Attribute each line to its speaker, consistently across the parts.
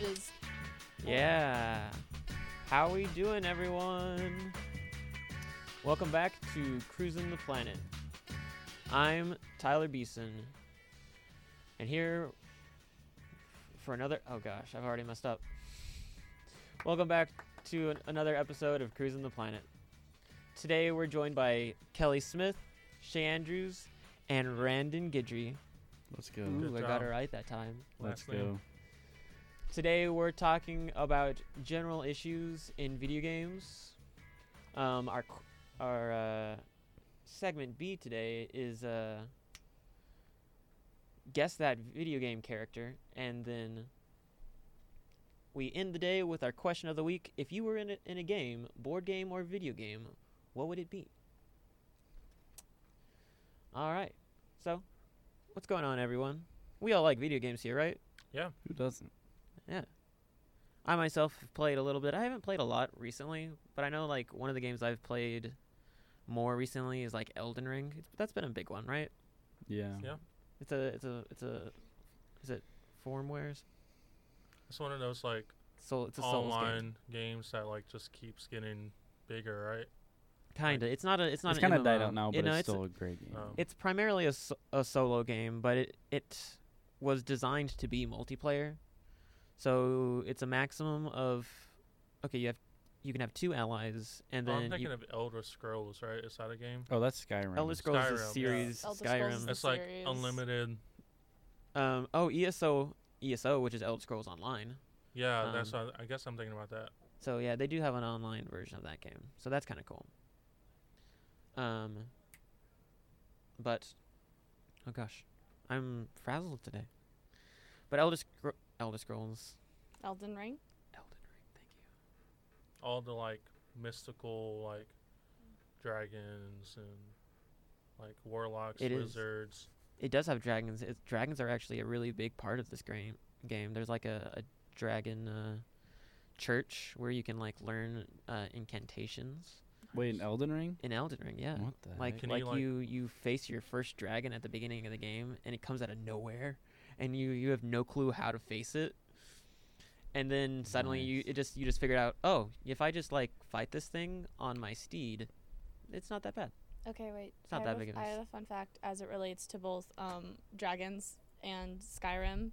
Speaker 1: is.
Speaker 2: Yeah. How we doing, everyone? Welcome back to Cruising the Planet. I'm Tyler Beeson, and here for another. Oh gosh, I've already messed up. Welcome back to an, another episode of Cruising the Planet. Today we're joined by Kelly Smith, Shay Andrews, and Randon Guidry.
Speaker 3: Let's go.
Speaker 2: Ooh, I
Speaker 4: job.
Speaker 2: got it right that time.
Speaker 3: Let's
Speaker 4: Last name.
Speaker 3: go.
Speaker 2: Today we're talking about general issues in video games. Um, our qu- our uh, segment B today is uh, guess that video game character, and then we end the day with our question of the week: If you were in a, in a game, board game or video game, what would it be? All right. So, what's going on, everyone? We all like video games here, right?
Speaker 3: Who doesn't?
Speaker 2: Yeah. I myself have played a little bit. I haven't played a lot recently, but I know like one of the games I've played more recently is like Elden Ring. It's, that's been a big one, right?
Speaker 3: Yeah.
Speaker 4: Yeah.
Speaker 2: It's a it's a it's a is it formwares?
Speaker 4: It's one of those like
Speaker 2: So it's a Souls game.
Speaker 4: online games that like just keeps getting bigger, right?
Speaker 2: Kinda. It's not a it's not
Speaker 3: it's
Speaker 2: an
Speaker 3: kind of died
Speaker 2: MMO.
Speaker 3: out now,
Speaker 2: You
Speaker 3: but
Speaker 2: know,
Speaker 3: it's,
Speaker 2: it's Oh.
Speaker 3: still a great game.
Speaker 4: um,
Speaker 2: it's primarily a, so- a solo game, but it it was designed to be multiplayer. So it's a maximum of okay, you have you can have two allies and
Speaker 4: Oh,
Speaker 2: then
Speaker 4: I'm
Speaker 2: you
Speaker 4: thinking of Elder Scrolls, right? Is that a game?
Speaker 3: oh, that's Skyrim.
Speaker 2: Elder Scrolls is
Speaker 4: Skyrim, yeah.
Speaker 2: a series.
Speaker 1: Elder Scrolls
Speaker 2: Skyrim.
Speaker 1: is the
Speaker 4: It's like
Speaker 1: series.
Speaker 4: unlimited.
Speaker 2: Um. Oh, ESO, ESO, which is Elder Scrolls Online.
Speaker 4: Yeah, that's.
Speaker 2: Um,
Speaker 4: What, I guess I'm thinking about that.
Speaker 2: So yeah, they do have an online version of that game. So that's kind of cool. Um. But, oh gosh, I'm frazzled today. But Elder Scro- Elder Scrolls,
Speaker 1: Elden Ring.
Speaker 2: Elden Ring. Thank you.
Speaker 4: All the like mystical like dragons and like warlocks,
Speaker 2: It is.
Speaker 4: wizards.
Speaker 2: It does have dragons. It's, dragons are actually a really big part of this game. Game. There's like a, a dragon uh, church where you can like learn uh, incantations
Speaker 3: Wait, an Elden Ring?
Speaker 2: in Elden Ring. Yeah.
Speaker 3: What the
Speaker 2: like
Speaker 3: heck?
Speaker 4: Can
Speaker 2: like
Speaker 4: you,
Speaker 2: you,
Speaker 4: like-
Speaker 2: you face your first dragon at the beginning of the game and it comes out of nowhere and you you have no clue how to face it and then suddenly you
Speaker 3: Nice.
Speaker 2: it just you just figured out oh if i just like fight this thing on my steed it's not that bad
Speaker 1: Okay, wait.
Speaker 2: It's not
Speaker 1: I
Speaker 2: that
Speaker 1: have a-
Speaker 2: big of a
Speaker 1: I
Speaker 2: s-
Speaker 1: have a fun fact as it relates to both um, dragons and Skyrim.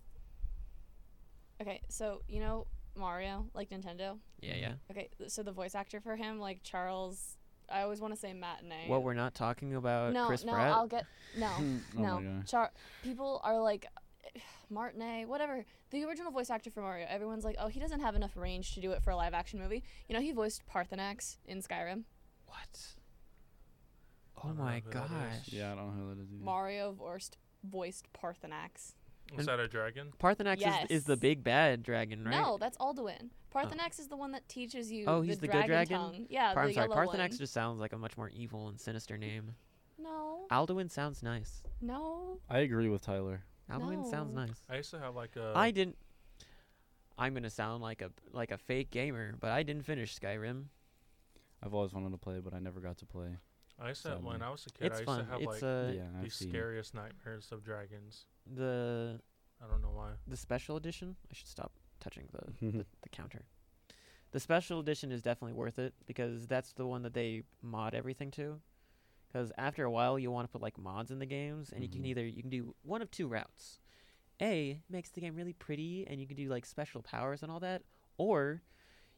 Speaker 1: Okay, so you know Mario, like Nintendo.
Speaker 2: yeah
Speaker 3: Mhm.
Speaker 2: yeah
Speaker 4: Mm-hmm.
Speaker 1: Okay, th- so the voice actor for him, like Charles, I always want to say Matinee.
Speaker 2: well we're not talking about
Speaker 1: no,
Speaker 2: chris
Speaker 1: no,
Speaker 2: pratt
Speaker 1: I'll get no,
Speaker 3: oh
Speaker 1: no.
Speaker 3: my gosh.
Speaker 1: Char- people are like Martinet, whatever. The original voice actor for Mario. Everyone's like, oh, he doesn't have enough range to do it for a live action movie. You know, he voiced Parthenax in Skyrim.
Speaker 2: what
Speaker 4: I
Speaker 2: oh
Speaker 4: don't know
Speaker 2: my
Speaker 4: who
Speaker 2: gosh
Speaker 4: that is.
Speaker 3: Yeah, I don't know who that is. either.
Speaker 1: Mario voiced voiced Parthenax.
Speaker 4: Is
Speaker 2: And-
Speaker 4: that a dragon?
Speaker 2: parthenax is, is the
Speaker 1: Yes.
Speaker 2: big bad dragon right
Speaker 1: No, that's Alduin. Parthenax is the one that teaches you.
Speaker 2: Oh, he's
Speaker 1: the
Speaker 2: the good
Speaker 1: dragon
Speaker 2: dragon?
Speaker 1: Tongue. Yeah,
Speaker 2: Par-
Speaker 1: the
Speaker 2: i'm sorry
Speaker 1: yellow
Speaker 2: parthenax
Speaker 1: one.
Speaker 2: just sounds like a much more evil and sinister name
Speaker 1: No,
Speaker 2: alduin sounds nice
Speaker 1: no.
Speaker 3: I agree with Tyler.
Speaker 2: alduin sounds
Speaker 1: No.
Speaker 2: nice
Speaker 4: I used to have like a.
Speaker 2: I didn't. I'm gonna sound like a like a fake gamer, but I didn't finish Skyrim.
Speaker 3: I've always wanted to play, but I never got to play.
Speaker 4: I used to when
Speaker 3: Sadly.
Speaker 4: I was a kid.
Speaker 2: It's
Speaker 4: I used
Speaker 2: fun.
Speaker 4: to have
Speaker 2: It's
Speaker 4: like
Speaker 2: uh,
Speaker 3: yeah, I've
Speaker 4: these
Speaker 3: seen. it.
Speaker 4: scariest nightmares of dragons.
Speaker 2: the
Speaker 4: I don't know why.
Speaker 2: the special edition. I should stop touching the the counter. The special edition is definitely worth it because that's the one that they mod everything to. Because after a while, you want to put like mods in the games, and you can
Speaker 3: Mhm.
Speaker 2: either you can do one of two routes. A makes the game really pretty, and you can do like special powers and all that, or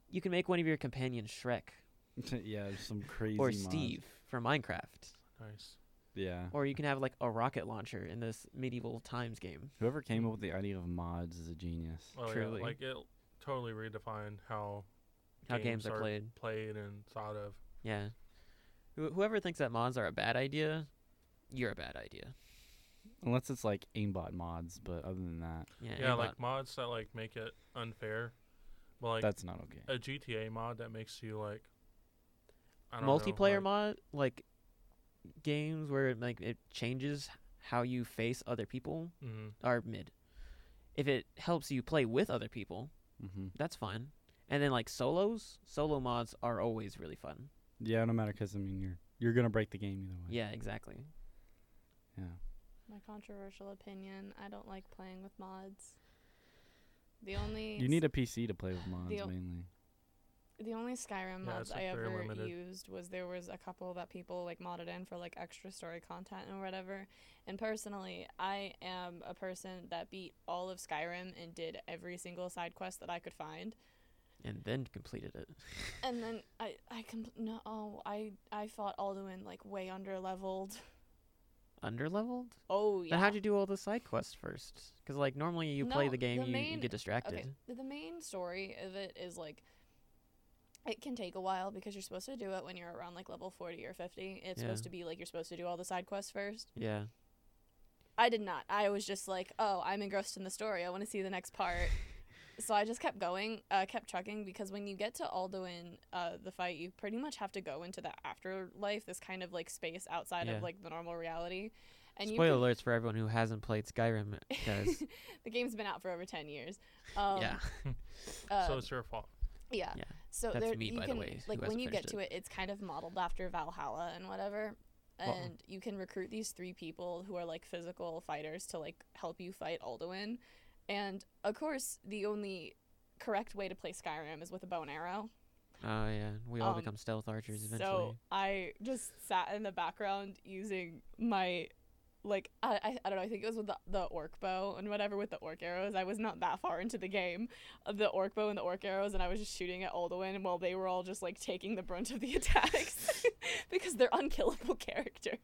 Speaker 2: you can make one of your companions Shrek
Speaker 3: yeah, there's some crazy.
Speaker 2: or
Speaker 3: mod.
Speaker 2: Steve from Minecraft.
Speaker 4: Nice.
Speaker 3: Yeah.
Speaker 2: Or you can have like a rocket launcher in this medieval times game.
Speaker 3: Whoever came up with the idea of mods is a genius.
Speaker 4: Oh
Speaker 2: Truly.
Speaker 4: yeah, like it totally redefined how
Speaker 2: How games, are, played.
Speaker 4: played and thought of.
Speaker 2: Yeah. Wh- whoever thinks that mods are a bad idea, you're a bad idea.
Speaker 3: Unless it's like aimbot mods, but other than that,
Speaker 2: Yeah.
Speaker 4: yeah,
Speaker 2: aimbot.
Speaker 4: like mods that like make it unfair, but like
Speaker 3: that's not
Speaker 2: uh,
Speaker 3: okay.
Speaker 4: a GTA mod that makes you like I don't
Speaker 2: multiplayer
Speaker 4: know, like,
Speaker 2: mod like games where it like it changes how you face other people
Speaker 4: mhm.
Speaker 2: are mid. If it helps you play with other people,
Speaker 3: Mm-hmm.
Speaker 2: that's fun. And then like solos, solo mods are always really fun.
Speaker 3: Yeah, no matter, because I mean, you're you're gonna break the game either way.
Speaker 2: Yeah, exactly.
Speaker 3: Yeah.
Speaker 1: My controversial opinion. I don't like playing with mods. The only
Speaker 3: You need a PC to play with mods
Speaker 1: The o-
Speaker 3: mainly.
Speaker 1: the only Skyrim
Speaker 4: Yeah,
Speaker 1: mods
Speaker 4: it's, like,
Speaker 1: I
Speaker 4: very
Speaker 1: ever
Speaker 4: limited.
Speaker 1: used was there was a couple that people like modded in for like extra story content and whatever. And personally, I am a person that beat all of Skyrim and did every single side quest that I could find.
Speaker 2: and then completed it.
Speaker 1: And then I I compl- no oh, I I fought Alduin like way under leveled.
Speaker 2: Underleveled?
Speaker 1: Oh yeah.
Speaker 2: Then how'd you do all the side quests first? Because like normally you play
Speaker 1: No,
Speaker 2: the game,
Speaker 1: the
Speaker 2: you, you
Speaker 1: main-
Speaker 2: get distracted.
Speaker 1: Okay, th- the main story of it is like it can take a while because you're supposed to do it when you're around like level 40 or 50. It's
Speaker 2: Yeah.
Speaker 1: supposed to be like you're supposed to do all the side quests first.
Speaker 2: Yeah.
Speaker 1: I did not. I was just like, oh, I'm engrossed in the story. I want to see the next part. so I just kept going, uh, kept trucking because when you get to Alduin, uh, the fight, you pretty much have to go into the afterlife, this kind of like space outside
Speaker 2: Yeah.
Speaker 1: of like the normal reality. And
Speaker 2: Spoiler
Speaker 1: you
Speaker 2: alerts for everyone who hasn't played Skyrim, guys.
Speaker 1: the game's been out for over 10 years. Um,
Speaker 2: yeah.
Speaker 1: uh,
Speaker 4: so it's your fault.
Speaker 1: Yeah.
Speaker 2: Yeah.
Speaker 1: So
Speaker 2: That's
Speaker 1: there,
Speaker 2: me,
Speaker 1: you
Speaker 2: by the
Speaker 1: can,
Speaker 2: way, who
Speaker 1: like when
Speaker 2: hasn't
Speaker 1: you get
Speaker 2: finished
Speaker 1: to it, it's kind of modeled after Valhalla and whatever.
Speaker 2: Well-
Speaker 1: And you can recruit these three people who are like physical fighters to like help you fight Alduin. And of course, the only correct way to play Skyrim is with a bow and arrow.
Speaker 2: Oh yeah. We all
Speaker 1: Um,
Speaker 2: become stealth archers eventually.
Speaker 1: So I just sat in the background using my like I, I, I don't know I think it was with the, the orc bow and whatever with the orc arrows I was not that far into the game of the orc bow and the orc arrows and I was just shooting at Alduin while they were all just like taking the brunt of the attacks because they're unkillable characters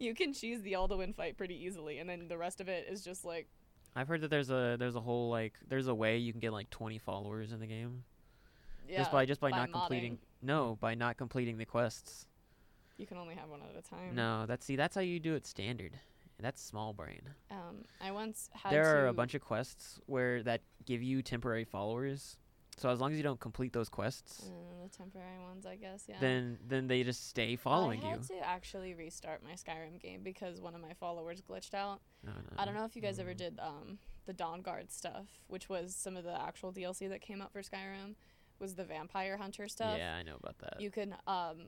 Speaker 1: you can choose the Alduin fight pretty easily and then the rest of it is just like
Speaker 2: I've heard that there's a there's a whole like there's a way you can get like 20 followers in the game
Speaker 1: yeah
Speaker 2: just by just by,
Speaker 1: by
Speaker 2: not completing
Speaker 1: modding.
Speaker 2: no by not completing the quests.
Speaker 1: you can only have one at a time
Speaker 2: No, that's see that's how you do it standard. That's small brain.
Speaker 1: um I once had
Speaker 2: there are
Speaker 1: to-
Speaker 2: a bunch of quests where that give you temporary followers. So as long as you don't complete those quests,
Speaker 1: uh, the temporary ones I guess yeah
Speaker 2: then then they just stay following
Speaker 1: I
Speaker 2: you.
Speaker 1: had to actually restart my Skyrim game because one of my followers glitched out.
Speaker 2: No,
Speaker 1: I don't know if you guys ever
Speaker 2: Mm.
Speaker 1: did um, the Dawn Guard stuff, which was some of the actual DLC that came out for Skyrim, was the Vampire Hunter stuff.
Speaker 2: Yeah, I know about that.
Speaker 1: You can um,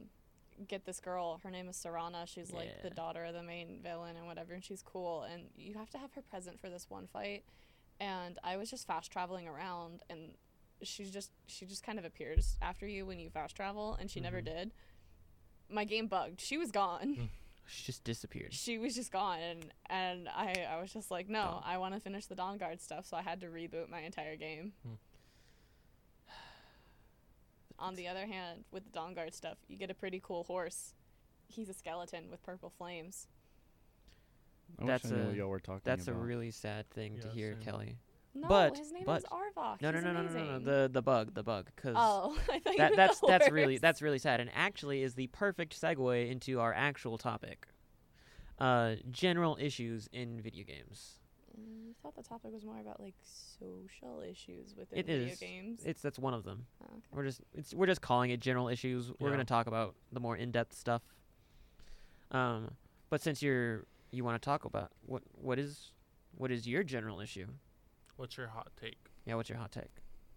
Speaker 1: get this girl. Her name is Serana. She's like the
Speaker 2: Yeah.
Speaker 1: daughter of the main villain and whatever, and she's cool. And you have to have her present for this one fight. And I was just fast traveling around, and she's just she just kind of appears after you when you fast travel, and she never
Speaker 2: Mhm.
Speaker 1: did. My game bugged. She was gone.
Speaker 2: She just disappeared.
Speaker 1: she was just gone, and and I I was just like, no,
Speaker 2: Dumb.
Speaker 1: I want to finish the Dawn Guard stuff, so I had to reboot my entire game.
Speaker 2: Hmm.
Speaker 1: On the other hand, with the Dawn Guard stuff, you get a pretty cool horse. He's a skeleton with purple flames.
Speaker 3: I wish
Speaker 2: That's
Speaker 3: I knew
Speaker 2: a-
Speaker 3: what y'all were talking
Speaker 2: That's a
Speaker 3: about.
Speaker 2: really sad thing to
Speaker 4: Yeah,
Speaker 2: hear,
Speaker 4: same.
Speaker 2: Kelly.
Speaker 1: No,
Speaker 2: But-
Speaker 1: his name
Speaker 2: but-
Speaker 1: is Arvok.
Speaker 2: No, no,
Speaker 1: He's
Speaker 2: no, no, no, no, no.
Speaker 1: amazing.
Speaker 2: The the bug, the bug, because
Speaker 1: oh, I thought you
Speaker 2: that
Speaker 1: meant
Speaker 2: that's
Speaker 1: the
Speaker 2: that's really
Speaker 1: horse.
Speaker 2: that's really sad, and actually is the perfect segue into our actual topic. Uh, general issues in video games.
Speaker 1: Mm, I thought the topic was more about like social issues within
Speaker 2: It
Speaker 1: video
Speaker 2: is.
Speaker 1: games.
Speaker 2: It's that's one of them.
Speaker 1: Oh, okay.
Speaker 2: We're just it's we're just calling it general issues. We're
Speaker 4: Yeah.
Speaker 2: gonna talk about the more in depth stuff. Um, but since you're you want to talk about what what is what is your general issue?
Speaker 4: What's your hot take?
Speaker 2: Yeah, what's your hot take?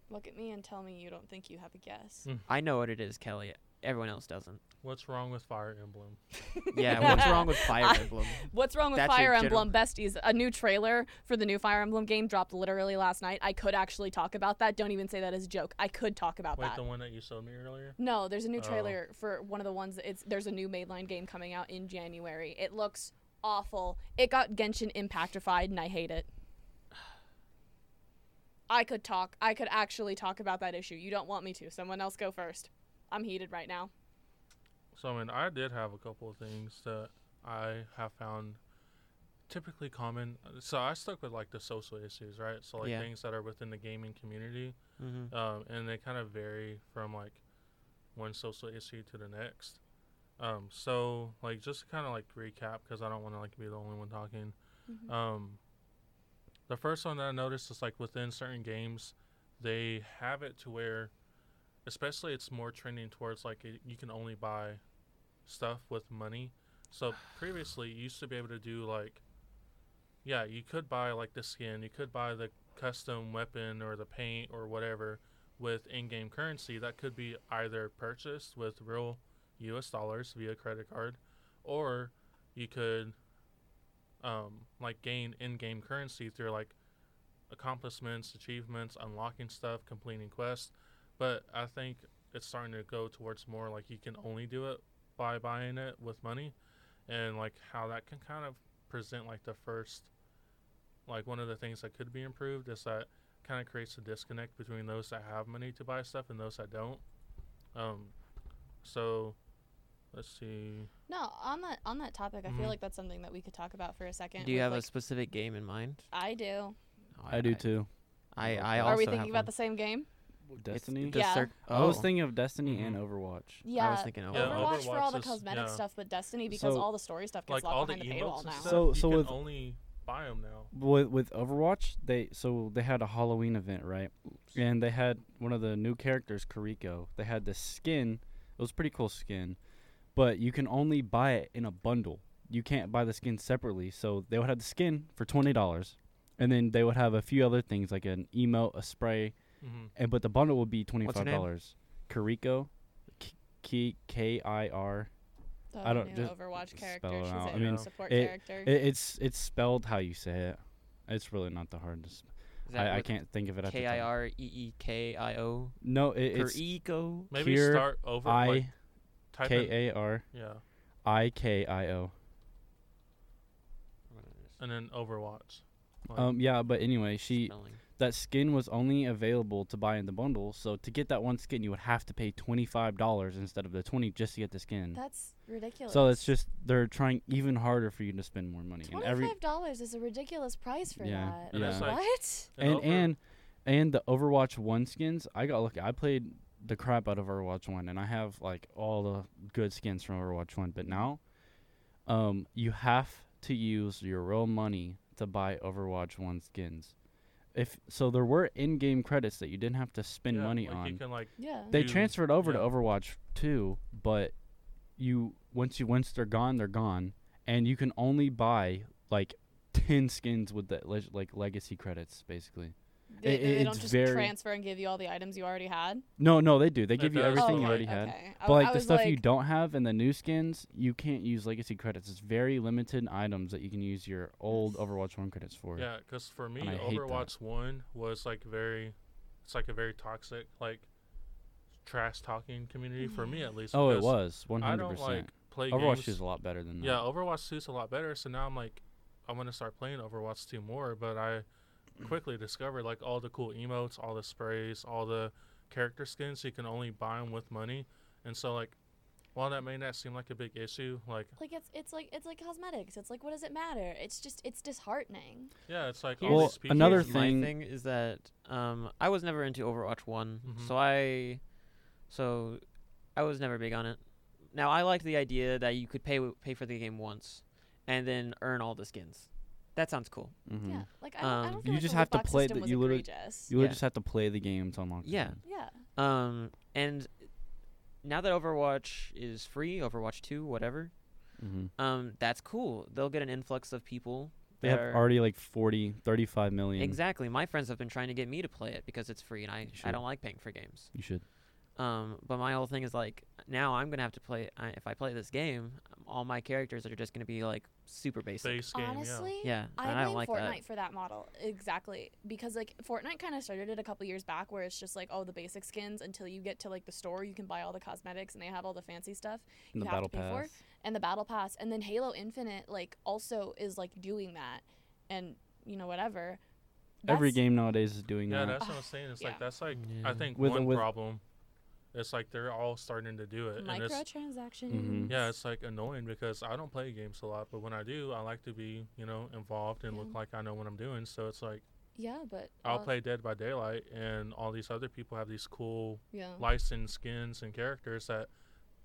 Speaker 1: Look at me and tell me you don't think you have a guess.
Speaker 2: I know what it is, Kelly. Everyone else doesn't.
Speaker 4: What's wrong with Fire Emblem?
Speaker 2: Yeah, what's wrong with Fire
Speaker 1: I-
Speaker 2: Emblem?
Speaker 1: What's wrong with
Speaker 2: That's your
Speaker 1: Fire
Speaker 2: general-
Speaker 1: Emblem Besties? A new trailer for the new Fire Emblem game dropped literally last night. I could actually talk about that. Don't even say that as a joke. I could talk about
Speaker 4: Wait,
Speaker 1: that.
Speaker 4: the one that you showed me earlier.
Speaker 1: No, there's a new
Speaker 4: Oh.
Speaker 1: trailer for one of the ones. That it's there's a new mainline game coming out in January. It looks awful. It got Genshin Impactified, and I hate it. I could talk. I could actually talk about that issue. You don't want me to. Someone else go first. I'm heated right now.
Speaker 4: So I mean, I did have a couple of things that I have found typically common. So I stuck with like the social issues, right? So like
Speaker 2: Yeah.
Speaker 4: things that are within the gaming community,
Speaker 2: hmm
Speaker 4: um, and they kind of vary from like one social issue to the next. Um, so like just to kind of like recap because I don't want to like be the only one talking.
Speaker 1: Mhm.
Speaker 4: Um, the first one that I noticed is like within certain games, they have it to where, especially it's more trending towards like it, you can only buy stuff with money. So previously, you used to be able to do like, yeah, you could buy like the skin, you could buy the custom weapon or the paint or whatever with in-game currency that could be either purchased with real U.S. dollars via credit card, or you could um, like gain in-game currency through like accomplishments, achievements, unlocking stuff, completing quests. But I think it's starting to go towards more like you can only do it by buying it with money, and like how that can kind of present like the first, like one of the things that could be improved is that kind of creates a disconnect between those that have money to buy stuff and those that don't. Um, so let's see.
Speaker 1: No, on that on that topic, I
Speaker 4: Mhm.
Speaker 1: feel like that's something that we could talk about for a second.
Speaker 2: Do you
Speaker 1: with,
Speaker 2: have a
Speaker 1: like,
Speaker 2: specific game in mind?
Speaker 1: I do.
Speaker 3: I do too.
Speaker 2: I, I also
Speaker 1: Are we
Speaker 2: have
Speaker 1: thinking
Speaker 2: one.
Speaker 1: about the same game?
Speaker 2: It's
Speaker 3: Destiny. Mm-hmm.
Speaker 2: the
Speaker 1: Yeah.
Speaker 2: circ-
Speaker 3: I was
Speaker 2: oh.
Speaker 3: thinking of Destiny and Overwatch.
Speaker 1: Yeah.
Speaker 2: I was thinking Overwatch.
Speaker 4: Yeah,
Speaker 1: Overwatch for all the
Speaker 4: Overwatch is-
Speaker 1: cosmetic
Speaker 4: yeah.
Speaker 1: stuff, but Destiny because
Speaker 3: So-
Speaker 1: all the story stuff gets
Speaker 4: Like all
Speaker 1: locked
Speaker 4: the
Speaker 1: behind the paywall
Speaker 4: emotes and
Speaker 1: now.
Speaker 4: stuff,
Speaker 3: So-
Speaker 4: you
Speaker 3: so
Speaker 4: can
Speaker 3: with-
Speaker 4: only buy them now.
Speaker 3: With with Overwatch, they so they had a Halloween event, right? And they had one of the new characters, Kariko. They had this skin. It was a pretty cool skin, but you can only buy it in a bundle. You can't buy the skin separately. So they would have the skin for twenty dollars, and then they would have a few other things like an emote, a spray,
Speaker 4: hmm
Speaker 3: and but the bundle would be twenty
Speaker 2: What's her
Speaker 3: five
Speaker 2: name?
Speaker 3: dollars. Kariko, K K I R.
Speaker 1: The
Speaker 3: I don't-
Speaker 1: new
Speaker 3: just
Speaker 1: Overwatch
Speaker 3: spell
Speaker 1: character.
Speaker 3: it
Speaker 1: She's
Speaker 3: out.
Speaker 1: a
Speaker 4: I mean,
Speaker 1: support
Speaker 3: it-
Speaker 1: character.
Speaker 3: It, it's it's spelled how you say it. It's really not the hardest.
Speaker 2: Is that
Speaker 3: I, I
Speaker 2: with
Speaker 3: can't think of it. At
Speaker 2: K
Speaker 3: the
Speaker 2: I
Speaker 3: top.
Speaker 2: R E E K I O. E
Speaker 3: No, it, it's
Speaker 2: Kurigo.
Speaker 4: Maybe
Speaker 3: Cure
Speaker 4: start over. like,
Speaker 3: I
Speaker 4: type in,
Speaker 3: K A R
Speaker 4: yeah,
Speaker 3: I K I O.
Speaker 4: and then Overwatch. Like,
Speaker 3: Um, yeah, but anyway, she
Speaker 2: Spelling.
Speaker 3: that skin was only available to buy in the bundle. So to get that one skin, you would have to pay twenty five dollars instead of the twenty just to get the skin.
Speaker 1: That's ridiculous.
Speaker 3: so it's just they're trying even harder for you to spend more money. And every
Speaker 1: twenty-five dollars is a ridiculous price for
Speaker 3: Yeah,
Speaker 1: that.
Speaker 3: And
Speaker 4: that's yeah. like-
Speaker 1: What?
Speaker 3: and
Speaker 4: Over-
Speaker 3: and and the Overwatch One skins. I got lucky. I played the crap out of Overwatch One, and I have like all the good skins from Overwatch One. But now, um, you have to use your real money to buy Overwatch One skins. If so, there were in-game credits that you didn't have to spend
Speaker 4: yeah,
Speaker 3: money
Speaker 4: like
Speaker 3: on.
Speaker 4: You can like
Speaker 1: Yeah.
Speaker 3: they
Speaker 4: do-
Speaker 3: transferred over to
Speaker 4: yeah.
Speaker 3: Overwatch Two, but you once you once they're gone, they're gone, and you can only buy like ten skins with the leg- like legacy credits, basically.
Speaker 1: They,
Speaker 3: it-
Speaker 1: they don't
Speaker 3: it's
Speaker 1: just
Speaker 3: very-
Speaker 1: transfer and give you all the items you already had. Oh,
Speaker 3: No, no, they do. They
Speaker 4: It
Speaker 3: give you
Speaker 4: does,
Speaker 3: everything
Speaker 4: but,
Speaker 3: you
Speaker 4: like-
Speaker 3: already
Speaker 1: okay.
Speaker 3: had.
Speaker 1: I,
Speaker 3: But
Speaker 1: I
Speaker 3: like the
Speaker 1: was
Speaker 3: stuff you
Speaker 1: like,
Speaker 3: don't have and the new skins, you can't use legacy credits. It's very limited items that you can use your old Overwatch One credits for.
Speaker 4: Yeah, because for me,
Speaker 3: I hate that.
Speaker 4: Overwatch One was like very, it's like a very toxic, like trash talking community for me at least.
Speaker 3: Oh, it
Speaker 4: because
Speaker 3: was one
Speaker 4: I
Speaker 3: hundred
Speaker 4: don't like
Speaker 3: percent.
Speaker 4: play
Speaker 3: Overwatch
Speaker 4: games.
Speaker 3: is a lot better than that.
Speaker 4: Yeah, oh. Overwatch 2 is a lot better. So now I'm like, I'm gonna start playing Overwatch 2 more. But I quickly discovered like all the cool emotes, all the sprays, all the character skins. You can only buy them with money, and so like, while that may not seem like a big issue, like
Speaker 1: like it's it's like it's like cosmetics. It's like what does it matter? It's just it's disheartening.
Speaker 4: yeah, it's like all
Speaker 2: Well,
Speaker 4: these people.
Speaker 3: another
Speaker 2: Here's my
Speaker 3: thing-
Speaker 2: thing is that um, I was never into Overwatch One,
Speaker 4: Mhm.
Speaker 2: so I, so I was never big on it. Now I liked the idea that you could pay w- pay for the game once, and then earn all the skins. That sounds cool.
Speaker 3: Mhm.
Speaker 1: Yeah. Like I, don't- I
Speaker 2: Um,
Speaker 1: don't
Speaker 3: You
Speaker 1: feel like
Speaker 3: just
Speaker 1: the
Speaker 3: have to
Speaker 1: loot box
Speaker 3: play
Speaker 1: system
Speaker 3: that
Speaker 1: was
Speaker 3: you literally-
Speaker 1: egregious.
Speaker 3: You would
Speaker 2: Yeah.
Speaker 3: just have to play the game to unlock. the
Speaker 2: Yeah.
Speaker 3: skin.
Speaker 1: yeah.
Speaker 2: Um, and now that Overwatch is free, Overwatch Two, whatever,
Speaker 3: Mhm.
Speaker 2: um, that's cool. They'll get an influx of people.
Speaker 3: They
Speaker 2: that
Speaker 3: have
Speaker 2: are-
Speaker 3: already like 40, 35 million.
Speaker 2: exactly. My friends have been trying to get me to play it because it's free, and I,
Speaker 3: You
Speaker 2: I
Speaker 3: should.
Speaker 2: don't like paying for games.
Speaker 3: You should.
Speaker 2: Um, but my whole thing is like now I'm gonna have to play. I, if I play this game, um, all my characters are just gonna be like super basic.
Speaker 4: base game, yeah.
Speaker 1: Honestly,
Speaker 2: Yeah, and
Speaker 1: I
Speaker 2: I don't
Speaker 1: blame
Speaker 2: like
Speaker 1: Fortnite for that model exactly because like Fortnite kind of started it a couple years back where it's just like oh the basic skins until you get to like the store you can buy all the cosmetics and they have all the fancy stuff
Speaker 3: And
Speaker 1: you
Speaker 3: the
Speaker 1: have
Speaker 3: battle
Speaker 1: to pay for
Speaker 3: pass.
Speaker 1: and the battle pass and then Halo Infinite like also is like doing that and you know whatever
Speaker 3: Every
Speaker 1: That's-
Speaker 3: game nowadays is doing
Speaker 4: Yeah,
Speaker 3: that.
Speaker 4: that's what I'm saying. It's
Speaker 1: Yeah.
Speaker 4: like that's like
Speaker 2: Yeah.
Speaker 4: I think
Speaker 3: With-
Speaker 4: one
Speaker 3: with-
Speaker 4: problem. It's like they're all starting to do it, and it's
Speaker 1: microtransactions
Speaker 4: yeah, it's like annoying because I don't play games a lot, but when I do, I like to be you know involved and look
Speaker 1: Yeah.
Speaker 4: like I know what I'm doing. So it's like
Speaker 1: yeah but
Speaker 4: I'll
Speaker 1: uh,
Speaker 4: play Dead by Daylight, and all these other people have these cool
Speaker 1: yeah
Speaker 4: licensed skins and characters that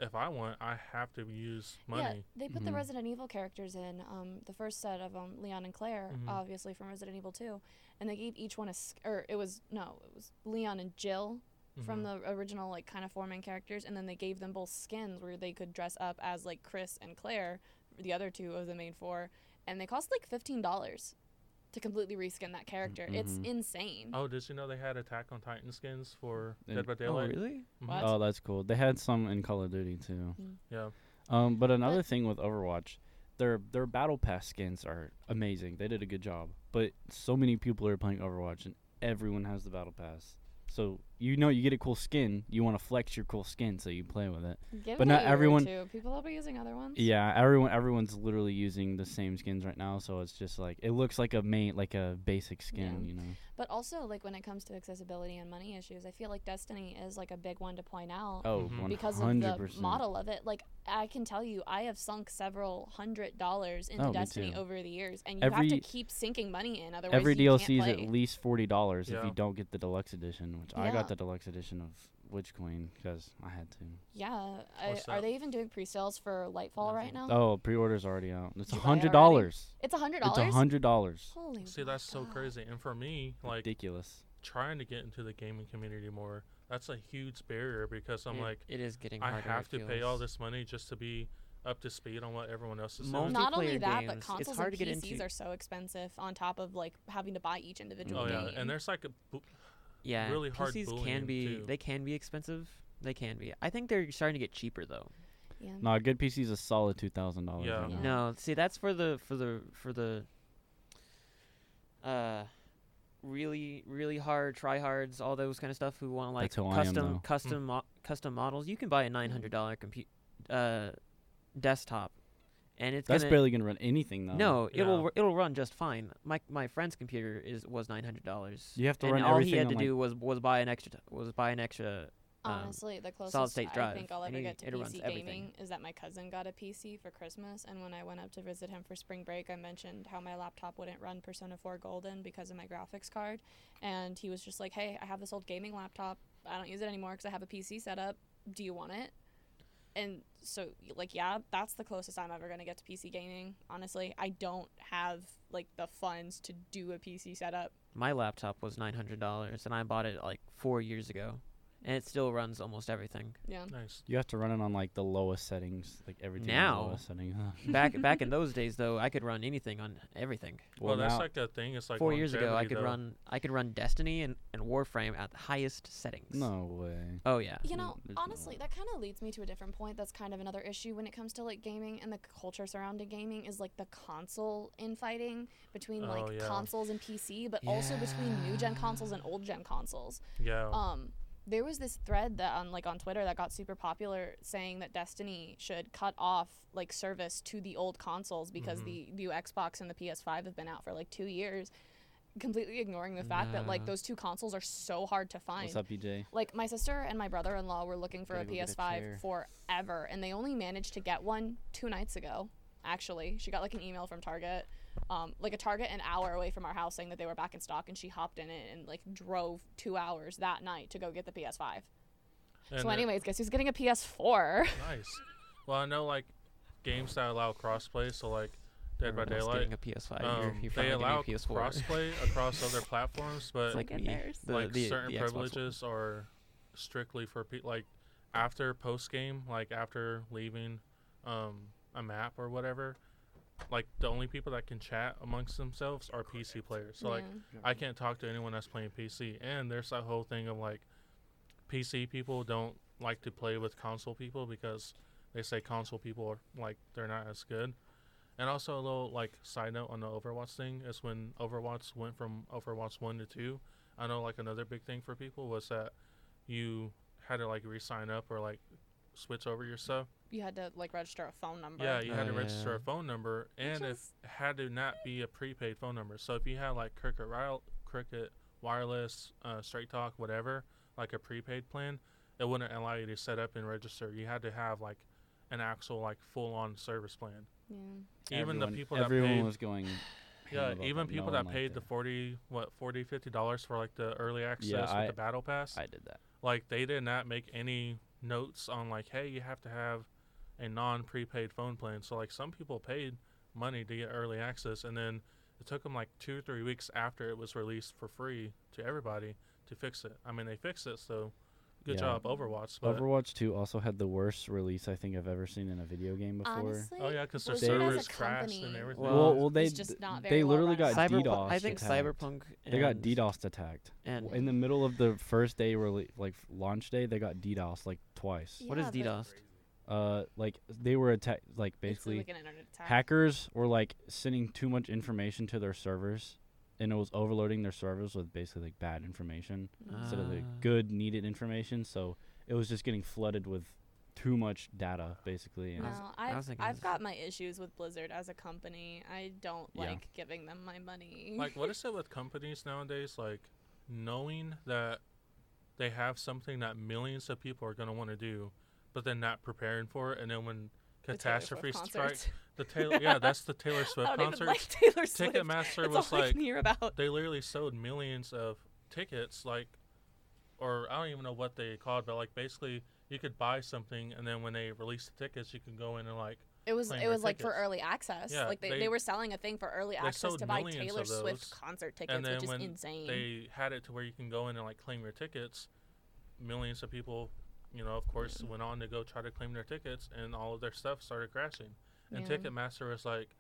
Speaker 4: if I want, I have to use money.
Speaker 1: Yeah, they put the
Speaker 3: Mhm.
Speaker 1: Resident Evil characters in um, the first set of um, Leon and Claire,
Speaker 3: Mm-hmm.
Speaker 4: Mhm.
Speaker 1: obviously from Resident Evil Two, and they gave each one a sk- or it was no, it was Leon and Jill from
Speaker 4: Mm-hmm.
Speaker 1: the
Speaker 3: Mm-hmm.
Speaker 1: original like kind of four main characters, and then they gave them both skins where they could dress up as like Chris and Claire, the other two of the main four, and they cost like fifteen dollars to completely reskin that character. It's
Speaker 3: Mhm.
Speaker 1: insane.
Speaker 4: Oh, did you know they had Attack on Titan skins for
Speaker 3: And-
Speaker 4: Dead by
Speaker 2: that. Oh
Speaker 4: Daylight?
Speaker 2: really?
Speaker 4: Mhm.
Speaker 1: What? Mm.
Speaker 3: Oh, that's cool. They had some in Call of Duty too.
Speaker 4: Yeah.
Speaker 3: Um, but another
Speaker 1: But-
Speaker 3: thing with Overwatch, their their battle pass skins are amazing. They did a good job. But so many people are playing Overwatch and everyone has the battle pass. So you know you get a cool skin, you want to flex your cool skin so you play with it.
Speaker 1: Give
Speaker 3: But
Speaker 1: it a
Speaker 3: not
Speaker 1: year or
Speaker 3: everyone-
Speaker 1: two. People will be using other ones.
Speaker 3: Yeah, everyone everyone's literally using the same skins right now, so it's just like it looks like a main like a basic skin,
Speaker 1: Yeah.
Speaker 3: you know.
Speaker 1: But also, like when it comes to accessibility and money issues, I feel like Destiny is like a big one to point out.
Speaker 3: Oh,
Speaker 4: Mhm.
Speaker 1: because of
Speaker 3: 100%.
Speaker 1: the model of it. Like I can tell you, I have sunk several hundred dollars into
Speaker 3: Oh, me
Speaker 1: Destiny
Speaker 3: too.
Speaker 1: over the years, and you
Speaker 3: Every-
Speaker 1: have to keep sinking money in. Otherwise,
Speaker 3: Every
Speaker 1: you
Speaker 3: DLC is
Speaker 1: can't
Speaker 3: at
Speaker 1: play.
Speaker 3: least forty dollars if
Speaker 4: Yeah.
Speaker 3: you don't get the deluxe edition, which I
Speaker 1: Yeah.
Speaker 3: got the deluxe edition of Witch Queen because I had to.
Speaker 1: yeah. I,
Speaker 4: What's
Speaker 1: are
Speaker 4: that?
Speaker 1: they even doing pre-sales for Lightfall right now?
Speaker 3: Oh, pre-order's already out. It's
Speaker 1: Did you buy
Speaker 3: hundred
Speaker 1: it already?
Speaker 3: dollars.
Speaker 1: It's a hundred
Speaker 3: Oh. It's a
Speaker 1: dollars.
Speaker 3: hundred dollars.
Speaker 1: Holy.
Speaker 4: See,
Speaker 1: my
Speaker 4: that's so
Speaker 1: God.
Speaker 4: crazy. And for me, like
Speaker 3: Ridiculous.
Speaker 4: trying to get into the gaming community more, that's a huge barrier because I'm
Speaker 2: It-
Speaker 4: like,
Speaker 2: it is getting.
Speaker 4: I
Speaker 2: harder, it
Speaker 4: have to pay all
Speaker 2: feels.
Speaker 4: this money just to be up to speed on what everyone else is
Speaker 2: Most-
Speaker 4: doing.
Speaker 1: Not only
Speaker 2: Multiplayer
Speaker 1: that, but
Speaker 2: games, it's
Speaker 1: consoles
Speaker 2: hard
Speaker 1: and
Speaker 2: to get
Speaker 1: PCs
Speaker 2: into-
Speaker 1: are so expensive. On top of like having to buy each individual
Speaker 4: Oh yeah,
Speaker 1: game.
Speaker 4: and there's like a bu-
Speaker 2: Yeah,
Speaker 4: really hard
Speaker 2: PCs
Speaker 4: bullying,
Speaker 2: can be.
Speaker 4: too.
Speaker 2: They can be expensive. They can be. I think they're starting to get cheaper though.
Speaker 1: yeah.
Speaker 3: No, a good PC's a solid two thousand dollars.
Speaker 4: Yeah.
Speaker 3: right now.
Speaker 1: Yeah.
Speaker 2: No, see that's for the for the for the uh really really hard tryhards, all those kind of stuff who want like
Speaker 3: That's who I am,
Speaker 2: custom
Speaker 3: though.
Speaker 2: custom mo- custom models. You can buy a nine hundred dollar compute uh desktop, and it's
Speaker 3: that's
Speaker 2: gonna
Speaker 3: barely gonna run anything though.
Speaker 2: no it
Speaker 4: Yeah.
Speaker 2: will it'll run just fine. My my friend's computer is was nine hundred dollars.
Speaker 3: you have to
Speaker 2: and
Speaker 3: run
Speaker 2: all
Speaker 3: everything.
Speaker 2: he had
Speaker 3: on,
Speaker 2: to
Speaker 3: like-
Speaker 2: do was was buy an extra t- was buy an extra um,
Speaker 1: Honestly, the closest
Speaker 2: state
Speaker 1: I
Speaker 2: drive,
Speaker 1: think I'll
Speaker 2: and
Speaker 1: ever
Speaker 2: it-
Speaker 1: get to
Speaker 2: it runs
Speaker 1: PC
Speaker 2: everything.
Speaker 1: gaming is that my cousin got a PC for Christmas, and when I went up to visit him for spring break, I mentioned how my laptop wouldn't run Persona 4 Golden because of my graphics card, and he was just like, "Hey, I have this old gaming laptop. I don't use it anymore because I have a PC setup. Do you want it?" And so, like, yeah, that's the closest I'm ever gonna get to PC gaming. Honestly, I don't have like the funds to do a PC setup.
Speaker 2: my laptop was nine hundred dollars, and I bought it like four years ago, and it still runs almost everything.
Speaker 1: Yeah.
Speaker 4: nice.
Speaker 3: you have to run it on like the lowest settings, like everything. on the
Speaker 2: Now.
Speaker 3: lowest setting. Huh.
Speaker 2: Back back in those days, though, I could run anything on everything.
Speaker 4: Well, that's
Speaker 3: now-
Speaker 4: like a thing. It's like
Speaker 2: four years ago, I
Speaker 4: longevity,
Speaker 2: could
Speaker 4: though.
Speaker 2: run I could run Destiny and, and Warframe at the highest settings.
Speaker 3: no way.
Speaker 2: Oh yeah.
Speaker 1: You
Speaker 3: Mm,
Speaker 1: know,
Speaker 3: there's no
Speaker 1: honestly,
Speaker 3: way.
Speaker 1: that kind of leads me to a different point. That's kind of another issue when it comes to like gaming and the culture surrounding gaming is like the console infighting between
Speaker 4: Oh,
Speaker 1: like
Speaker 4: yeah.
Speaker 1: consoles and PC, but also between new gen consoles and old gen consoles.
Speaker 3: Oh.
Speaker 4: Yeah.
Speaker 1: Um, there was this thread that on like on Twitter that got super popular saying that Destiny should cut off like service to the old consoles because
Speaker 4: Mhm.
Speaker 3: Mm-hmm.
Speaker 1: the new Xbox and the PS5 have been out for like two years, completely ignoring the fact that like
Speaker 2: Nah.
Speaker 1: those two consoles are so hard to find
Speaker 3: What's up, EJ?
Speaker 1: like my sister and my brother-in-law were looking for a
Speaker 2: Gotta go get a
Speaker 1: PS5
Speaker 2: chair.
Speaker 1: forever and they only managed to get one two nights ago actually she got like an email from Target um, like a Target an hour away from our house saying that they were back in stock and she hopped in it and like drove 2 hours that night to go get the PS5
Speaker 4: and
Speaker 1: so
Speaker 4: it-
Speaker 1: anyways guess who's getting a PS4
Speaker 4: nice. Well, I know like games that allow crossplay, so like Dead by
Speaker 2: Everyone else
Speaker 4: Daylight,
Speaker 2: Oh, Getting a PS5. you're,
Speaker 4: um,
Speaker 2: you're
Speaker 4: they
Speaker 2: finally
Speaker 4: allow
Speaker 2: getting a PS4.
Speaker 4: crossplay across other platforms, but
Speaker 2: it's like
Speaker 1: Look at
Speaker 2: me.
Speaker 1: theirs.
Speaker 2: The,
Speaker 4: like
Speaker 2: the-
Speaker 4: certain
Speaker 2: the Xbox one.
Speaker 4: privileges are strictly for people like after post game like after leaving um, a map or whatever like the only people that can chat amongst themselves are pc players so like
Speaker 1: Yeah.
Speaker 4: i can't talk to anyone that's playing pc and there's that whole thing of like pc people don't like to play with console people because they say console people are like they're not as good and also a little like side note on the overwatch thing is when overwatch went from overwatch 1 to 2 I know like another big thing for people was that you had to like re-sign up or like switch over your stuff.
Speaker 1: you had to like register a phone number
Speaker 4: Yeah, you had
Speaker 2: Oh,
Speaker 4: to register
Speaker 2: yeah.
Speaker 4: a phone number, and it
Speaker 1: is-
Speaker 4: had to not be a prepaid phone number. So if you had like Cricket, Rile- Cricket Wireless, uh, Straight Talk, whatever, like a prepaid plan, it wouldn't allow you to set up and register. You had to have like an actual like full-on service plan.
Speaker 1: yeah.
Speaker 4: Even the
Speaker 3: Everyone-
Speaker 4: people that
Speaker 3: everyone
Speaker 4: paid,
Speaker 3: was going. ham
Speaker 4: yeah,
Speaker 3: about
Speaker 4: even
Speaker 3: that.
Speaker 4: people
Speaker 3: No one
Speaker 4: that
Speaker 3: liked
Speaker 4: paid
Speaker 3: it.
Speaker 4: the forty, what forty, fifty dollars for like the early access with
Speaker 3: I-
Speaker 4: the battle pass
Speaker 3: I did that.
Speaker 4: like they did not make any notes on like hey you have to have a non prepaid phone plan so like some people paid money to get early access and then it took them like two or three weeks after it was released for free to everybody to fix it i mean they fixed it so good
Speaker 3: Yeah.
Speaker 4: job overwatch but
Speaker 3: Overwatch 2 also had the worst release I think I've ever seen in a video game before.
Speaker 1: honestly
Speaker 4: oh yeah because their
Speaker 1: Blizzard as a
Speaker 4: servers crashed and
Speaker 1: company-
Speaker 4: everything
Speaker 2: Well,
Speaker 3: well, well, they
Speaker 1: it's just
Speaker 3: d-
Speaker 1: not very
Speaker 3: they
Speaker 1: well
Speaker 3: literally
Speaker 1: run
Speaker 3: got
Speaker 1: as a
Speaker 2: Cyberpunk-
Speaker 3: DDoS.
Speaker 2: I think Cyberpunk.
Speaker 3: They got
Speaker 2: and-
Speaker 3: DDoSed attacked
Speaker 2: And
Speaker 3: in the middle of the first day, rele- like launch day. They got DDoSed like twice.
Speaker 2: what is
Speaker 1: Yeah, but-
Speaker 2: DDoSed?
Speaker 3: uh, like they were attack, like basically
Speaker 1: it's like an internet attack.
Speaker 3: hackers were like sending too much information to their servers, and it was overloading their servers with basically like bad information
Speaker 1: Mm.
Speaker 3: instead of the
Speaker 2: Ah.
Speaker 3: good needed information. So it was just getting flooded with too much data, basically. And
Speaker 1: No,
Speaker 2: I was- I
Speaker 1: I've,
Speaker 2: was thinking
Speaker 1: I've
Speaker 2: this-
Speaker 1: got my issues with Blizzard as a company. I don't
Speaker 3: Yeah.
Speaker 1: like giving them my money.
Speaker 4: like what is it with companies nowadays like knowing that they have something that millions of people are going to want to do but then not preparing for it and then when
Speaker 1: The Taylor
Speaker 4: catastrophe
Speaker 1: Swift
Speaker 4: strikes
Speaker 1: concert.
Speaker 4: the taylor yeah that's the taylor
Speaker 1: I
Speaker 4: swift
Speaker 1: don't
Speaker 4: concert
Speaker 1: even like Taylor Swift.
Speaker 4: ticketmaster
Speaker 1: That's
Speaker 4: was
Speaker 1: all I
Speaker 4: like
Speaker 1: can hear about.
Speaker 4: they literally sold millions of tickets like or i don't even know what they called but like basically you could buy something and then when they release the tickets you can go in and like
Speaker 1: It was
Speaker 4: playing
Speaker 1: it
Speaker 4: their
Speaker 1: was like for
Speaker 4: tickets.
Speaker 1: early access.
Speaker 4: Yeah,
Speaker 1: like they, they,
Speaker 4: they-
Speaker 1: were selling a thing for early access
Speaker 4: sold
Speaker 1: to buy
Speaker 4: millions
Speaker 1: Taylor
Speaker 4: of
Speaker 1: Swift
Speaker 4: those,
Speaker 1: concert tickets,
Speaker 4: and then
Speaker 1: which
Speaker 4: when
Speaker 1: is insane.
Speaker 4: they had it to where you can go in and like claim your tickets. Millions of people, you know, of course, went on to go try to claim their tickets, and all of their stuff started crashing. And
Speaker 1: Yeah.
Speaker 4: Ticketmaster was like,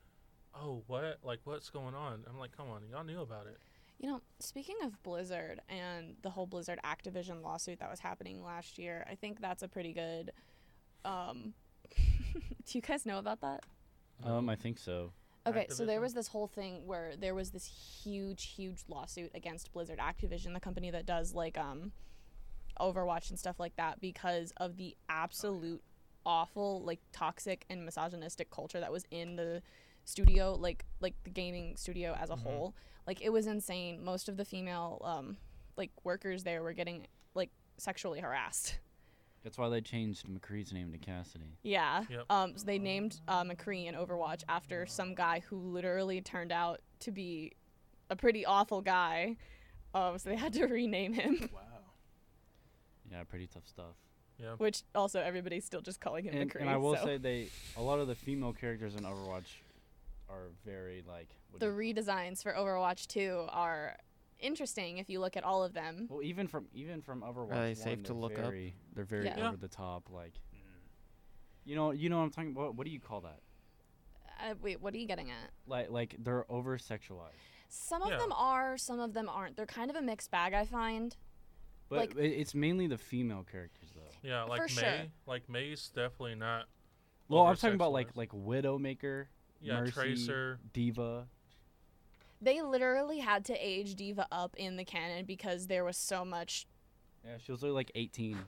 Speaker 4: "Oh, what? Like, what's going on?" I'm like, "Come on, y'all knew about it."
Speaker 1: You know, speaking of Blizzard and the whole Blizzard Activision lawsuit that was happening last year, I think that's a pretty good. Um, do you guys know about that?
Speaker 3: um, I think so.
Speaker 1: Okay, so there
Speaker 4: Activision?
Speaker 1: was this whole thing where there was this huge, huge lawsuit against Blizzard Activision, the company that does like um, Overwatch and stuff like that, because of the absolute awful, like toxic and misogynistic culture that was in the studio, like like the gaming studio as a whole. Like it was insane. Most of the female um, like workers there were getting like sexually harassed.
Speaker 3: That's why they changed McCree's name to Cassidy.
Speaker 1: Yeah.
Speaker 4: Yep.
Speaker 1: Um, so they named uh, McCree in Overwatch after some guy who literally turned out to be a pretty awful guy. Um, so they had to rename him,
Speaker 4: Wow.
Speaker 3: Yeah, pretty tough stuff.
Speaker 4: Yeah.
Speaker 1: which also everybody's still just calling him
Speaker 3: And,
Speaker 1: McCree.
Speaker 3: and I will
Speaker 1: so.
Speaker 3: say they a lot of the female characters in Overwatch are very like what do
Speaker 1: the
Speaker 3: you-
Speaker 1: redesigns for Overwatch 2 are interesting if you look at all of them.
Speaker 3: well even from even from Overwatch.
Speaker 2: they
Speaker 3: 1,
Speaker 2: safe to
Speaker 3: they're
Speaker 2: look up?
Speaker 3: very, They're very
Speaker 1: Yeah.
Speaker 4: Yeah.
Speaker 3: over the top. Like, you know, you know what I'm talking about. What do you call that?
Speaker 1: Uh, wait, what are you getting at?
Speaker 3: Like, like they're over sexualized.
Speaker 1: Some of
Speaker 4: Yeah.
Speaker 1: them are, some of them aren't. They're kind of a mixed bag, I find.
Speaker 3: But
Speaker 1: Like-
Speaker 3: i- it's mainly the female characters though.
Speaker 4: Yeah, like May,
Speaker 1: For sure.
Speaker 4: like May's definitely not.
Speaker 3: Well, I'm talking about like
Speaker 4: oversexualized.
Speaker 3: like Widowmaker,
Speaker 4: yeah,
Speaker 3: Mercy,
Speaker 4: Tracer.
Speaker 3: Diva.
Speaker 1: They literally had to age Diva up in the canon because there was so much.
Speaker 3: Yeah, she was only like 18.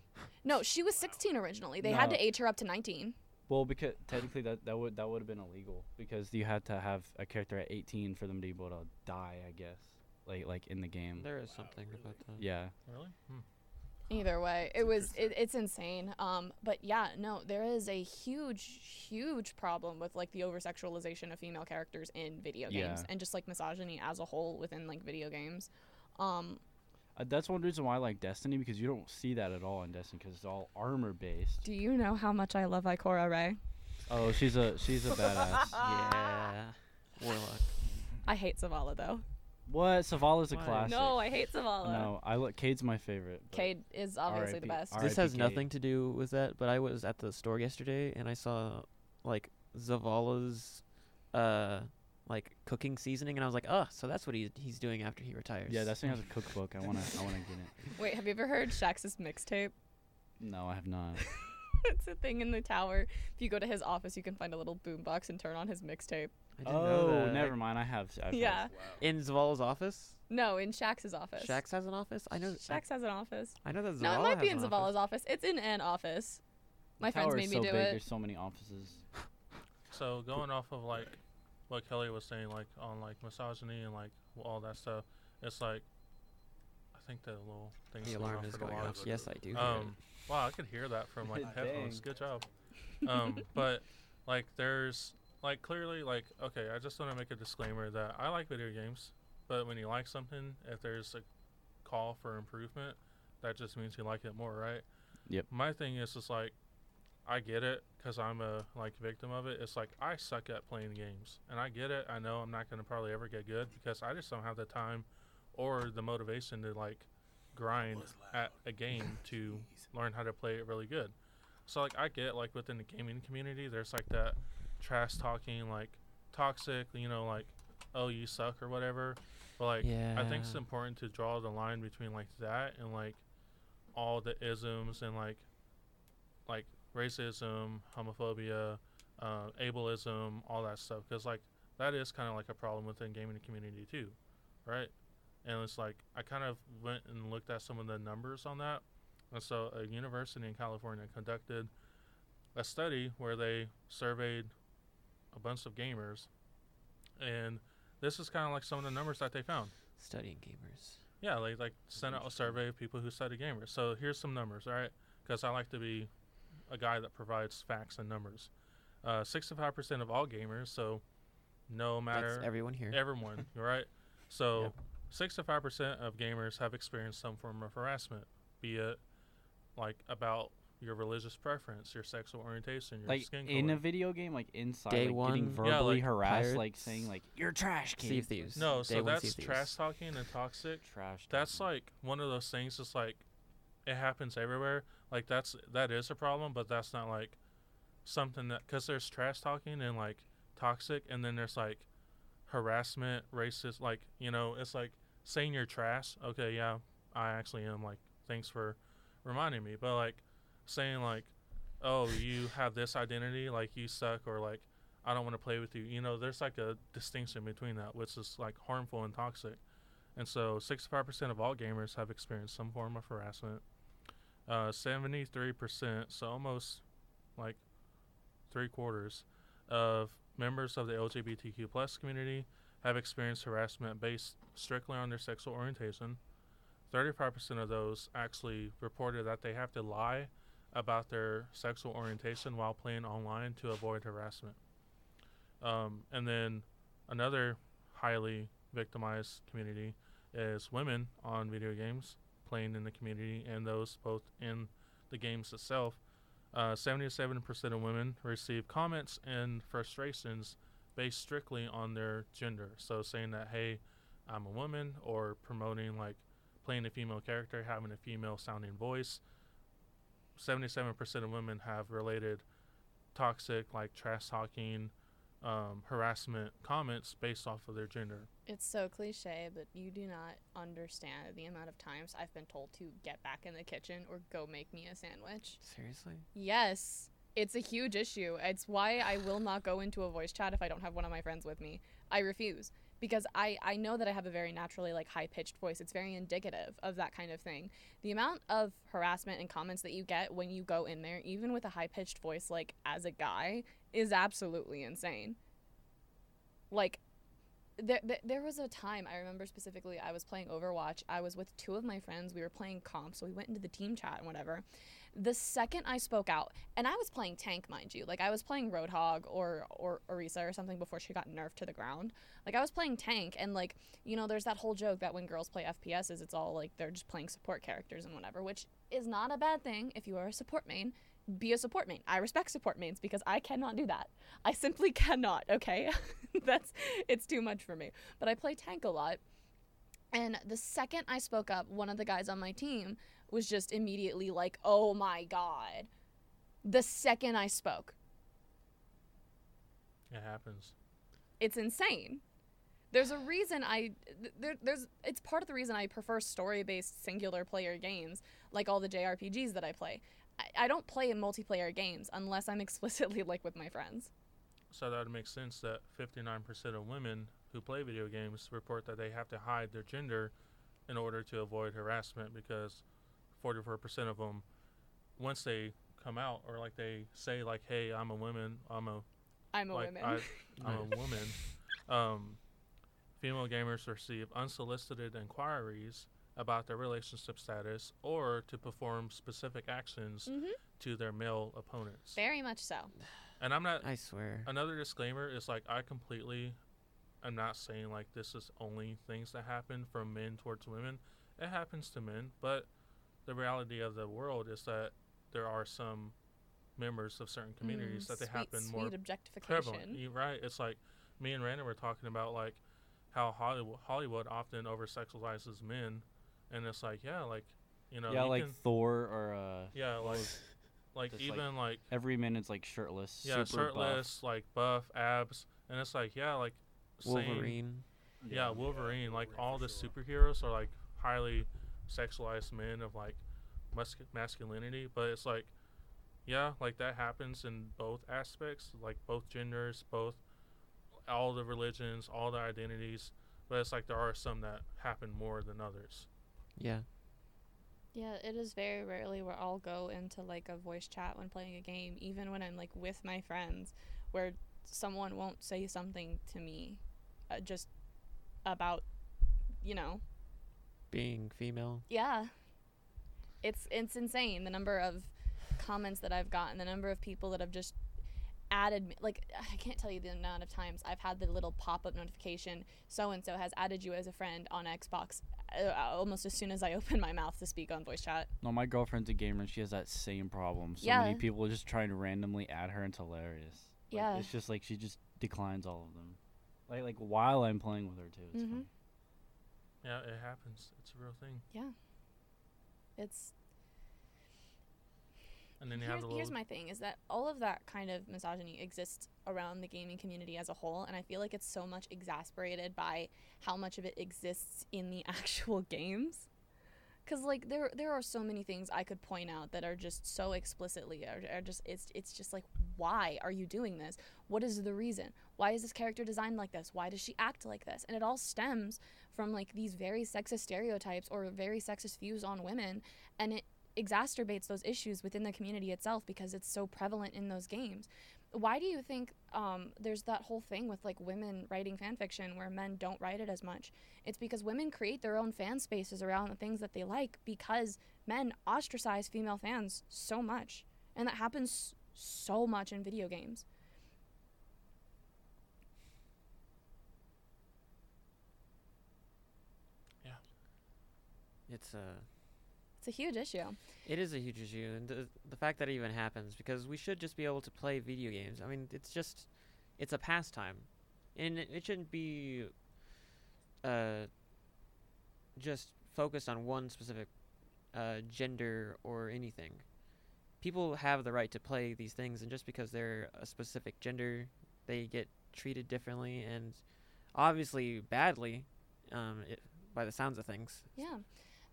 Speaker 1: No, she was 16 originally. They had
Speaker 3: No.
Speaker 1: to age her up to 19.
Speaker 3: Well, because technically that, that would that would have been illegal because you had to have a character at 18 for them to be able to die, I guess. Like like in the game.
Speaker 2: There is something about that.
Speaker 3: yeah.
Speaker 4: Really? Hmm.
Speaker 1: Either way, it
Speaker 4: That's
Speaker 1: was it,
Speaker 4: interesting.
Speaker 1: it's insane. Um, but yeah, no, there is a huge, huge problem with like the over sexualization of female characters in video games
Speaker 3: Yeah.
Speaker 1: and just like misogyny as a whole within like video games. Um,
Speaker 3: Uh, that's one reason why I like Destiny because you don't see that at all in Destiny because it's all armor based.
Speaker 1: do you know how much I love Ikora Ray?
Speaker 3: Oh, she's a she's a badass.
Speaker 2: Yeah. Warlock.
Speaker 1: I hate Zavala though.
Speaker 3: What? Savala's a
Speaker 2: Why?
Speaker 3: classic.
Speaker 1: No, I hate Zavala.
Speaker 3: No, I look Cade's my favorite. but-
Speaker 1: Cade is obviously the
Speaker 3: RIP.
Speaker 1: best.
Speaker 3: R-
Speaker 2: This
Speaker 3: RIP
Speaker 2: has
Speaker 3: Kate.
Speaker 2: nothing to do with that, but I was at the store yesterday and I saw like Zavala's uh like cooking seasoning and I was like, "Oh, so that's what he he's doing after he retires."
Speaker 3: Yeah, Destiny has a cookbook. I wanna I wanna get it.
Speaker 1: Wait, have you ever heard Shax's mixtape?
Speaker 3: No, I have not.
Speaker 1: it's a thing in the tower. If you go to his office, you can find a little boombox and turn on his mixtape.
Speaker 2: I didn't know
Speaker 3: Oh,
Speaker 2: that.
Speaker 3: never mind. I have. I've
Speaker 1: Yeah.
Speaker 2: In Zavala's office?
Speaker 1: No, in Shax's office.
Speaker 2: Shax has an office? I know I,
Speaker 1: Shax has an office.
Speaker 2: I know that Zavala
Speaker 1: No, it might be
Speaker 2: has
Speaker 1: in
Speaker 2: an
Speaker 1: Zavala's
Speaker 2: office.
Speaker 1: office. It's in an office. My friends
Speaker 3: tower
Speaker 1: made
Speaker 3: is
Speaker 1: me
Speaker 3: so
Speaker 1: do
Speaker 3: big,
Speaker 1: it.
Speaker 3: There's so many offices.
Speaker 4: So going off of like what Kelly was saying, like on like misogyny and like all that stuff, it's like I think the little thing
Speaker 2: The alarm is
Speaker 4: for the
Speaker 2: going
Speaker 4: alarm.
Speaker 2: off. Yes, I do. hear it.
Speaker 4: Um, wow, I could hear that from like headphones.
Speaker 3: Dang.
Speaker 4: Good job. Um, but like, there's like clearly like okay, I just want to make a disclaimer that I like video games, but when you like something, if there's a call for improvement, that just means you like it more, right?
Speaker 3: Yep.
Speaker 4: My thing is just like, I get it because I'm a like victim of it. It's like I suck at playing games, and I get it. I know I'm not gonna probably ever get good because I just don't have the time or the motivation to like grind at a game to learn how to play it really good. So like I get like within the gaming community there's like that trash talking like toxic, you know, like oh you suck or whatever. But like I think it's
Speaker 2: Yeah.
Speaker 4: important to draw the line between like that and like all the isms and like like racism, homophobia, uh, ableism, all that stuff. Because like that is kind of like a problem within gaming community too, right? And it's like I kind of went and looked at some of the numbers on that. And so a university in California conducted a study where they surveyed a bunch of gamers, and this is kind of like some of the numbers that they found.
Speaker 2: Studying gamers.
Speaker 4: Yeah, they like sent out a survey of people who study gamers. So here's some numbers, all right? Because I like to be a guy that provides facts and numbers. Uh, 65% of all gamers, so no matter
Speaker 2: That's everyone here.
Speaker 4: everyone, all right? So 65% of gamers have experienced some form of harassment, be it like about your religious preference, your sexual orientation, your
Speaker 3: Like
Speaker 4: skin
Speaker 3: in
Speaker 4: color.
Speaker 3: a video game, like inside,
Speaker 2: Day
Speaker 3: like
Speaker 2: one,
Speaker 3: getting verbally
Speaker 4: Yeah, like,
Speaker 3: harassed,
Speaker 2: pirates.
Speaker 3: like saying like "You're trash, kid."
Speaker 2: Sea of Thieves. Day
Speaker 4: no, so
Speaker 2: one Sea of
Speaker 4: that's
Speaker 2: Thieves.
Speaker 4: trash talking and toxic.
Speaker 3: Trash.
Speaker 4: That's
Speaker 3: talking.
Speaker 4: like one of those things. It's like it happens everywhere. Like that's that is a problem, but that's not like something that because there's trash talking and like toxic, and then there's like harassment, racist. Like you know, it's like saying you're trash. Okay, yeah, I actually am. Like thanks for reminding me, but like saying like, oh, you have this identity, like you suck, or like. I don't want to play with you. You know, there's like a distinction between that, which is like harmful and toxic. And so 65% of all gamers have experienced some form of harassment. Uh, 73%, so almost like three quarters of members of the LGBTQ plus community have experienced harassment based strictly on their sexual orientation. 35% of those actually reported that they have to lie about their sexual orientation while playing online to avoid harassment. Um, and then another highly victimized community is women on video games playing in the community and those both in the games itself. Uh, 77% of women receive comments and frustrations based strictly on their gender. So saying that, hey, I'm a woman, or promoting like playing a female character, having a female sounding voice. 77% of women have related toxic, like trash talking, um, harassment comments based off of their gender.
Speaker 1: It's so cliche, but you do not understand the amount of times I've been told to get back in the kitchen or go make me a sandwich.
Speaker 2: Seriously?
Speaker 1: Yes, it's a huge issue. It's why I will not go into a voice chat if I don't have one of my friends with me. I refuse because I, I know that I have a very naturally like high pitched voice. It's very indicative of that kind of thing. The amount of harassment and comments that you get when you go in there, even with a high pitched voice like as a guy, is absolutely insane. Like there, there, there was a time I remember specifically I was playing Overwatch. I was with two of my friends. We were playing comp, so we went into the team chat and whatever the second I spoke out, and I was playing tank, mind you, like I was playing Roadhog or or Orisa or something before she got nerfed to the ground. Like I was playing tank, and like you know, there's that whole joke that when girls play FPSs, it's all like they're just playing support characters and whatever, which is not a bad thing if you are a support main. Be a support main. I respect support mains because I cannot do that. I simply cannot. Okay, that's it's too much for me. But I play tank a lot, and the second I spoke up, one of the guys on my team was just immediately like, oh my God. The second I spoke,
Speaker 4: It happens.
Speaker 1: it's insane. There's a reason I th- there, there's it's part of the reason I prefer story-based singular player games like all the JRPGs that I play. I, I don't play in multiplayer games unless I'm explicitly like with my friends.
Speaker 4: So that would make sense that 59% of women who play video games report that they have to hide their gender in order to avoid harassment because 44% of them, once they come out or like they say like, "Hey, I'm a woman. I'm a
Speaker 1: I'm a
Speaker 4: like
Speaker 1: woman.
Speaker 4: I, I'm a woman." Um, female gamers receive unsolicited inquiries about their relationship status or to perform specific actions
Speaker 1: Mhm.
Speaker 4: to their male opponents.
Speaker 1: Very much so.
Speaker 4: And I'm not
Speaker 2: I swear.
Speaker 4: another disclaimer is like I completely I'm not saying like this is only things that happen from men towards women. It happens to men, but the reality of the world is that there are some members of certain communities
Speaker 1: Mm,
Speaker 4: that they
Speaker 1: sweet,
Speaker 4: happen
Speaker 1: sweet
Speaker 4: more prevalent.
Speaker 1: objectification.
Speaker 4: You, right? It's like me and Randon were talking about like how Hollywood, Hollywood often over sexualizes men, and it's like yeah, like you know,
Speaker 3: yeah,
Speaker 4: you
Speaker 3: like
Speaker 4: can-
Speaker 3: Thor or uh,
Speaker 4: yeah, like like
Speaker 3: just, like,
Speaker 4: even like
Speaker 3: every minute's like shirtless,
Speaker 4: yeah,
Speaker 3: super buff.
Speaker 4: shirtless, like buff, abs, and it's like yeah, like same-
Speaker 2: Wolverine.
Speaker 4: yeah, Wolverine, like all the superheroes are like highly sexualized men of like musc- masculinity, but it's like yeah, like that happens in both aspects, like both genders, both all the religions, all the identities. But it's like there are some that happen more than others.
Speaker 2: Yeah.
Speaker 1: Yeah, it is very rarely where I'll go into like a voice chat when playing a game, even when I'm like with my friends, where someone won't say something to me uh, just about, you know,
Speaker 2: Being female.
Speaker 1: yeah. It's it's insane the number of comments that I've gotten, the number of people that have just added me. Like I can't tell you the amount of times I've had the little pop up notification so and so has added you as a friend on Xbox uh, almost as soon as I open my mouth to speak on voice chat.
Speaker 3: No, my girlfriend's a gamer and she has that same problem. So many
Speaker 1: Yeah.
Speaker 3: people are just trying to randomly add her. and It's hilarious. Like,
Speaker 1: Yeah.
Speaker 3: It's just like she just declines all of them. Like like while I'm playing with her too. It's
Speaker 1: Mhm.
Speaker 3: funny.
Speaker 4: Yeah, it happens. It's a real thing.
Speaker 1: It's
Speaker 4: And then you
Speaker 1: here's,
Speaker 4: have the little
Speaker 1: here's my thing is that all of that kind of misogyny exists around the gaming community as a whole and i feel like it's so much exasperated by how much of it exists in the actual games because like there there are so many things i could point out that are just so explicitly are, are just it's it's just like why are you doing this what is the reason why is this character designed like this why does she act like this and it all stems from like these very sexist stereotypes or very sexist views on women and it exacerbates those issues within the community itself because it's so prevalent in those games. Why do you think um, there's that whole thing with like women writing fan fiction where men don't write it as much? It's because women create their own fan spaces around the things that they like because men ostracize female fans so much, and that happens so much in video games.
Speaker 2: It's uh, a.
Speaker 1: It's a huge issue.
Speaker 2: It is a huge issue, and the, the fact that it even happens because we should just be able to play video games. I mean, it's just, it's a pastime, and it, it shouldn't be, uh, just focused on one specific, uh, gender or anything. People have the right to play these things, and just because they're a specific gender, they get treated differently and obviously badly, um, it, by the sounds of things.
Speaker 1: Yeah.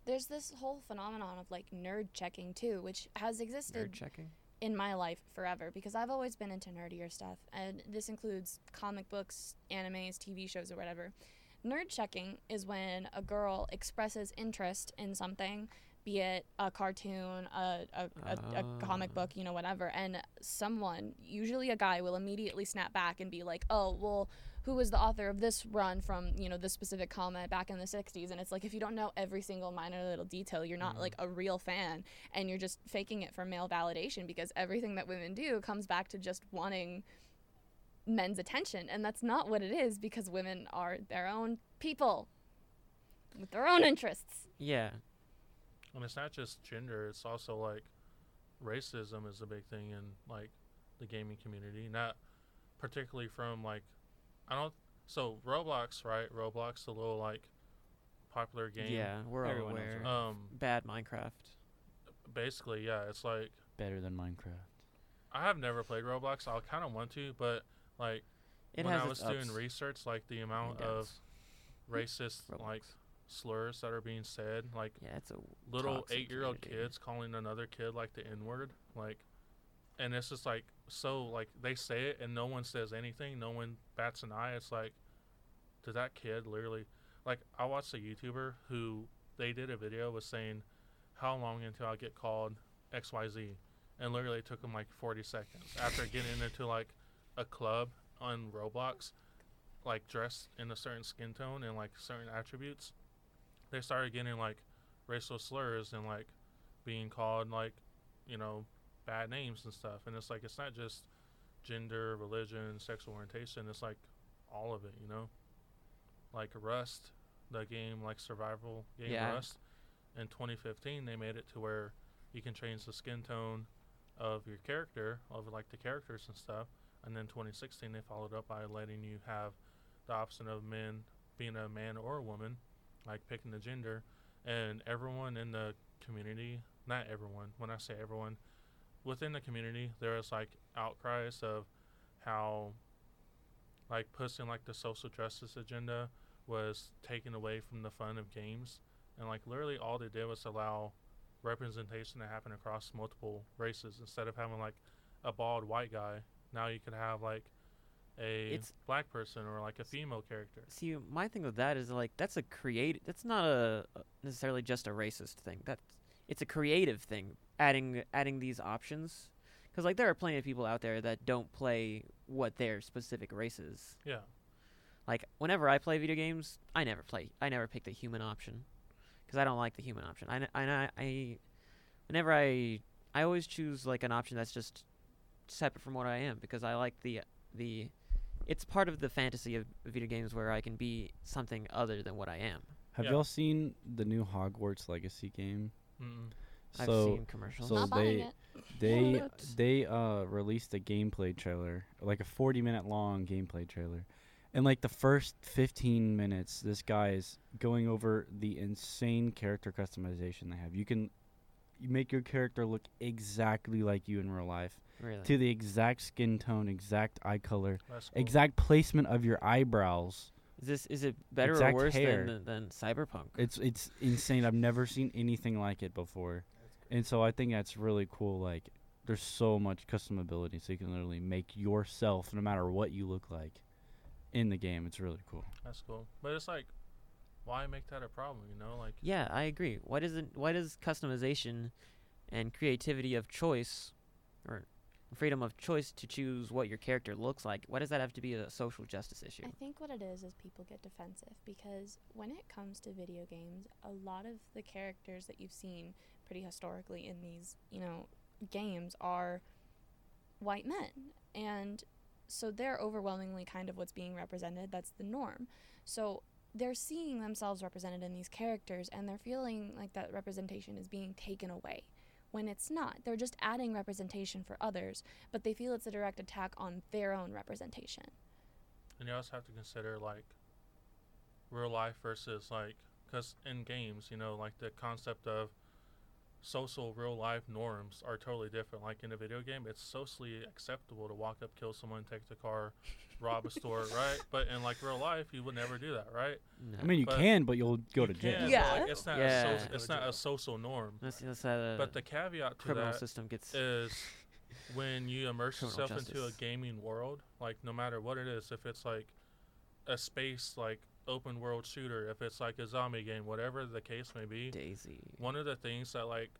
Speaker 1: There's this whole phenomenon of like nerd checking too, which has
Speaker 2: Nerd
Speaker 1: existed
Speaker 2: checking.
Speaker 1: in my life forever because I've always been into nerdier stuff, and this includes comic books, animes, TV shows, or whatever. Nerd checking is when a girl expresses interest in something, be it a cartoon, a, a, a, a comic
Speaker 2: Ah.
Speaker 1: book, you know, whatever, and someone, usually a guy, will immediately snap back and be like, oh, well, who was the author of this run from, you know, this specific comic back in the 60s? And it's like, if you don't know every single minor little detail, you're not
Speaker 2: Mm.
Speaker 1: like a real fan and you're just faking it for male validation because everything that women do comes back to just wanting men's attention and that's not what it is because women are their own people with their own interests
Speaker 2: Yeah.
Speaker 4: and it's not just gender it's also like racism is a big thing in like the gaming community not particularly from like i don't so roblox right roblox the little like popular game
Speaker 2: Yeah, we're all
Speaker 3: Everyone knows
Speaker 2: aware.
Speaker 3: about
Speaker 4: um
Speaker 2: Bad Minecraft.
Speaker 4: basically yeah it's like
Speaker 3: Better than Minecraft.
Speaker 4: i have never played roblox i kind of want to but like
Speaker 2: It
Speaker 4: when
Speaker 2: has
Speaker 4: i was
Speaker 2: its
Speaker 4: doing
Speaker 2: ups
Speaker 4: research like the
Speaker 2: and
Speaker 4: amount of
Speaker 2: downs.
Speaker 4: racist like
Speaker 2: Roblox.
Speaker 4: slurs that are being said like
Speaker 2: yeah, it's a
Speaker 4: little
Speaker 2: toxic
Speaker 4: eight year old
Speaker 2: community.
Speaker 4: kids calling another kid like the N word, like, and it's just like so like they say it and no one says anything, no one bats an eye. It's like, did that kid literally like I watched a YouTuber who they did a video was saying, how long until I get called X Y Z, and literally it took them like forty seconds after getting into like a club on Roblox, like dressed in a certain skin tone and like certain attributes. They started getting like racial slurs and like being called like you know bad names and stuff and it's like it's not just gender religion sexual orientation it's like all of it you know like rust the game like survival game
Speaker 2: Yeah.
Speaker 4: rust in 2015 they made it to where you can change the skin tone of your character of like the characters and stuff and then 2016 they followed up by letting you have the option of men being a man or a woman like picking the gender and everyone in the community not everyone when i say everyone within the community there is like outcries of how like pushing like the social justice agenda was taken away from the fun of games and like literally all they did was allow representation that happened across multiple races. Instead of having like a bald white guy, now you could have like a
Speaker 2: It's-
Speaker 4: black person or like a female character.
Speaker 2: See, my thing with that is like that's a creative. That's not a a- necessarily just a racist thing. That's it's a creative thing. Adding adding these options, because like there are plenty of people out there that don't play what their specific race is.
Speaker 4: Yeah.
Speaker 2: Like whenever I play video games, I never play. I never pick the human option, because I don't like the human option. I, n- I n- I- whenever I I always choose like an option that's just separate from what I am because I like the the it's part of the fantasy of video games where I can be something other than what I am.
Speaker 3: Have
Speaker 4: Yeah.
Speaker 3: y'all seen the new Hogwarts Legacy game?
Speaker 4: Mm-mm.
Speaker 2: I've
Speaker 3: so
Speaker 2: seen commercials.
Speaker 3: so
Speaker 5: Not buying
Speaker 3: they
Speaker 5: it.
Speaker 3: they
Speaker 5: What?
Speaker 3: they uh released a gameplay trailer, like a 40 minute long gameplay trailer. And like the first 15 minutes, this guy is going over the insane character customization they have. You can you make your character look exactly like you in real life
Speaker 2: really.
Speaker 3: to the exact skin tone, exact eye color,
Speaker 4: That's cool.
Speaker 3: exact placement of your eyebrows.
Speaker 2: Is this is it better or
Speaker 3: exact
Speaker 2: worse
Speaker 3: hair.
Speaker 2: than, than than Cyberpunk?
Speaker 3: It's it's insane. I've never seen anything like it before. And so I think that's really cool. Like, there's so much customability, so you can literally make yourself, no matter what you look like, in the game. It's really cool.
Speaker 4: That's cool. But it's like, why make that a problem? You know, like
Speaker 2: Yeah, I agree. Why doesn't why does customization and creativity of choice or freedom of choice to choose what your character looks like, why does that have to be a social justice issue?
Speaker 1: I think what it is is people get defensive because when it comes to video games, a lot of the characters that you've seen pretty historically in these, you know, games are white men. And so they're overwhelmingly kind of what's being represented. That's the norm. So they're seeing themselves represented in these characters and they're feeling like that representation is being taken away when it's not. They're just adding representation for others, but they feel it's a direct attack on their own representation.
Speaker 4: And you also have to consider like real life versus like because in games, you know, like the concept of social real life norms are totally different. Like in a video game, it's socially acceptable to walk up, kill someone, take the car, rob a store, right? But in like real life, you would never do that, right?
Speaker 2: No.
Speaker 3: I mean, you
Speaker 4: But-
Speaker 3: can, but you'll go
Speaker 4: You
Speaker 3: to jail.
Speaker 4: can, but,
Speaker 5: Yeah.
Speaker 4: like, it's not
Speaker 2: Yeah.
Speaker 4: a soc- it's not a social norm.
Speaker 2: let's, let's have a
Speaker 4: But the caveat to
Speaker 2: criminal
Speaker 4: that
Speaker 2: system gets
Speaker 4: is when you immerse
Speaker 2: Criminal
Speaker 4: yourself into a
Speaker 2: justice.
Speaker 4: gaming world, like no matter what it is, if it's like a space like open world shooter, if it's like a zombie game, whatever the case may be,
Speaker 2: Daisy.
Speaker 4: one of the things that like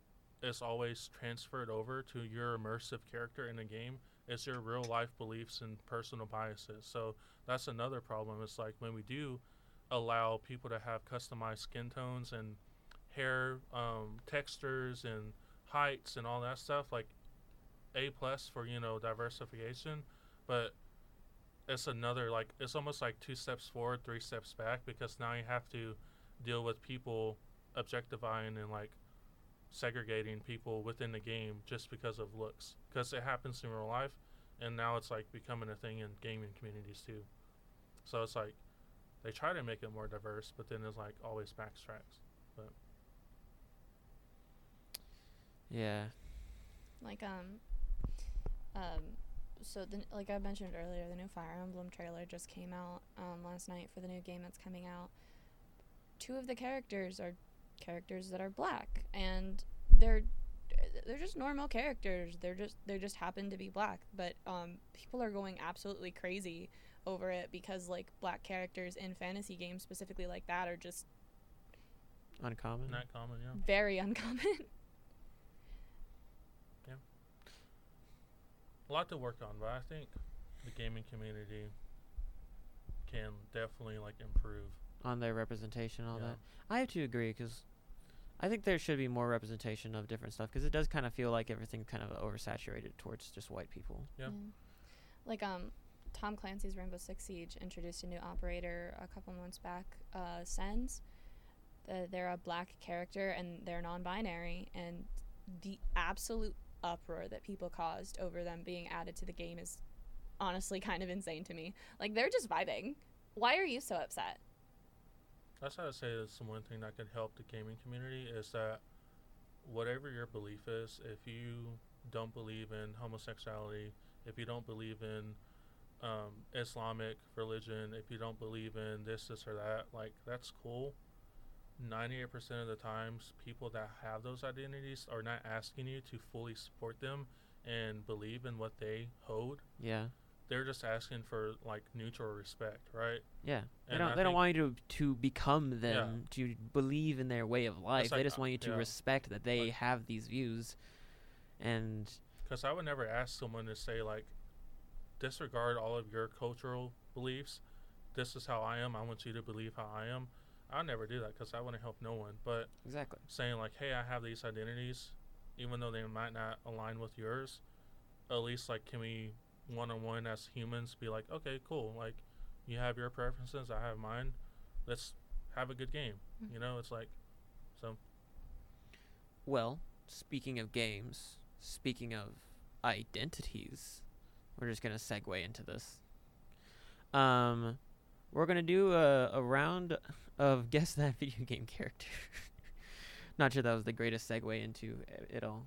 Speaker 4: is always transferred over to your immersive character in a game is your real life beliefs and personal biases. So that's another problem. It's like when we do allow people to have customized skin tones and hair um, textures and heights and all that stuff, like a plus for you know diversification, but it's another like it's almost like two steps forward, three steps back because now you have to deal with people objectifying and like segregating people within the game just because of looks because it happens in real life and now it's like becoming a thing in gaming communities too so it's like they try to make it more diverse but then it's like always backtracks
Speaker 2: Yeah.
Speaker 1: like um um so the, like i mentioned earlier the new fire emblem trailer just came out um, last night for the new game that's coming out two of the characters are characters that are black and they're they're just normal characters they're just they just happen to be black but um, people are going absolutely crazy over it because like black characters in fantasy games specifically like that are just
Speaker 2: Uncommon.
Speaker 4: not common yeah
Speaker 1: very uncommon
Speaker 4: a lot to work on but i think the gaming community can definitely like improve
Speaker 2: on their representation and all
Speaker 4: Yeah.
Speaker 2: that. I have to agree because I think there should be more representation of different stuff because it does kind of feel like everything's kind of oversaturated towards just white people.
Speaker 4: Yep.
Speaker 1: Yeah. Like um, Tom Clancy's Rainbow Six Siege introduced a new operator a couple months back. Uh, Sens. Uh, they're a black character and they're non-binary, and the absolute uproar that people caused over them being added to the game is honestly kind of insane to me. Like they're just vibing. Why are you so upset?
Speaker 4: That's how I say it's the one thing that could help the gaming community is that whatever your belief is, if you don't believe in homosexuality, if you don't believe in um, Islamic religion, if you don't believe in this, this, or that, like that's cool. 98% of the times people that have those identities are not asking you to fully support them and believe in what they hold
Speaker 2: Yeah.
Speaker 4: they're just asking for like neutral respect right
Speaker 2: Yeah. They
Speaker 4: And
Speaker 2: don't.
Speaker 4: I
Speaker 2: they don't
Speaker 4: think-
Speaker 2: want you to to become them. To believe in their way of life. they
Speaker 4: like,
Speaker 2: just
Speaker 4: uh,
Speaker 2: want you to
Speaker 4: yeah.
Speaker 2: respect that they
Speaker 4: Like-
Speaker 2: have these views. And
Speaker 4: because i would never ask someone to say like disregard all of your cultural beliefs this is how i am i want you to believe how i am i'll never do that because i want to help no one but
Speaker 2: exactly.
Speaker 4: saying like, "Hey, I have these identities, even though they might not align with yours." At least like, can we one on one as humans be like, "Okay, cool. Like, you have your preferences, I have mine. Let's have a good game." You know, it's like, so
Speaker 2: Well, speaking of games, speaking of identities, we're just gonna segue into this. Um, we're gonna do a, a round of guess that video game character. Not sure that was the greatest segue into i- it all.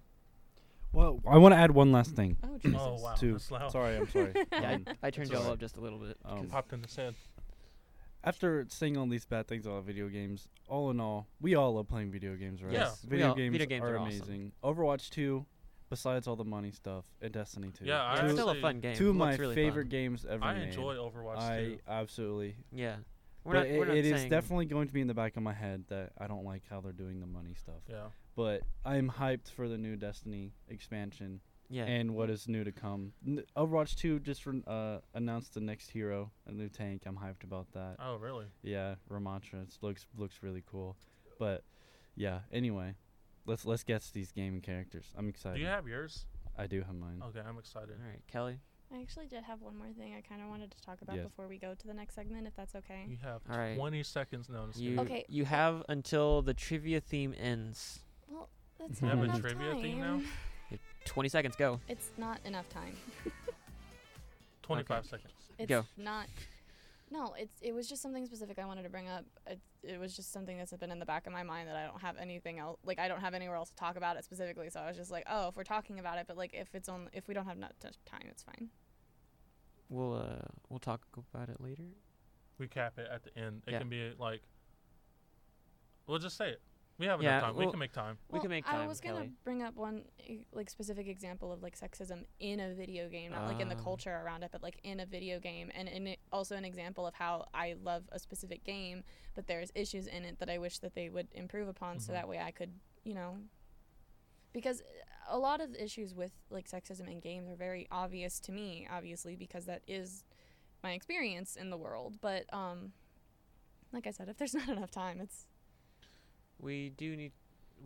Speaker 3: Well, I want to add one last thing.
Speaker 6: Oh, Jesus.
Speaker 4: oh wow,
Speaker 3: Two.
Speaker 4: that's loud.
Speaker 3: Sorry, I'm sorry.
Speaker 2: Yeah,
Speaker 3: Um,
Speaker 2: I, I turned y'all
Speaker 3: alright.
Speaker 2: up just a little bit.
Speaker 3: Um,
Speaker 2: 'cause-
Speaker 4: Popped in the head.
Speaker 3: after saying all these bad things about video games, all in all, we all love playing video games, right?
Speaker 4: Yes,
Speaker 2: we
Speaker 3: video,
Speaker 2: all-
Speaker 3: games
Speaker 2: video games
Speaker 3: are,
Speaker 2: are awesome.
Speaker 3: amazing. Overwatch 2, besides all the money stuff, and Destiny 2.
Speaker 4: Yeah, I
Speaker 2: yeah, it's still a
Speaker 4: actually-
Speaker 2: fun game.
Speaker 3: two of
Speaker 2: Looks
Speaker 3: my
Speaker 2: really
Speaker 3: favorite
Speaker 2: fun.
Speaker 3: games ever
Speaker 4: I
Speaker 3: made.
Speaker 4: enjoy Overwatch
Speaker 3: I
Speaker 4: too.
Speaker 3: absolutely.
Speaker 2: Yeah, we're
Speaker 3: but
Speaker 2: not.
Speaker 3: it-
Speaker 2: we're not
Speaker 3: it is
Speaker 2: saying-
Speaker 3: definitely going to be in the back of my head that I don't like how they're doing the money stuff.
Speaker 4: Yeah,
Speaker 3: But I'm hyped for the new Destiny expansion
Speaker 2: Yeah,
Speaker 3: and what is new to come. N- Overwatch 2 just re- uh, announced the next hero, a new tank. I'm hyped about that.
Speaker 4: oh really?
Speaker 3: Yeah, Ramatra. It looks looks really cool. But yeah, anyway, let's let's guess these gaming characters. I'm excited.
Speaker 4: Do you have Oh, yours?
Speaker 3: I do have mine.
Speaker 4: Okay, I'm excited.
Speaker 2: all right, Kelly.
Speaker 1: I actually did have one more thing I kind of wanted to talk about
Speaker 3: Yes.
Speaker 1: before we go to the next segment, if that's okay.
Speaker 4: You have
Speaker 2: All right.
Speaker 4: 20 seconds. No, I'm just
Speaker 2: You
Speaker 4: kidding.
Speaker 1: Okay,
Speaker 2: you
Speaker 1: well-
Speaker 2: have until the trivia theme ends.
Speaker 1: That's
Speaker 3: You
Speaker 1: not
Speaker 3: have a
Speaker 1: enough
Speaker 4: trivia
Speaker 1: time.
Speaker 4: thing now?
Speaker 2: Twenty seconds. Go.
Speaker 1: It's not enough time.
Speaker 4: 25 seconds.
Speaker 1: It's
Speaker 2: Go.
Speaker 1: not. No, it's it was just something specific I wanted to bring up. It, it was just something that's been in the back of my mind that I don't have anything else. Like I don't have anywhere else to talk about it specifically. So I was just like, oh, if we're talking about it, but like if it's on, if we don't have enough t- time, it's fine.
Speaker 2: We'll uh we'll talk about it later.
Speaker 4: recap it at the end. It
Speaker 2: Yeah.
Speaker 4: can be like, we'll just say it. We have
Speaker 2: Yeah,
Speaker 4: enough time.
Speaker 2: well-
Speaker 4: we can make time.
Speaker 2: We can make
Speaker 1: I
Speaker 2: time,
Speaker 1: was gonna
Speaker 2: Kelly.
Speaker 1: bring up one e- like specific example of like sexism in a video game, not like in the
Speaker 2: Ah.
Speaker 1: culture around it, but like in a video game, and in it, also an example of how I love a specific game, but there's issues in it that I wish that they would improve upon, so
Speaker 2: Mm-hmm.
Speaker 4: Mhm.
Speaker 1: that way I could, you know, because a lot of the issues with like sexism in games are very obvious to me, obviously, because that is my experience in the world. But um, like I said, if there's not enough time, it's
Speaker 2: We do need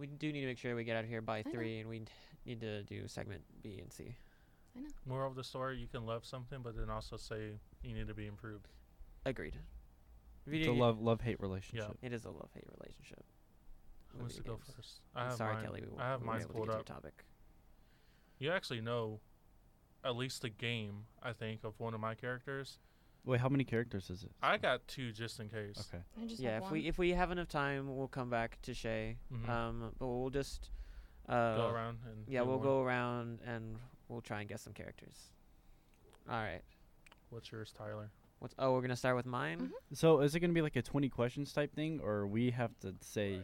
Speaker 2: we do need to make sure we get out of here by
Speaker 1: know.
Speaker 2: three, and we d- need to do segment B and C.
Speaker 4: Moral of the story: You can love something, but then also say you need to be improved.
Speaker 2: Agreed.
Speaker 3: It's a
Speaker 2: ga-
Speaker 3: love love hate relationship.
Speaker 2: It is a love hate relationship.
Speaker 4: Who
Speaker 2: with
Speaker 4: wants to
Speaker 2: video
Speaker 4: go
Speaker 2: games.
Speaker 4: first? I
Speaker 2: I'm
Speaker 4: have
Speaker 2: sorry,
Speaker 4: mine.
Speaker 2: Kelly. We w-
Speaker 4: I have
Speaker 2: we weren't
Speaker 4: mine
Speaker 2: able to
Speaker 4: pulled
Speaker 2: get to
Speaker 4: up.
Speaker 2: your topic.
Speaker 4: You actually know, at least the game. I think of one of my characters.
Speaker 3: Wait, how many characters is it?
Speaker 4: I got two just in case.
Speaker 3: Okay.
Speaker 1: I just
Speaker 2: yeah,
Speaker 1: have
Speaker 2: if
Speaker 1: one.
Speaker 2: we if we have enough time, we'll come back to Shay.
Speaker 4: Mhm.
Speaker 2: Um, but we'll just
Speaker 4: Go
Speaker 2: uh,
Speaker 4: around and
Speaker 2: Yeah,
Speaker 4: do
Speaker 2: we'll
Speaker 4: one.
Speaker 2: go around and we'll try and guess some characters. All right.
Speaker 4: What's yours, Tyler?
Speaker 2: What's oh, we're gonna start with mine.
Speaker 3: So is it gonna be like a twenty questions type thing, or we have to say?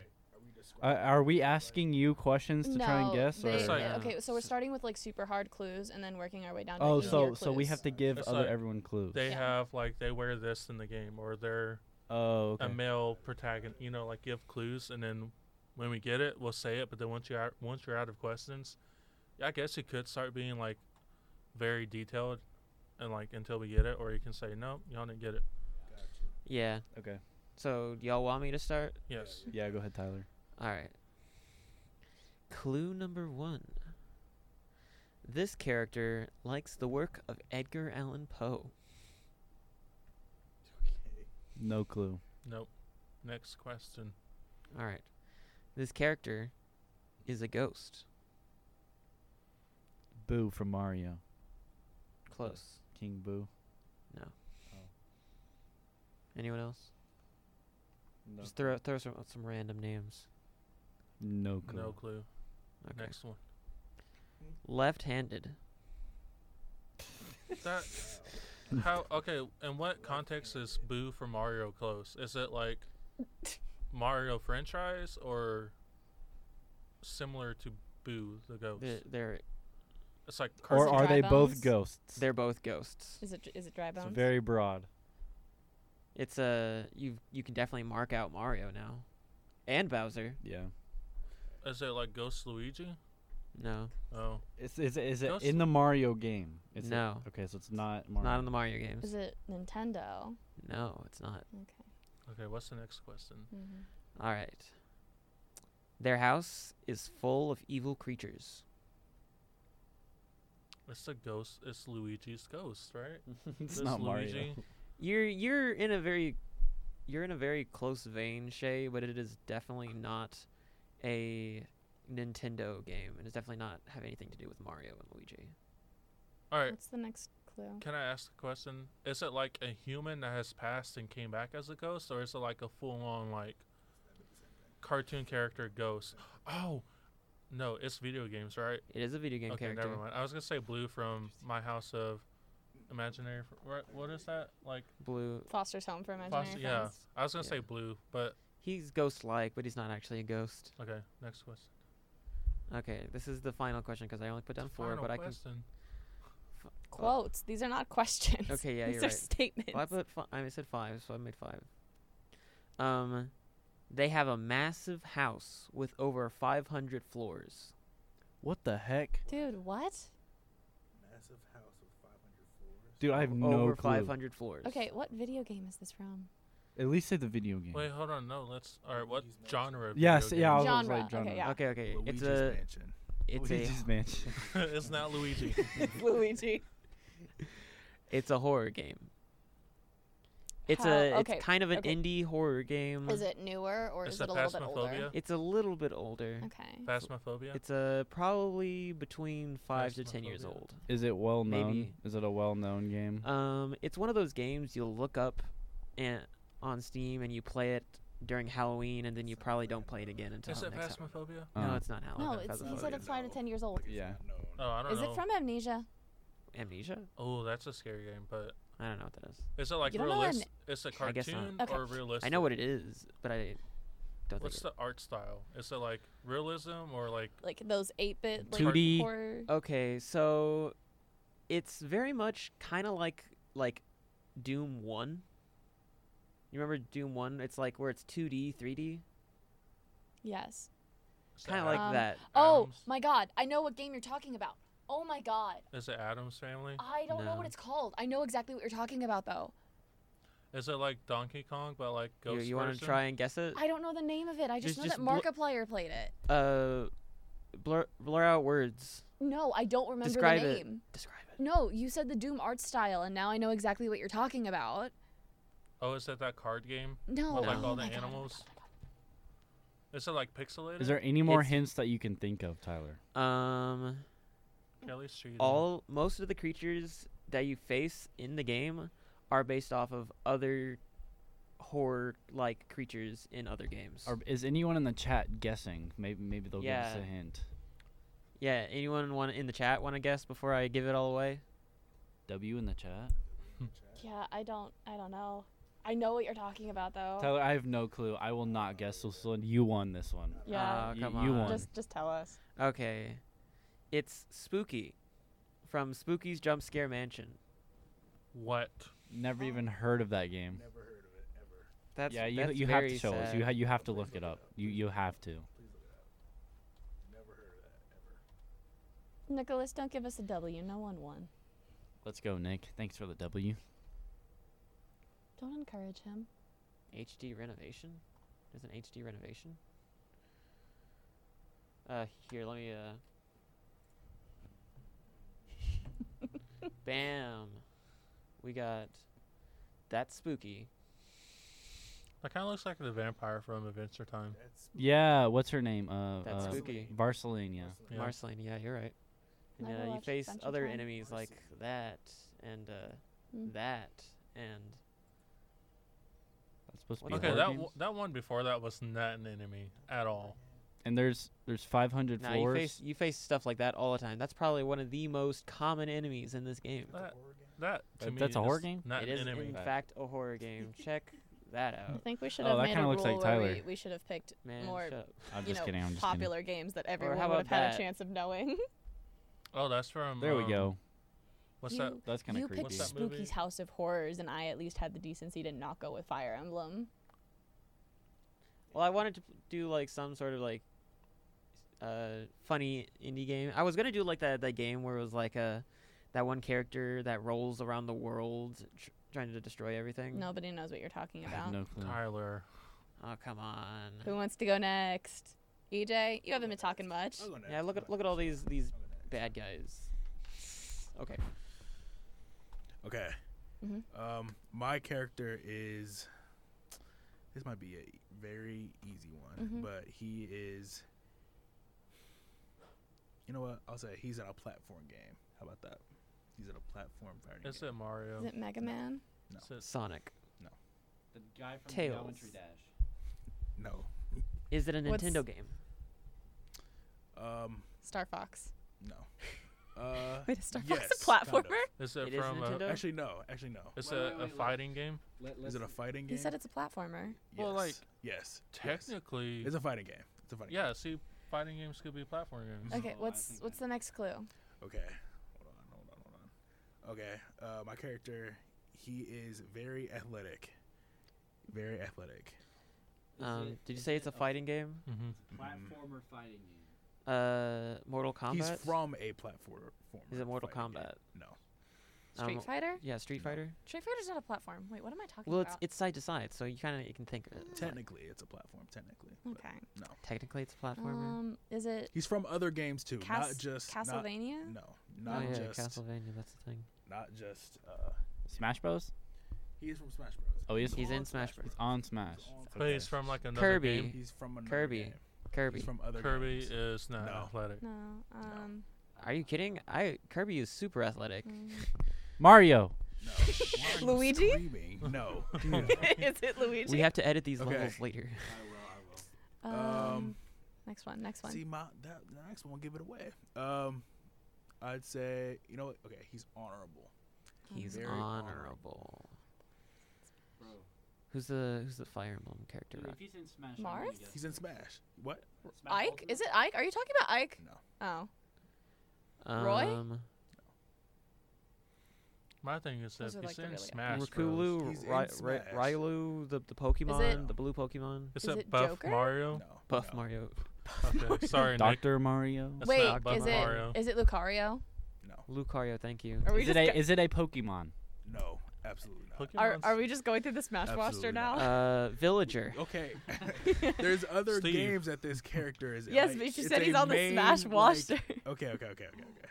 Speaker 3: Uh, are we asking you questions to try and guess?
Speaker 1: they-
Speaker 3: Or?
Speaker 4: It's like-
Speaker 1: they- okay, so we're
Speaker 2: So-
Speaker 1: starting with like super hard clues and then working our way down to
Speaker 3: oh,
Speaker 1: easier
Speaker 3: so
Speaker 1: clues.
Speaker 3: so we have to give
Speaker 4: It's
Speaker 3: other
Speaker 4: like
Speaker 3: everyone clues.
Speaker 4: They
Speaker 1: Yeah.
Speaker 4: have like they wear this in the game, or they're
Speaker 3: oh, okay.
Speaker 4: a male protagonist. You know, like give clues, and then when we get it, we'll say it. But then once you out, once you're out of questions, I guess it could start being like very detailed, and like until we get it, or you can say no, y'all didn't get it.
Speaker 2: Yeah.
Speaker 3: okay.
Speaker 2: So do y'all want me to start?
Speaker 4: Yes.
Speaker 3: Yeah, go ahead, Tyler.
Speaker 2: All right. Clue number one. This character likes the work of Edgar Allan Poe.
Speaker 3: No clue.
Speaker 4: Nope. Next question.
Speaker 2: All right. This character is a ghost.
Speaker 3: Boo from Mario.
Speaker 2: Close.
Speaker 3: King Boo.
Speaker 2: No.
Speaker 3: Oh.
Speaker 2: Anyone else?
Speaker 3: No.
Speaker 2: Just throw throw some some random names.
Speaker 3: No clue.
Speaker 4: No clue.
Speaker 2: Okay.
Speaker 4: Next one.
Speaker 2: Left-handed.
Speaker 4: That. How okay? In what context is Boo from Mario close? Is it like Mario franchise or similar to Boo the ghost?
Speaker 2: They're they're,
Speaker 4: It's like
Speaker 7: Or
Speaker 3: Or
Speaker 7: it
Speaker 4: cartoon.
Speaker 3: are
Speaker 7: dry
Speaker 3: they both
Speaker 7: bones?
Speaker 3: ghosts?
Speaker 2: they're both ghosts.
Speaker 7: Is it is it dry
Speaker 3: it's
Speaker 7: bones?
Speaker 3: very broad.
Speaker 2: It's a you you can definitely mark out Mario now, and Bowser.
Speaker 3: Yeah.
Speaker 4: is it like Ghost Luigi?
Speaker 2: No,
Speaker 4: Oh,
Speaker 3: Is is is it
Speaker 4: Ghost-
Speaker 3: in the Mario game? Is it-
Speaker 2: No.
Speaker 3: okay, so it's not
Speaker 2: it's
Speaker 3: Mario.
Speaker 2: not in the Mario games.
Speaker 7: is it Nintendo?
Speaker 2: No, it's not.
Speaker 4: okay. What's the next question?
Speaker 7: Mm-hmm.
Speaker 2: All right. Their house is full of evil creatures.
Speaker 4: It's the ghost. It's Luigi's ghost, right?
Speaker 3: it's
Speaker 4: This
Speaker 3: not Mario.
Speaker 4: Luigi.
Speaker 2: You're you're in a very you're in a very close vein, Shay, but it is definitely not a Nintendo game, and it's definitely not have anything to do with Mario and Luigi.
Speaker 4: All right.
Speaker 7: What's the next clue?
Speaker 4: Can I ask a question? Is it like a human that has passed and came back as a ghost, or is it like a full-on like cartoon character ghost? Oh, no, it's video games, right?
Speaker 2: It is a video game
Speaker 4: okay,
Speaker 2: character.
Speaker 4: never mind. I was gonna say Blue from My House of Imaginary. Fr- What, what is that like?
Speaker 2: Blue.
Speaker 7: Foster's Home for Imaginary
Speaker 4: Foster- yeah,
Speaker 7: Friends.
Speaker 4: I was gonna
Speaker 2: Yeah.
Speaker 4: say Blue, but
Speaker 2: He's ghost-like, but he's not actually a ghost.
Speaker 4: okay. Next question.
Speaker 2: Okay, this is the final question because I only put down
Speaker 4: The
Speaker 2: four,
Speaker 4: final
Speaker 2: but I can.
Speaker 4: question.
Speaker 7: Quotes. These are not questions.
Speaker 2: Okay, yeah,
Speaker 7: These
Speaker 2: you're
Speaker 7: are
Speaker 2: right.
Speaker 7: statements.
Speaker 2: Well, I put fi- I said five, so I made five. Um, they have a massive house with over 500 floors.
Speaker 3: What the heck?
Speaker 7: Dude, what?
Speaker 5: Massive house with 500 floors.
Speaker 3: Dude, I have no
Speaker 2: over
Speaker 3: clue.
Speaker 2: 500 floors.
Speaker 7: Okay, what video game is this from?
Speaker 3: At least say the video game.
Speaker 4: Wait, hold on. No, let's. All right, what
Speaker 5: Luigi's Mansion.
Speaker 4: genre? Of
Speaker 3: yes,
Speaker 4: video
Speaker 3: yeah, I was
Speaker 4: games?
Speaker 3: I was
Speaker 7: Genre,
Speaker 3: like genre.
Speaker 7: okay, yeah.
Speaker 2: Okay, okay.
Speaker 5: Luigi's
Speaker 2: it's a
Speaker 5: Mansion.
Speaker 2: it's
Speaker 3: Luigi's Mansion.
Speaker 4: it's not Luigi.
Speaker 1: Luigi.
Speaker 2: a it's a horror game. It's
Speaker 7: How-
Speaker 2: a
Speaker 7: okay,
Speaker 2: it's kind of an
Speaker 7: okay.
Speaker 2: indie horror game.
Speaker 7: Is it newer or
Speaker 4: It's
Speaker 7: is
Speaker 4: the
Speaker 7: it a little bit older?
Speaker 4: Phasmophobia.
Speaker 2: It's a little bit older.
Speaker 7: Okay.
Speaker 4: Phasmophobia.
Speaker 2: It's a probably between 5 to 10 years
Speaker 4: Phasmophobia.
Speaker 2: old.
Speaker 3: Is it well known?
Speaker 2: Maybe.
Speaker 3: Is it a well known game?
Speaker 2: Um, it's one of those games you'll look up and on Steam and you play it during Halloween and then you probably don't play it again until
Speaker 4: Is it
Speaker 2: next Halloween.
Speaker 4: Phasmophobia?
Speaker 2: No,
Speaker 3: Uh,
Speaker 2: it's not Halloween.
Speaker 7: No,
Speaker 2: it's
Speaker 7: it's, he
Speaker 2: Phasmophobia.
Speaker 7: said it's five to ten years old.
Speaker 5: Like, it's
Speaker 3: Yeah.
Speaker 5: not known.
Speaker 4: Oh, I don't
Speaker 7: Is
Speaker 4: know.
Speaker 7: it from Amnesia?
Speaker 2: Amnesia?
Speaker 4: Oh, that's a scary game, but
Speaker 2: I don't know what that is.
Speaker 4: is it like
Speaker 7: You don't know
Speaker 4: realistic? It's a
Speaker 2: I guess not.
Speaker 4: cartoon
Speaker 7: Okay.
Speaker 4: or realistic?
Speaker 2: I know what it is, but I don't
Speaker 4: What's
Speaker 2: think
Speaker 4: the art style? Is it like realism or like
Speaker 7: Like those eight bit like
Speaker 2: 2D.
Speaker 7: horror.
Speaker 2: it. Okay, so it's very much kind of like like Doom 1. You remember Doom 1? It's like where it's 2D, 3D,
Speaker 7: Yes.
Speaker 4: is it
Speaker 2: kind of like
Speaker 4: Ad-
Speaker 7: Um,
Speaker 2: that.
Speaker 7: Oh
Speaker 4: Adams?
Speaker 7: my god, I know what game you're talking about. Oh my god.
Speaker 4: Is it Adam's Family?
Speaker 7: I don't know
Speaker 2: No.
Speaker 7: what it's called. I know exactly what you're talking about though.
Speaker 4: Is it like Donkey Kong but like
Speaker 2: You,
Speaker 4: ghost
Speaker 2: you want to
Speaker 4: person?
Speaker 2: try and guess it?
Speaker 7: I don't know the name of it. I just,
Speaker 2: Just-
Speaker 7: know
Speaker 2: Uh, just
Speaker 7: that
Speaker 2: bl-
Speaker 7: Markiplier played it.
Speaker 2: Uh, blur blur out words.
Speaker 7: No, I don't remember
Speaker 2: Describe
Speaker 7: the
Speaker 2: it.
Speaker 7: name.
Speaker 2: Describe it.
Speaker 7: No, you said the Doom art style, and now I know exactly what you're talking about.
Speaker 4: Oh, is it that card game?
Speaker 7: No.
Speaker 4: With like
Speaker 2: No.
Speaker 7: oh
Speaker 4: all the
Speaker 7: my God, oh my
Speaker 4: animals?
Speaker 7: God, oh my God.
Speaker 4: Is it like pixelated?
Speaker 3: Is there any more
Speaker 2: It's-
Speaker 3: hints that you can think of, Tyler?
Speaker 2: Um,
Speaker 4: Kelly's
Speaker 3: Mm-hmm.
Speaker 4: cheating.
Speaker 2: all most of the creatures that you face in the game are based off of other horror-like creatures in other games.
Speaker 3: Or is anyone in the chat guessing? Maybe maybe they'll give
Speaker 2: Yeah.
Speaker 3: us a hint.
Speaker 2: yeah, anyone want in the chat want to guess before I give it all away?
Speaker 3: W in the chat.
Speaker 7: Yeah, I don't. I don't know. I know what you're talking about though.
Speaker 3: Tyler, I have no clue. I will not guess this one. You won this one.
Speaker 7: yeah.
Speaker 2: Ah,
Speaker 3: You-
Speaker 2: come
Speaker 3: you
Speaker 2: on.
Speaker 3: won.
Speaker 1: just just tell us.
Speaker 2: Okay, it's Spooky from Spooky's Jump Scare Mansion.
Speaker 4: What?
Speaker 3: Never even heard of that game.
Speaker 5: Never heard of it ever.
Speaker 2: That's
Speaker 3: yeah, you
Speaker 2: that's
Speaker 3: you have
Speaker 2: very
Speaker 3: to show us. You
Speaker 2: sad.
Speaker 3: ha- you have to look it up. You you have to.
Speaker 5: Never heard of that ever.
Speaker 7: Nicholas, don't give us a W. No one won.
Speaker 3: Let's go, Nick. Thanks for the W.
Speaker 7: Don't encourage him.
Speaker 2: HD renovation? There's an HD renovation. Uh, here, let me. uh... Bam, we got that spooky.
Speaker 4: That kind of looks like the vampire from Adventure Time.
Speaker 5: That's
Speaker 3: Yeah, what's her name? Uh,
Speaker 2: That's
Speaker 3: uh
Speaker 2: spooky.
Speaker 3: Barceline, yeah.
Speaker 5: personally-
Speaker 4: Yeah.
Speaker 2: Marceline, yeah, you're right. And
Speaker 7: Never
Speaker 2: uh, you
Speaker 7: watched
Speaker 2: face
Speaker 7: Adventure
Speaker 2: other
Speaker 7: Time.
Speaker 2: enemies like that and uh,
Speaker 7: Mm.
Speaker 2: that and
Speaker 3: That's supposed to
Speaker 2: What
Speaker 3: be
Speaker 2: are
Speaker 4: Okay,
Speaker 3: horror
Speaker 4: that
Speaker 3: games.
Speaker 4: w- that one before that was not an enemy at all.
Speaker 3: and there's there's 500
Speaker 2: now you
Speaker 3: floors.
Speaker 2: face you face stuff like that all the time. That's probably one of the most common enemies in this game.
Speaker 4: That,
Speaker 5: Uh, Horror game?
Speaker 4: that to
Speaker 3: That-
Speaker 4: me
Speaker 3: that's a horror
Speaker 4: is
Speaker 3: game?
Speaker 4: Not
Speaker 2: it
Speaker 4: an
Speaker 2: is
Speaker 4: enemy.
Speaker 2: in
Speaker 3: Fact.
Speaker 2: fact a horror game. Check that
Speaker 1: I
Speaker 2: out.
Speaker 1: think we should
Speaker 3: Oh,
Speaker 1: have
Speaker 3: that
Speaker 1: made a
Speaker 3: kinda
Speaker 1: rule
Speaker 3: looks like
Speaker 1: where
Speaker 3: Tyler.
Speaker 1: we, we should have picked
Speaker 2: Man,
Speaker 1: more
Speaker 2: shut up.
Speaker 3: I'm
Speaker 1: you
Speaker 3: just
Speaker 1: know,
Speaker 3: kidding. I'm just kidding.
Speaker 1: popular games that everyone
Speaker 2: how
Speaker 1: would have
Speaker 2: about
Speaker 1: had
Speaker 2: that?
Speaker 1: a chance of knowing.
Speaker 4: Oh, that's from.
Speaker 3: There we
Speaker 4: um,
Speaker 3: go.
Speaker 4: What's
Speaker 1: You-
Speaker 4: that?
Speaker 3: That's kind
Speaker 1: you
Speaker 3: of creepy.
Speaker 1: picked
Speaker 4: What's that movie?
Speaker 1: Spooky's House of Horrors, and I at least had the decency to not go with Fire Emblem.
Speaker 2: Well, I wanted to p- do like some sort of like uh funny indie game. I was gonna do like that that game where it was like a that one character that rolls around the world tr- trying to destroy everything.
Speaker 1: Nobody knows what you're talking
Speaker 3: I have
Speaker 1: about.
Speaker 3: no clue.
Speaker 4: Tyler.
Speaker 2: Oh come on.
Speaker 1: Who wants to go next? EJ, you haven't been talking much.
Speaker 5: I'll go next.
Speaker 2: Yeah, look
Speaker 5: I'll
Speaker 2: at
Speaker 5: go
Speaker 2: look at all these
Speaker 5: next.
Speaker 2: these
Speaker 5: I'll go
Speaker 2: bad
Speaker 5: next.
Speaker 2: guys. Okay.
Speaker 5: Okay.
Speaker 1: Mhm.
Speaker 5: Um, my character is. This might be a e, very easy one,
Speaker 1: Mhm.
Speaker 5: but he is. You know what? I'll say he's in a platform game. How about that? He's in a platform fighting
Speaker 4: Is
Speaker 5: game.
Speaker 4: it Mario?
Speaker 1: Is it Mega Man?
Speaker 5: No.
Speaker 4: Is it-
Speaker 2: Sonic.
Speaker 3: The guy
Speaker 2: from Geometry Tails.
Speaker 3: Dash.
Speaker 5: No.
Speaker 2: Is it a
Speaker 1: What's-
Speaker 2: Nintendo game?
Speaker 5: Um,
Speaker 1: Star Fox.
Speaker 5: no. Uh,
Speaker 1: Wait, is Star Fox
Speaker 5: yes,
Speaker 1: a
Speaker 5: kind of.
Speaker 1: platformer?
Speaker 4: Is it
Speaker 2: It is
Speaker 4: from?
Speaker 2: Nintendo?
Speaker 4: A,
Speaker 5: uh, Actually, no. Actually, no.
Speaker 4: it's
Speaker 8: Wait,
Speaker 4: a,
Speaker 8: wait, wait,
Speaker 4: a
Speaker 8: wait.
Speaker 4: fighting game.
Speaker 8: Let,
Speaker 5: Is it a fighting game?
Speaker 1: He said it's a platformer.
Speaker 4: Well, like,
Speaker 5: Yes. yes. yes.
Speaker 4: Technically,
Speaker 5: It's a fighting game. It's a fighting
Speaker 4: yeah. See, fighting games could be platform games.
Speaker 1: Okay,
Speaker 8: Oh, I
Speaker 1: what's
Speaker 8: think
Speaker 1: what's
Speaker 8: I-
Speaker 1: the next clue?
Speaker 5: Okay. Hold on, hold on, hold on. Okay. Uh, my character, he is very athletic. Very athletic.
Speaker 2: Um, did you say it's a fighting game?
Speaker 4: Mm-hmm.
Speaker 8: platformer fighting game?
Speaker 2: Uh, Mortal Kombat.
Speaker 5: He's from a platform.
Speaker 2: Is it Mortal
Speaker 5: fighting game.
Speaker 2: Kombat?
Speaker 5: No.
Speaker 1: Street
Speaker 2: Um,
Speaker 1: Fighter?
Speaker 2: Yeah, Street Fighter.
Speaker 1: Street Fighter's not a platform. Wait, what am I talking
Speaker 2: Well, it's
Speaker 1: about?
Speaker 2: it's side to side, so you kind of you can think of it. as like-
Speaker 5: Technically, it's a platform. Technically. but
Speaker 1: okay.
Speaker 2: Technically, it's a platformer.
Speaker 1: Um, is it
Speaker 5: He's from other games too,
Speaker 1: Cas-
Speaker 5: not just not-
Speaker 1: Castlevania?
Speaker 5: no, not
Speaker 2: oh yeah,
Speaker 5: just
Speaker 2: Castlevania. That's the thing.
Speaker 5: not just. Uh,
Speaker 3: Smash Bros.
Speaker 5: he is from Smash Bros.
Speaker 3: Oh, he is-
Speaker 2: He's
Speaker 5: on
Speaker 2: in Smash Bros.
Speaker 3: It's on Smash.
Speaker 5: He's on
Speaker 4: But
Speaker 5: Smash
Speaker 4: he's from like another
Speaker 2: Kirby.
Speaker 4: game.
Speaker 5: He's from another
Speaker 2: Kirby.
Speaker 5: game.
Speaker 2: Kirby.
Speaker 5: He's from other
Speaker 4: Kirby
Speaker 5: games.
Speaker 4: is not
Speaker 5: No.
Speaker 4: athletic.
Speaker 1: no? Um,
Speaker 2: Are you kidding? I Kirby is super athletic.
Speaker 1: mm,
Speaker 3: Mario.
Speaker 5: No. Why are you
Speaker 1: Luigi?
Speaker 5: screaming? No.
Speaker 1: is it Luigi?
Speaker 2: We have to edit these
Speaker 5: Okay.
Speaker 2: levels later.
Speaker 8: I will, I will.
Speaker 1: um,
Speaker 5: um,
Speaker 1: next one. Next one.
Speaker 5: See, my that the next one will give it away. Um, I'd say you know what? Okay, he's honorable.
Speaker 2: He's
Speaker 5: Very
Speaker 2: honorable.
Speaker 8: Bro,
Speaker 2: Who's the Who's the Fire Emblem character?
Speaker 8: dude,
Speaker 2: Rock?
Speaker 8: if he's in Smash, I'm
Speaker 1: Mars?
Speaker 8: gonna guess
Speaker 5: He's in Smash. What?
Speaker 8: it. Smash
Speaker 1: Ike?
Speaker 8: Ultimate?
Speaker 1: Is it Ike? Are you talking about Ike?
Speaker 5: No.
Speaker 1: Oh, Roy?
Speaker 2: Um,
Speaker 4: My thing is
Speaker 1: Those
Speaker 4: if
Speaker 1: are, like,
Speaker 4: he's
Speaker 1: the
Speaker 4: in
Speaker 1: really-
Speaker 4: Smash Bros.
Speaker 5: He's
Speaker 2: Rikulu,
Speaker 5: in
Speaker 2: Ry- Ry-
Speaker 5: Smash.
Speaker 2: Rylu, the the Pokemon, the blue Pokemon,
Speaker 4: Is,
Speaker 1: Is
Speaker 4: it
Speaker 1: it
Speaker 4: Buff
Speaker 1: Joker?
Speaker 4: Mario?
Speaker 5: No.
Speaker 2: Buff
Speaker 5: no,
Speaker 2: Mario,
Speaker 4: Okay, sorry, Nick.
Speaker 3: Doctor Mario.
Speaker 4: That's
Speaker 1: wait.
Speaker 4: not Buff
Speaker 1: Is
Speaker 4: Mario.
Speaker 1: it is it Lucario?
Speaker 5: No.
Speaker 2: Lucario. Thank you.
Speaker 1: Are we
Speaker 3: Is
Speaker 1: just
Speaker 3: it a
Speaker 1: go-
Speaker 3: is it a Pokemon?
Speaker 5: No. Absolutely not.
Speaker 4: Pokemon's-
Speaker 9: Are, are we just going through the Smash
Speaker 5: Absolutely
Speaker 9: roster now?
Speaker 5: not.
Speaker 2: Uh, villager.
Speaker 5: Okay. There's other
Speaker 4: Steve.
Speaker 5: games that this character is. in,
Speaker 9: yes,
Speaker 5: like,
Speaker 9: but you
Speaker 5: it's
Speaker 9: said
Speaker 5: a
Speaker 9: he's on the
Speaker 5: main,
Speaker 9: Smash
Speaker 5: like-
Speaker 9: roster.
Speaker 5: Okay. Okay. Okay. Okay. Okay.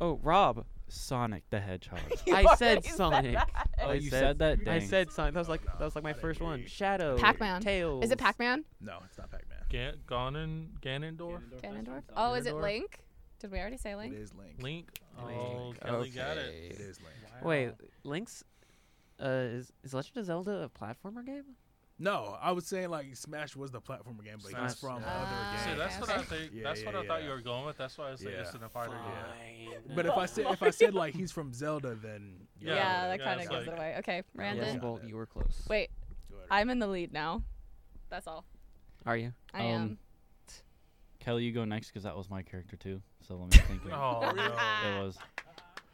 Speaker 2: Oh, Rob.
Speaker 3: Sonic the Hedgehog.
Speaker 9: You
Speaker 2: I said
Speaker 9: already said
Speaker 2: Sonic.
Speaker 9: that.
Speaker 3: oh, you said, that.
Speaker 2: I
Speaker 3: Dang.
Speaker 2: said Sonic. That was
Speaker 5: No,
Speaker 2: like that was like
Speaker 5: no,
Speaker 2: my
Speaker 5: I didn't
Speaker 2: first
Speaker 5: hear
Speaker 2: one.
Speaker 5: you.
Speaker 2: Shadow.
Speaker 1: Pac-Man.
Speaker 2: Tails.
Speaker 1: Is
Speaker 5: Oh.
Speaker 1: it Pac-Man?
Speaker 5: No, it's not Pac-Man.
Speaker 4: Ga- Ganon, Ganondorf,
Speaker 1: Ganondorf?
Speaker 8: that's what I'm
Speaker 1: Oh, is it
Speaker 4: Ganondorf.
Speaker 1: Link? Did we already say
Speaker 5: It
Speaker 1: Link?
Speaker 5: is Link.
Speaker 4: Link.
Speaker 2: Link.
Speaker 4: Oh, Kelly got
Speaker 2: Okay.
Speaker 4: it.
Speaker 5: It is Link.
Speaker 2: Wait,
Speaker 4: Wow.
Speaker 2: Link's. Uh, is, is Legend of Zelda a platformer game?
Speaker 5: No, I was saying like Smash was the platformer game, but
Speaker 4: Smash.
Speaker 5: he's from
Speaker 1: Ah,
Speaker 5: other
Speaker 4: See,
Speaker 5: games.
Speaker 4: that's what
Speaker 1: okay.
Speaker 4: I think.
Speaker 5: Yeah,
Speaker 4: that's what
Speaker 5: yeah,
Speaker 4: I thought you
Speaker 5: yeah.
Speaker 4: were going with. That's why I said
Speaker 5: Yeah.
Speaker 4: it's in a fighter game.
Speaker 2: Fine.
Speaker 1: Oh
Speaker 5: But if I said if I said like he's from Zelda, then
Speaker 4: Yeah,
Speaker 1: Yeah,
Speaker 4: yeah,
Speaker 1: that kind of
Speaker 4: it's
Speaker 1: gives
Speaker 4: like-
Speaker 1: it away. Okay,
Speaker 2: Yes,
Speaker 1: Brandon.
Speaker 5: Yeah.
Speaker 2: Bolt, you were close.
Speaker 1: Wait, I'm in the lead now. That's all.
Speaker 2: Are you?
Speaker 1: I
Speaker 3: Um,
Speaker 1: am.
Speaker 2: Oh.
Speaker 3: Kelly, you go next because that was my character too. So let me think. it
Speaker 4: Oh no!
Speaker 3: was.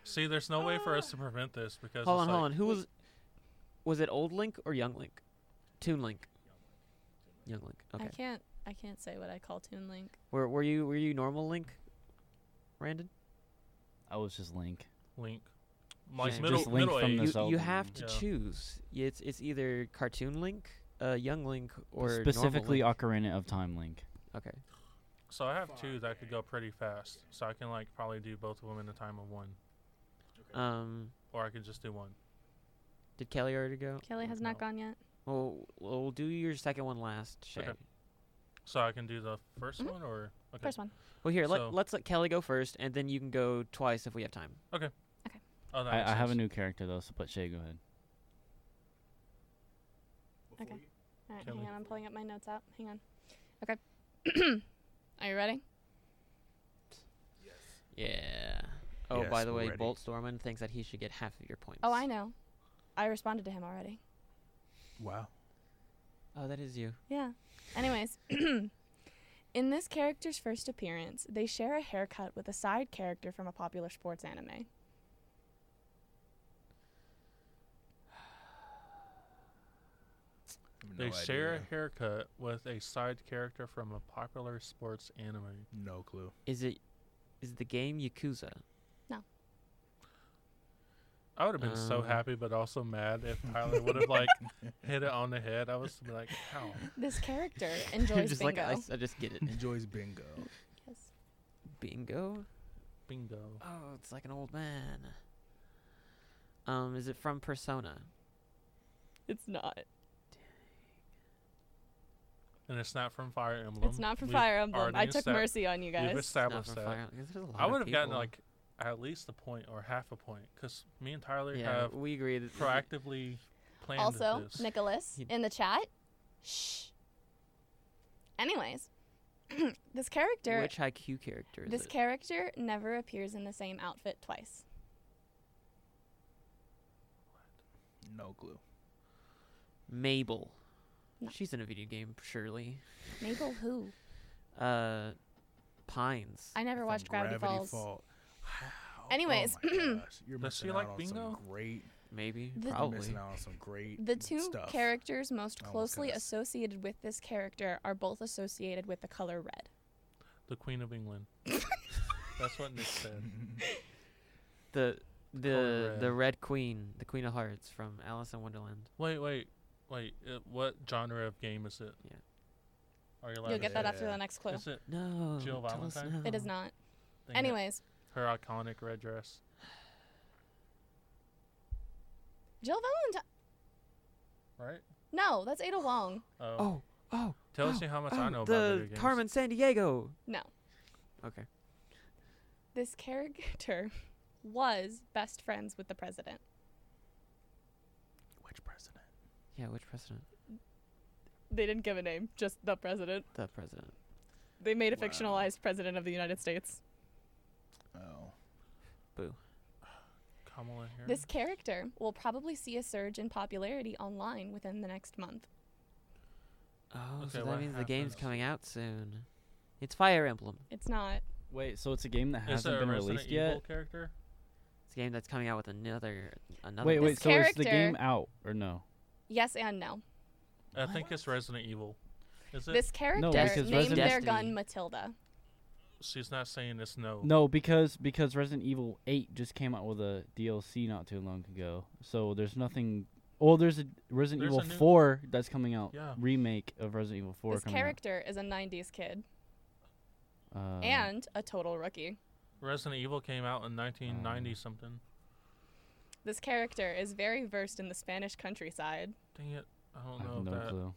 Speaker 4: See, there's no way for us to prevent this because
Speaker 2: Hold on,
Speaker 4: it's like,
Speaker 2: hold on. Who was. Was it Old Link or Young Link? Toon Link. Young Link.
Speaker 1: I
Speaker 2: Okay.
Speaker 1: can't. I can't say what I call Toon Link.
Speaker 2: Were, were you were you normal Link? Brandon?
Speaker 3: I was just Link.
Speaker 4: Link. Like
Speaker 2: Just
Speaker 4: middle,
Speaker 3: Link
Speaker 4: middle
Speaker 3: from
Speaker 4: age.
Speaker 3: the
Speaker 2: You,
Speaker 3: Zelda
Speaker 2: you have
Speaker 3: one.
Speaker 2: to
Speaker 4: Yeah.
Speaker 2: choose. Y- It's it's either cartoon Link, uh, Young Link, or normal
Speaker 3: Specifically,
Speaker 2: Link.
Speaker 3: Ocarina of Time Link.
Speaker 2: Okay.
Speaker 4: So I have two that could go pretty fast. So I can like probably do both of them in the time of one,
Speaker 2: Um,
Speaker 4: or I could just do one.
Speaker 2: did Kelly already go?
Speaker 1: Kelly has not
Speaker 4: No.
Speaker 1: gone yet.
Speaker 2: Well, we'll do your second one last, Shay.
Speaker 4: Okay. So I can do the 1st
Speaker 10: Mm-hmm.
Speaker 1: Mhm.
Speaker 4: one, or okay.
Speaker 1: First one.
Speaker 2: Well, here
Speaker 4: So-
Speaker 2: let let's let Kelly go first, and then you can go twice if we have time.
Speaker 4: Oh, that
Speaker 3: I,
Speaker 4: makes
Speaker 3: I have a
Speaker 4: sense.
Speaker 3: new character though, so but Shay, go ahead.
Speaker 1: Okay. All right,
Speaker 4: Kelly.
Speaker 1: hang on. I'm pulling up my notes out. Hang on. Okay. Are you ready?
Speaker 2: Yeah. Oh,
Speaker 5: Yes,
Speaker 2: by the
Speaker 5: we're
Speaker 2: way,
Speaker 5: ready.
Speaker 2: Bolt Storman thinks that he should get half of your points.
Speaker 1: Oh, I know. I responded to him already.
Speaker 5: Wow.
Speaker 2: Oh, that is you.
Speaker 1: Yeah. Anyways, in this character's first appearance, they share a haircut with a side character from a popular sports anime.
Speaker 5: No
Speaker 4: They share a
Speaker 5: idea.
Speaker 4: haircut with a side character from a popular sports anime.
Speaker 5: No clue.
Speaker 2: Is it? Is the game Yakuza?
Speaker 4: I would have been so
Speaker 2: Um.
Speaker 4: happy, but also mad if Tyler would have like hit it on the head. I was like, how?
Speaker 1: This character enjoys
Speaker 2: just
Speaker 1: bingo.
Speaker 2: like I, s- I just get it.
Speaker 5: Enjoys bingo.
Speaker 1: Yes.
Speaker 2: Bingo.
Speaker 4: Bingo.
Speaker 2: Oh, it's like an old man. Um, is it from Persona?
Speaker 10: It's not.
Speaker 4: And it's not from Fire Emblem.
Speaker 10: It's not for
Speaker 4: We've
Speaker 10: Fire Emblem.
Speaker 4: already
Speaker 10: I took
Speaker 4: estab-
Speaker 10: mercy on you
Speaker 4: We've
Speaker 10: guys.
Speaker 2: It's not
Speaker 4: established
Speaker 2: from
Speaker 4: that.
Speaker 2: Fire- 'cause there's a lot
Speaker 4: I
Speaker 2: of
Speaker 4: would have gotten
Speaker 2: people.
Speaker 4: like at least a point or half a point because me and Tyler
Speaker 2: Yeah,
Speaker 4: have
Speaker 2: we agree. That this is-
Speaker 4: proactively planned
Speaker 1: Also,
Speaker 4: this.
Speaker 1: Nicholas
Speaker 2: He-
Speaker 1: in the chat. Shh. Anyways, this character
Speaker 2: which IQ character is
Speaker 1: this
Speaker 2: it?
Speaker 1: character never appears in the same outfit twice.
Speaker 5: No clue.
Speaker 2: Mabel.
Speaker 1: No.
Speaker 2: She's in a video game, surely.
Speaker 1: Mabel who?
Speaker 2: Uh, Pines.
Speaker 1: I never
Speaker 5: From
Speaker 1: watched Gravity, Falls.
Speaker 5: Fall. Wow.
Speaker 1: Anyways.
Speaker 5: oh my gosh. you're
Speaker 4: Does she
Speaker 5: missing out
Speaker 4: like
Speaker 5: on
Speaker 4: bingo?
Speaker 5: Some great.
Speaker 2: Maybe.
Speaker 1: The-
Speaker 5: You're
Speaker 2: Probably.
Speaker 5: missing out on some great.
Speaker 1: The two
Speaker 5: stuff.
Speaker 1: characters most
Speaker 5: I almost said
Speaker 1: closely
Speaker 5: this.
Speaker 1: associated with this character are both associated with the color red.
Speaker 4: the Queen of England. That's what Nick said.
Speaker 2: The the
Speaker 4: Color
Speaker 2: the
Speaker 4: red.
Speaker 2: Red Queen, the Queen of Hearts from Alice in Wonderland.
Speaker 4: Wait, wait, wait. uh what genre of game is it?
Speaker 2: Yeah.
Speaker 4: Are you allowed
Speaker 1: You'll
Speaker 4: to
Speaker 1: get that after
Speaker 5: Yeah.
Speaker 1: the next clue.
Speaker 4: Is it?
Speaker 2: No.
Speaker 4: Jill
Speaker 2: tell us
Speaker 4: Valentine?
Speaker 1: It is
Speaker 2: now.
Speaker 1: not.
Speaker 4: Dang it.
Speaker 1: Anyways,
Speaker 4: her iconic red dress.
Speaker 1: Jill Valentine.
Speaker 4: Right?
Speaker 1: No, that's Ada Wong.
Speaker 4: Oh.
Speaker 2: Oh, oh.
Speaker 4: Tells
Speaker 2: oh,
Speaker 4: you how much
Speaker 2: oh,
Speaker 4: I know
Speaker 2: the
Speaker 4: about video games.
Speaker 2: Carmen San Diego.
Speaker 1: No.
Speaker 2: Okay.
Speaker 1: This character was best friends with the president.
Speaker 5: Which president?
Speaker 2: Yeah, which president?
Speaker 10: They didn't give a name, just the president.
Speaker 2: The president.
Speaker 10: They made a
Speaker 5: Wow.
Speaker 10: fictionalized president of the United States.
Speaker 5: Oh.
Speaker 4: Kamala Harris.
Speaker 1: This character will probably see a surge in popularity online within the next month.
Speaker 2: Oh,
Speaker 4: Okay,
Speaker 2: so that
Speaker 4: what
Speaker 2: means the game's
Speaker 4: happens?
Speaker 2: coming out soon. It's Fire Emblem.
Speaker 1: It's not.
Speaker 3: Wait, so it's a game that
Speaker 4: Is
Speaker 3: hasn't
Speaker 4: there a
Speaker 3: been
Speaker 4: Resident
Speaker 3: released
Speaker 4: Evil
Speaker 3: yet?
Speaker 4: character?
Speaker 2: It's a game that's coming out with another another.
Speaker 3: Wait,
Speaker 2: one.
Speaker 3: wait.
Speaker 1: This
Speaker 3: So is the game
Speaker 1: character-
Speaker 3: out or no?
Speaker 1: Yes and no.
Speaker 4: I think it's Resident Evil. Is it?
Speaker 1: This character
Speaker 3: because
Speaker 1: named
Speaker 3: Resident-
Speaker 1: their
Speaker 2: Destiny.
Speaker 1: gun Matilda.
Speaker 4: She's not saying it's no.
Speaker 3: No, because because Resident Evil Eight just came out with a DLC not too long ago, so there's nothing. Well, there's a Resident
Speaker 4: There's
Speaker 3: Evil
Speaker 4: a new-
Speaker 3: Four that's coming out.
Speaker 4: Yeah.
Speaker 3: Remake of Resident Evil Four
Speaker 1: This
Speaker 3: coming
Speaker 1: character is a 90s kid
Speaker 3: out. Uh,
Speaker 1: and a total rookie.
Speaker 4: Resident Evil came out in
Speaker 3: Um,
Speaker 4: 1990 something.
Speaker 1: This character is very versed in the Spanish countryside.
Speaker 4: Dang it. I
Speaker 3: I
Speaker 4: don't know
Speaker 3: have
Speaker 4: if
Speaker 3: no
Speaker 4: that.
Speaker 3: clue.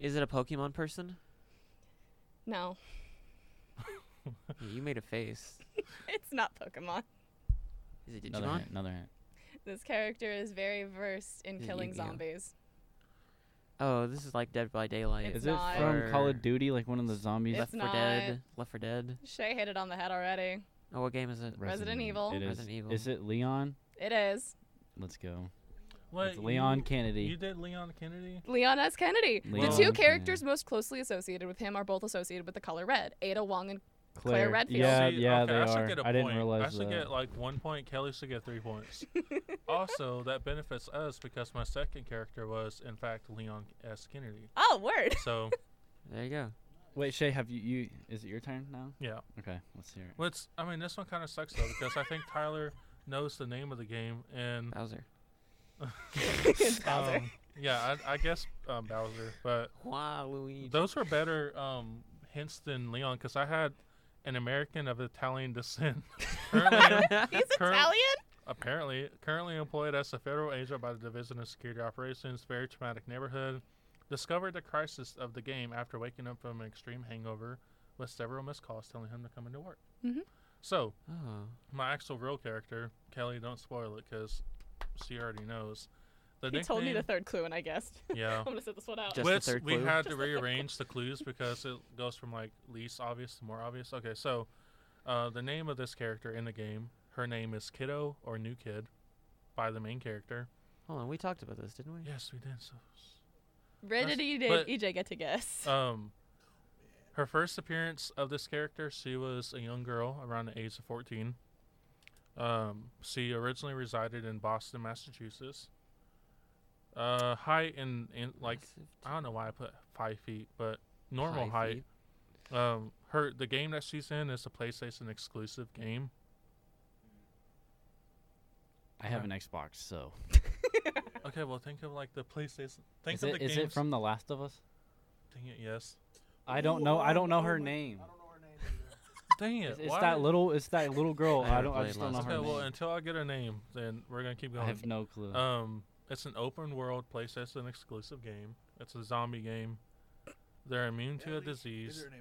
Speaker 2: Is it a Pokemon person?
Speaker 1: No,
Speaker 2: Yeah, you made a face.
Speaker 1: it's not Pokemon.
Speaker 2: Is it
Speaker 3: Another
Speaker 2: Digimon?
Speaker 3: hint. Another hint.
Speaker 1: This character is very versed in
Speaker 2: Is it
Speaker 1: killing
Speaker 2: Yu-Gi-Oh?
Speaker 1: zombies.
Speaker 2: Oh, this is like Dead by Daylight.
Speaker 1: It's
Speaker 3: Is it
Speaker 1: not-
Speaker 3: from Call
Speaker 2: Or
Speaker 3: of Duty? Like one of the zombies?
Speaker 1: It's
Speaker 2: Left
Speaker 1: not.
Speaker 2: for Dead. Left for Dead.
Speaker 1: Shay hit it on the head already.
Speaker 2: Oh, what game is it?
Speaker 1: Resident Evil.
Speaker 3: It is.
Speaker 2: Resident Evil.
Speaker 3: Is it Leon?
Speaker 1: It is
Speaker 3: Let's go.
Speaker 4: Wait,
Speaker 3: it's Leon
Speaker 4: you-
Speaker 3: Kennedy.
Speaker 4: You did Leon Kennedy?
Speaker 1: Leon S. Kennedy.
Speaker 3: Leon
Speaker 1: the two
Speaker 3: Kennedy.
Speaker 1: characters most closely associated with him are both associated with the color red. Ada Wong and Claire Redfield.
Speaker 3: Yeah,
Speaker 4: See,
Speaker 3: yeah,
Speaker 4: okay,
Speaker 3: they
Speaker 4: I
Speaker 3: are.
Speaker 4: Should get a
Speaker 3: I didn't
Speaker 4: point. I
Speaker 3: realize
Speaker 4: should
Speaker 3: that.
Speaker 4: get like one point. Kelly should get three points. also, that benefits us because my second character was, in fact, Leon S. Kennedy.
Speaker 1: Oh, word.
Speaker 4: So,
Speaker 2: There you go.
Speaker 3: Wait, Shay, have you, you? Is it your turn now?
Speaker 4: yeah.
Speaker 3: Okay, let's hear it.
Speaker 4: What's I mean, this one kind of sucks though because I think Tyler knows the name of the game and
Speaker 2: Bowser.
Speaker 1: It's Bowser.
Speaker 4: um, yeah, I, I guess um, Bowser. But
Speaker 2: Wow, Luigi.
Speaker 4: those were better um, hints than Leon because I had an American of Italian descent. currently,
Speaker 2: Oh,
Speaker 1: He's
Speaker 4: curr-
Speaker 1: Italian.
Speaker 4: Apparently, currently employed as a federal agent by the Division of Security Operations, very traumatic neighborhood. Discovered the crisis of the game after waking up from an extreme hangover with several missed calls telling him to come into work.
Speaker 10: Mm-hmm.
Speaker 1: Mhm.
Speaker 4: So,
Speaker 2: Oh.
Speaker 4: my actual real character, Kelly, don't spoil it because she already knows. The
Speaker 10: He told me the
Speaker 4: nickname- Oh.
Speaker 10: third clue and I guessed.
Speaker 4: yeah.
Speaker 10: I'm gonna set this one out.
Speaker 2: Just- the
Speaker 4: Which
Speaker 2: third
Speaker 4: we
Speaker 2: clue?
Speaker 4: had to rearrange the clues because it goes from like least obvious to more obvious. Okay, so uh, the name of this character in the game, her name is Kiddo or New Kid, by the main character.
Speaker 2: Mm-hmm. Hold on, we talked about this, didn't we?
Speaker 4: Yes, we did. So
Speaker 1: Brandon and EJ,
Speaker 4: but-
Speaker 1: EJ E get to guess.
Speaker 4: Um, her first appearance of this character, she was a young girl around the age of 14. Um, she originally resided in Boston, Massachusetts. Uh, height and, and like I don't know why I put five feet, but normal
Speaker 2: Five
Speaker 4: height. Um, her the game that she's in is a PlayStation exclusive game.
Speaker 3: I have an Xbox, so
Speaker 4: Okay, well think of like the PlayStation. Think
Speaker 3: is
Speaker 4: of
Speaker 3: it,
Speaker 4: the
Speaker 3: is
Speaker 4: games.
Speaker 3: it from The Last of Us?
Speaker 4: Dang it, yes.
Speaker 3: I don't know. I don't know her name.
Speaker 11: I don't know her name either.
Speaker 4: Dang it.
Speaker 3: It's, it's
Speaker 4: why
Speaker 3: that
Speaker 4: did-
Speaker 3: little. It's that little girl.
Speaker 2: I never
Speaker 3: I don't. I
Speaker 2: played
Speaker 3: just don't know
Speaker 2: Last
Speaker 4: Okay,
Speaker 3: her
Speaker 2: of
Speaker 4: well
Speaker 3: name.
Speaker 4: until I get a name, then we're gonna keep
Speaker 3: I
Speaker 4: going.
Speaker 3: have no clue.
Speaker 4: Um, it's an open world PlayStation exclusive game. It's a zombie game. They're immune to a
Speaker 11: Ellie?
Speaker 4: disease.
Speaker 11: Is her name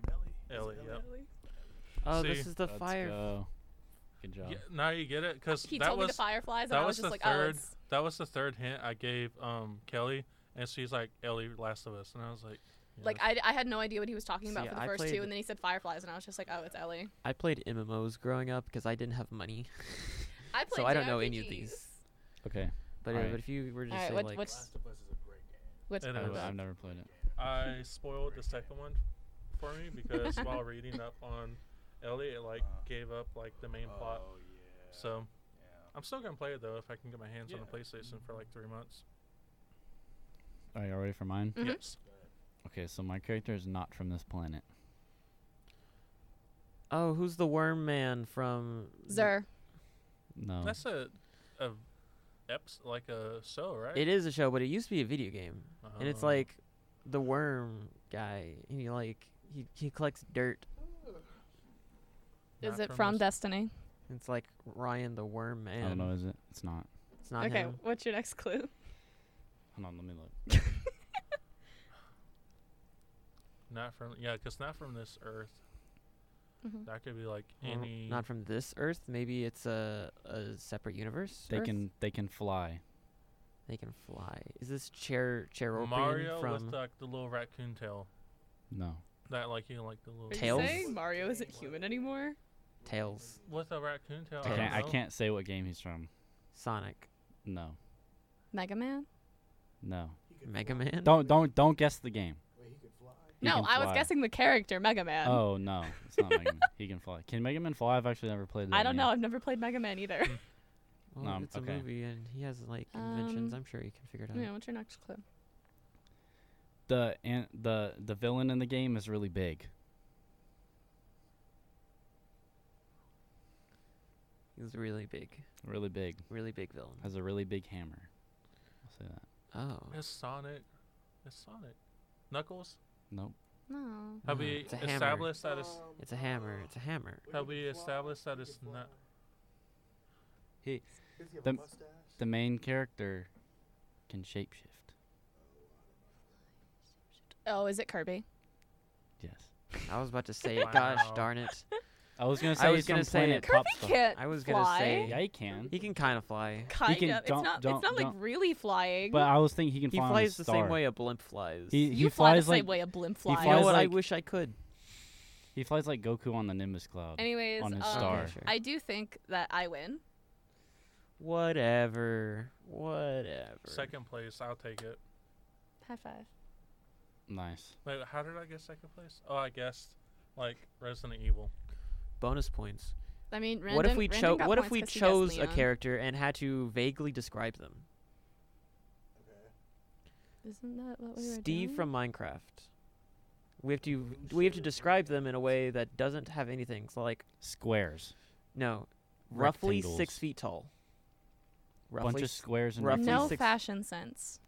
Speaker 11: Ellie? Is it
Speaker 4: Ellie, yep.
Speaker 2: Oh,
Speaker 4: See,
Speaker 2: this is the
Speaker 3: Let's
Speaker 2: fire.
Speaker 3: go. Good job.
Speaker 4: Yeah, now you get it because
Speaker 1: he
Speaker 4: that
Speaker 1: told me
Speaker 4: was
Speaker 1: the fireflies, and
Speaker 4: that
Speaker 1: I was
Speaker 4: was the
Speaker 1: just like, oh,
Speaker 4: third
Speaker 1: it's
Speaker 4: that was the third hint I gave um Kelly, and she's like Ellie Last of Us, and I was like,
Speaker 1: like
Speaker 4: "Yeah."
Speaker 1: I, I had no idea what he was talking about
Speaker 2: See,
Speaker 1: for the
Speaker 2: I
Speaker 1: first
Speaker 2: played-
Speaker 1: two, and then he said fireflies, and I was just like, oh, it's Ellie.
Speaker 2: I played MMOs growing up because I didn't have money.
Speaker 1: I played
Speaker 2: so I don't know any of
Speaker 1: JRPGs.
Speaker 2: these.
Speaker 3: Okay.
Speaker 2: But, uh,
Speaker 3: Alright.
Speaker 2: but if you were to
Speaker 1: All
Speaker 2: say
Speaker 1: right, what,
Speaker 2: like,
Speaker 1: what's
Speaker 11: Last of Us is a great game.
Speaker 1: what's
Speaker 4: It
Speaker 3: I,
Speaker 4: is.
Speaker 3: would- I've never played it.
Speaker 4: I spoiled the second one for me because while reading up on Ellie, it like
Speaker 11: Uh,
Speaker 4: gave up like the main plot.
Speaker 11: Oh yeah.
Speaker 4: So
Speaker 11: yeah.
Speaker 4: I'm still gonna play it though if I can get my hands on
Speaker 11: Yeah.
Speaker 4: a PlayStation for like three months.
Speaker 3: All right, y'all ready for mine?
Speaker 2: Mm-hmm.
Speaker 1: Mhm.
Speaker 4: Yes.
Speaker 3: Okay, so my character is not from this planet.
Speaker 2: oh, who's the worm man from? the-
Speaker 1: Zer?
Speaker 2: Oh.
Speaker 3: No.
Speaker 4: That's a, a eps like a show, right?
Speaker 2: It is a show, but it used to be a video game, and it's
Speaker 4: Oh.
Speaker 2: like the worm guy, and he like he he collects dirt.
Speaker 1: Is
Speaker 4: Not
Speaker 1: it from
Speaker 4: this-
Speaker 1: Destiny?
Speaker 2: and It's like Ryan the Worm Man.
Speaker 3: I don't know. Is it? It's not.
Speaker 2: It's not
Speaker 1: okay,
Speaker 2: him.
Speaker 1: what's your next clue?
Speaker 3: Hold on. Let me look.
Speaker 4: Not from yeah, 'cause not from this Earth.
Speaker 1: Mhm.
Speaker 4: That could be like
Speaker 2: Or
Speaker 4: any.
Speaker 2: Mm-hmm. Not from this Earth. Maybe it's a a separate universe.
Speaker 3: They
Speaker 2: Earth?
Speaker 3: can. They can fly.
Speaker 2: they can fly. Is this chair Cheropian
Speaker 4: Mario
Speaker 2: from?
Speaker 4: with like the little raccoon tail.
Speaker 3: No.
Speaker 4: That like you know, like the little
Speaker 1: Are
Speaker 2: Tails?
Speaker 1: you saying Mario isn't human anymore?
Speaker 2: Tails,
Speaker 4: with a raccoon tail.
Speaker 3: I
Speaker 4: don't
Speaker 3: can't. I
Speaker 4: know.
Speaker 3: can't say what game he's from.
Speaker 2: Sonic,
Speaker 3: No.
Speaker 1: Mega Man?
Speaker 3: No.
Speaker 11: He could
Speaker 2: Mega
Speaker 11: fly.
Speaker 2: Man.
Speaker 3: Mm-hmm. Don't. Don't. Don't guess the game.
Speaker 11: Wait, he could fly.
Speaker 3: He
Speaker 1: no,
Speaker 3: can
Speaker 1: I was
Speaker 3: fly.
Speaker 1: guessing the character Mega
Speaker 2: Um,
Speaker 1: Man.
Speaker 3: Oh no, it's not Mega Man. He can fly. Can Mega Man fly? I've actually never played that.
Speaker 1: I don't
Speaker 3: game.
Speaker 1: know. I've never played Mega Man either.
Speaker 4: Mm-hmm.
Speaker 2: Well,
Speaker 3: No,
Speaker 2: it's
Speaker 3: okay.
Speaker 2: a movie, and he has like inventions.
Speaker 1: Um,
Speaker 2: I'm sure he can figure it out.
Speaker 1: yeah, what's your next clue?
Speaker 3: The and the the villain in the game is really big.
Speaker 2: He's really big,
Speaker 3: Really big.
Speaker 2: really big villain.
Speaker 3: Has a really big hammer. I'll say that.
Speaker 2: Oh,
Speaker 4: It's Sonic. It's Sonic. Knuckles.
Speaker 3: Nope.
Speaker 1: No.
Speaker 4: Have
Speaker 2: No,
Speaker 4: we
Speaker 2: it's a hammer.
Speaker 4: established that is?
Speaker 1: Oh,
Speaker 11: Um,
Speaker 2: it's a hammer. It's a hammer.
Speaker 11: wait,
Speaker 4: Have
Speaker 11: he
Speaker 4: we
Speaker 11: could fly.
Speaker 4: established that
Speaker 11: He
Speaker 4: it's
Speaker 11: could fly.
Speaker 4: not?
Speaker 2: He
Speaker 11: Does he have
Speaker 3: The-
Speaker 11: a mustache?
Speaker 3: The main character can shapeshift.
Speaker 1: Oh, is it Kirby?
Speaker 3: Yes.
Speaker 2: I was about to say it. Gosh
Speaker 4: Wow.
Speaker 2: darn it.
Speaker 3: I was gonna
Speaker 2: I
Speaker 3: say
Speaker 2: was
Speaker 3: some
Speaker 2: gonna say
Speaker 3: planet
Speaker 2: it.
Speaker 3: pop
Speaker 1: Kirby
Speaker 3: star.
Speaker 1: can't.
Speaker 2: I was
Speaker 1: fly.
Speaker 2: gonna say
Speaker 3: Yeah, he can.
Speaker 2: he can kind of fly.
Speaker 1: Kind
Speaker 3: can-
Speaker 1: of. It's
Speaker 3: don't-
Speaker 1: not.
Speaker 3: don't-
Speaker 1: it's not like
Speaker 3: don't.
Speaker 1: really flying.
Speaker 3: But
Speaker 2: uh,
Speaker 3: I was thinking he can
Speaker 2: He
Speaker 3: fly. on a
Speaker 2: flies the same
Speaker 3: star.
Speaker 2: way a blimp flies.
Speaker 3: He
Speaker 1: you
Speaker 3: he
Speaker 1: fly the
Speaker 3: flies
Speaker 1: same
Speaker 3: like
Speaker 1: way a blimp
Speaker 3: he
Speaker 1: flies.
Speaker 2: you know
Speaker 3: flies
Speaker 2: what? I
Speaker 3: like-
Speaker 2: wish I could.
Speaker 3: he flies like Goku on the Nimbus cloud.
Speaker 1: Anyways,
Speaker 3: on his
Speaker 1: um,
Speaker 3: star.
Speaker 2: Sure.
Speaker 1: I do think that I win.
Speaker 2: Whatever. Whatever.
Speaker 4: Second place. I'll take it.
Speaker 7: High five.
Speaker 3: Nice.
Speaker 4: Wait, how did I get second place? Oh, I guessed like Resident Evil.
Speaker 2: Bonus points.
Speaker 1: I mean, Randon,
Speaker 2: what if we
Speaker 1: Randon
Speaker 2: chose?
Speaker 1: got
Speaker 2: What if
Speaker 1: points
Speaker 2: we
Speaker 1: 'cause he guessed
Speaker 2: chose a
Speaker 1: Leon.
Speaker 2: character and had to vaguely describe them?
Speaker 11: Okay.
Speaker 7: Isn't that what we were
Speaker 2: Steve
Speaker 7: doing?
Speaker 2: from Minecraft. We have to
Speaker 11: Who
Speaker 2: we have to
Speaker 11: said-
Speaker 2: describe them in a way that doesn't have anything. So like
Speaker 3: Squares.
Speaker 2: no, roughly six
Speaker 3: Rectangles.
Speaker 2: feet tall. Roughly.
Speaker 3: Bunch of
Speaker 2: s-
Speaker 3: squares and
Speaker 2: roughly
Speaker 7: no
Speaker 2: six-
Speaker 7: fashion sense.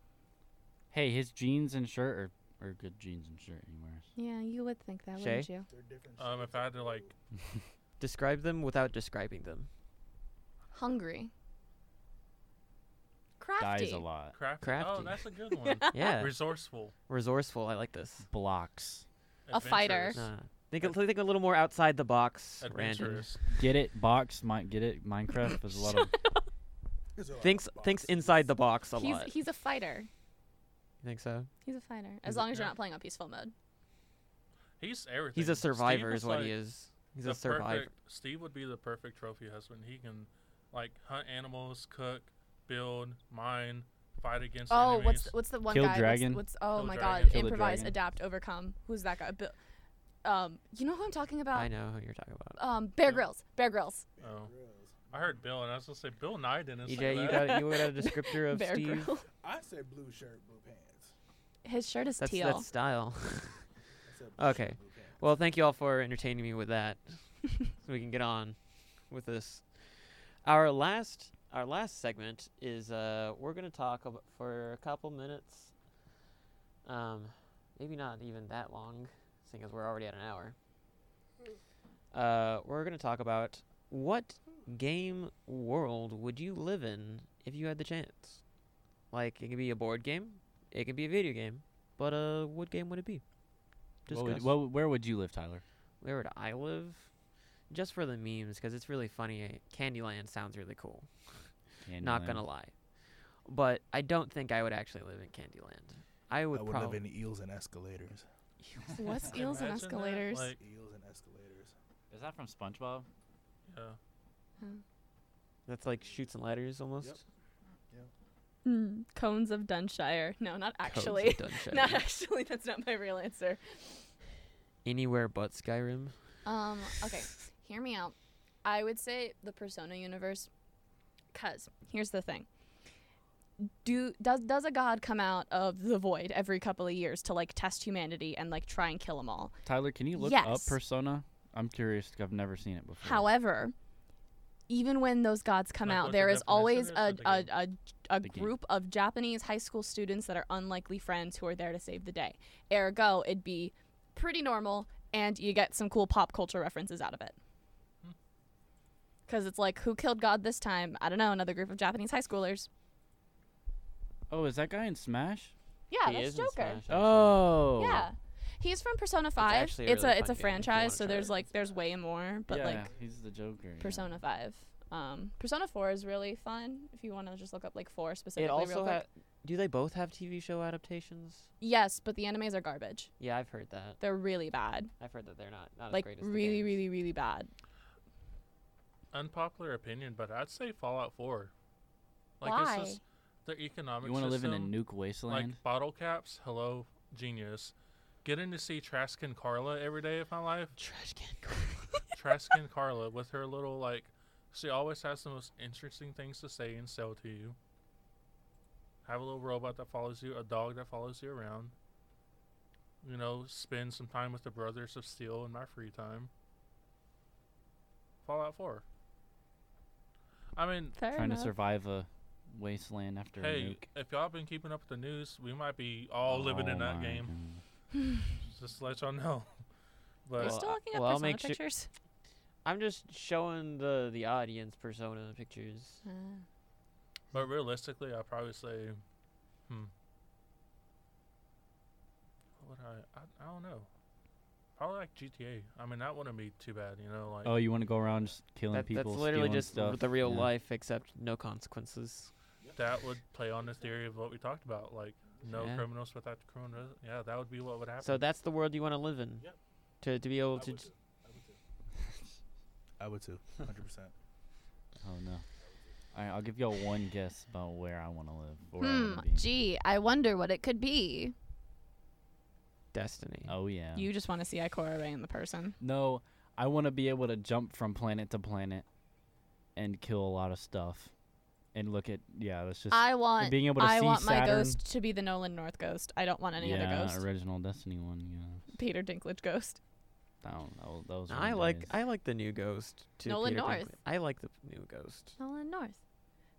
Speaker 3: Hey, his jeans and shirt are, are good jeans and shirt he wears.
Speaker 7: Yeah, you would think that,
Speaker 2: Shay?
Speaker 7: wouldn't you?
Speaker 11: They're different.
Speaker 4: Um,
Speaker 11: shades
Speaker 4: if I had
Speaker 11: of
Speaker 4: to like,
Speaker 11: blue.
Speaker 2: describe them without describing them.
Speaker 7: Hungry.
Speaker 1: crafty?
Speaker 3: Dies a lot.
Speaker 4: crafty. Oh,
Speaker 2: Crafty.
Speaker 4: that's a good one.
Speaker 2: Yeah,
Speaker 4: Resourceful.
Speaker 2: resourceful. I like this.
Speaker 3: Blocks.
Speaker 1: A fighter.
Speaker 4: adventurous,
Speaker 2: Nah. Think a, think a little more outside the box. Random.
Speaker 4: Adventurous.
Speaker 3: Get it? Box? Might get it? Minecraft? There's a lot of
Speaker 11: There's a lot of
Speaker 2: Thinks thinks
Speaker 11: boxes.
Speaker 2: inside the box a
Speaker 7: He's
Speaker 2: lot.
Speaker 7: he's a fighter.
Speaker 2: you think so?
Speaker 7: He's a fighter.
Speaker 1: As
Speaker 4: it-
Speaker 1: long as you're
Speaker 4: yeah.
Speaker 1: not playing on peaceful mode.
Speaker 4: He's everything.
Speaker 2: He's a
Speaker 4: Steve
Speaker 2: survivor,
Speaker 4: was
Speaker 2: is what
Speaker 4: like
Speaker 2: he is. He's
Speaker 4: the
Speaker 2: a survivor.
Speaker 4: Perfect, Steve would be the perfect trophy husband. He can like hunt animals, cook, build, mine, fight against
Speaker 1: Oh,
Speaker 4: enemies.
Speaker 1: what's the, what's the one
Speaker 3: Kill
Speaker 1: guy? What's-
Speaker 3: dragon.
Speaker 1: What's, oh
Speaker 4: Kill
Speaker 1: my
Speaker 4: dragon.
Speaker 1: god!
Speaker 3: Kill the
Speaker 1: Improvise,
Speaker 3: dragon.
Speaker 1: adapt, overcome. Who's that guy? Bill, um, you know who I'm talking
Speaker 2: I
Speaker 1: about?
Speaker 2: know who you're talking about.
Speaker 1: Um, Bear
Speaker 4: Yeah.
Speaker 1: Grylls. Bear Grylls.
Speaker 4: oh, I heard Bill, and I was gonna say Bill Nye didn't say
Speaker 2: EJ, E you
Speaker 4: that.
Speaker 2: got you got a descriptor of
Speaker 1: Bear
Speaker 2: Steve.
Speaker 1: Grylls.
Speaker 5: I said blue shirt, blue pants.
Speaker 1: His shirt is
Speaker 2: That's
Speaker 1: teal.
Speaker 2: that's style.
Speaker 5: I said blue
Speaker 2: Okay.
Speaker 5: Shirt, blue pants.
Speaker 2: well, thank you all for entertaining me with that. so we can get on with this. Our last our last segment is uh we're gonna talk ab- for a couple minutes. Um, maybe not even that long, seeing as we're already at an hour. Uh, we're gonna talk about what game world would you live in if you had the chance? Like it could be a board game, it could be a video game, but uh, what game would it be?
Speaker 3: What would,
Speaker 2: Discuss.
Speaker 3: what, would- where would you live, Tyler?
Speaker 2: Where would I live? Just for the memes, because it's really funny. Candyland sounds really cool. Not gonna lie, but I don't think I would actually live in Candyland. I would,
Speaker 5: I would
Speaker 2: probably.
Speaker 5: live in eels and escalators.
Speaker 1: What's eels and
Speaker 4: Imagine that,
Speaker 1: escalators?
Speaker 4: like,
Speaker 5: Eels and escalators.
Speaker 3: Is that from SpongeBob?
Speaker 4: yeah.
Speaker 2: That's like shoots and ladders almost.
Speaker 1: Mm, cones of Dunshire. No, not
Speaker 2: Codes of
Speaker 1: actually.
Speaker 2: Dunshire.
Speaker 1: Not actually. That's not my real answer.
Speaker 2: Anywhere but Skyrim.
Speaker 1: Um, okay, hear me out. I would say the Persona universe, cause here's the thing. Do does does a god come out of the void every couple of years to like test humanity and like try and kill them all?
Speaker 3: Tyler, can you look up
Speaker 1: Yes.
Speaker 3: Persona? I'm curious. 'cause I've never seen it before.
Speaker 1: However, even when those gods come
Speaker 4: Like,
Speaker 1: out,
Speaker 4: what
Speaker 1: there
Speaker 4: the
Speaker 1: is always a
Speaker 4: definition
Speaker 1: a,
Speaker 4: is
Speaker 1: a, a
Speaker 3: The game.
Speaker 1: group of Japanese high school students that are unlikely friends who are there to save the day. Ergo, it'd be pretty normal, and you get some cool pop culture references out of it.
Speaker 4: Hmm.
Speaker 1: Because it's like, who killed God this time? I don't know, another group of Japanese high schoolers.
Speaker 3: oh, is that guy in Smash?
Speaker 1: Yeah,
Speaker 2: he
Speaker 1: that's
Speaker 2: is in Smash,
Speaker 1: Joker.
Speaker 2: actually.
Speaker 3: Oh,
Speaker 1: Yeah. He's from Persona 5. It's,
Speaker 2: actually a really
Speaker 1: a, it's
Speaker 2: fun game
Speaker 1: a
Speaker 2: if you
Speaker 1: franchise,
Speaker 2: wanna
Speaker 1: so
Speaker 2: try
Speaker 1: there's
Speaker 2: it.
Speaker 1: like there's way more, but
Speaker 3: yeah,
Speaker 1: like
Speaker 3: he's the Joker. yeah.
Speaker 1: Persona 5. Um, Persona 4 is really fun if you want to just look up like 4 specifically
Speaker 2: It
Speaker 1: real
Speaker 2: also
Speaker 1: quick.
Speaker 2: ha- do they both have TV show adaptations?
Speaker 1: yes, but the animes are garbage.
Speaker 2: Yeah, I've heard that.
Speaker 1: They're really bad.
Speaker 2: I've heard that they're not not
Speaker 1: like
Speaker 2: as great as the
Speaker 1: really
Speaker 2: games.
Speaker 1: really really bad.
Speaker 4: Unpopular opinion, but I'd say Fallout 4. Like
Speaker 1: Why?
Speaker 4: this is their economic
Speaker 3: You want to live in a
Speaker 4: system,
Speaker 3: nuke
Speaker 4: like
Speaker 3: wasteland?
Speaker 4: bottle caps. Hello, genius. Getting to see Traskin Carla every day of my life.
Speaker 2: trash can.
Speaker 4: Traskin Carla with her little like she always has the most interesting things to say and sell to you. Have a little robot that follows you, a dog that follows you around. You know, spend some time with the Brothers of Steel in my free time. Fallout 4. I mean,
Speaker 1: Fair
Speaker 3: Trying to
Speaker 1: enough.
Speaker 3: survive a wasteland after a
Speaker 4: hey,
Speaker 3: nuke.
Speaker 4: if y'all been keeping up with the news, we might be all living in
Speaker 3: Oh
Speaker 4: that
Speaker 3: my
Speaker 4: game.
Speaker 3: God.
Speaker 4: Just to let y'all know.
Speaker 1: We're
Speaker 4: But
Speaker 2: Well,
Speaker 1: still
Speaker 2: I-
Speaker 1: looking at
Speaker 2: well, I'll
Speaker 1: Persona
Speaker 2: make sure-
Speaker 1: pictures.
Speaker 2: I'm just showing the the audience persona pictures.
Speaker 4: but realistically, I'd probably say, hmm. What would I, I I don't know. Probably like GTA. I mean, that wouldn't be too bad, you know. Like
Speaker 3: Oh, you want to go around just killing
Speaker 2: That,
Speaker 3: people?
Speaker 2: that's literally
Speaker 3: stealing
Speaker 2: just
Speaker 3: stuff?
Speaker 2: the real
Speaker 3: yeah.
Speaker 2: life, except no consequences.
Speaker 4: that would play on the theory of what we talked about, like no
Speaker 2: Yeah.
Speaker 4: criminals without criminals. Yeah, that would be what would happen.
Speaker 2: So that's the world you want to live in.
Speaker 5: Yep.
Speaker 2: To to be able
Speaker 5: I
Speaker 2: to.
Speaker 5: would
Speaker 2: j-
Speaker 5: too. I would too. 100%.
Speaker 3: Oh no. All right, I'll give y'all one guess about where I want to live. or where I
Speaker 1: Hmm.
Speaker 3: wanna be.
Speaker 1: Gee, I wonder what it could be.
Speaker 2: Destiny.
Speaker 3: Oh yeah.
Speaker 1: You just want to see Ikora in the person.
Speaker 3: No, I want to be able to jump from planet to planet and kill a lot of stuff and look at yeah, that's just
Speaker 1: I want
Speaker 3: being able to
Speaker 1: I
Speaker 3: see
Speaker 1: want my
Speaker 3: Saturn.
Speaker 1: ghost to be the Nolan North ghost. I don't want any
Speaker 3: yeah,
Speaker 1: other ghost.
Speaker 3: original Destiny one, yeah.
Speaker 1: Peter Dinklage ghost.
Speaker 3: I don't know. That was
Speaker 2: I like I like the new Ghost. To
Speaker 1: Nolan
Speaker 2: Peter
Speaker 1: North.
Speaker 2: Dinklage. I like the new Ghost.
Speaker 1: Nolan North.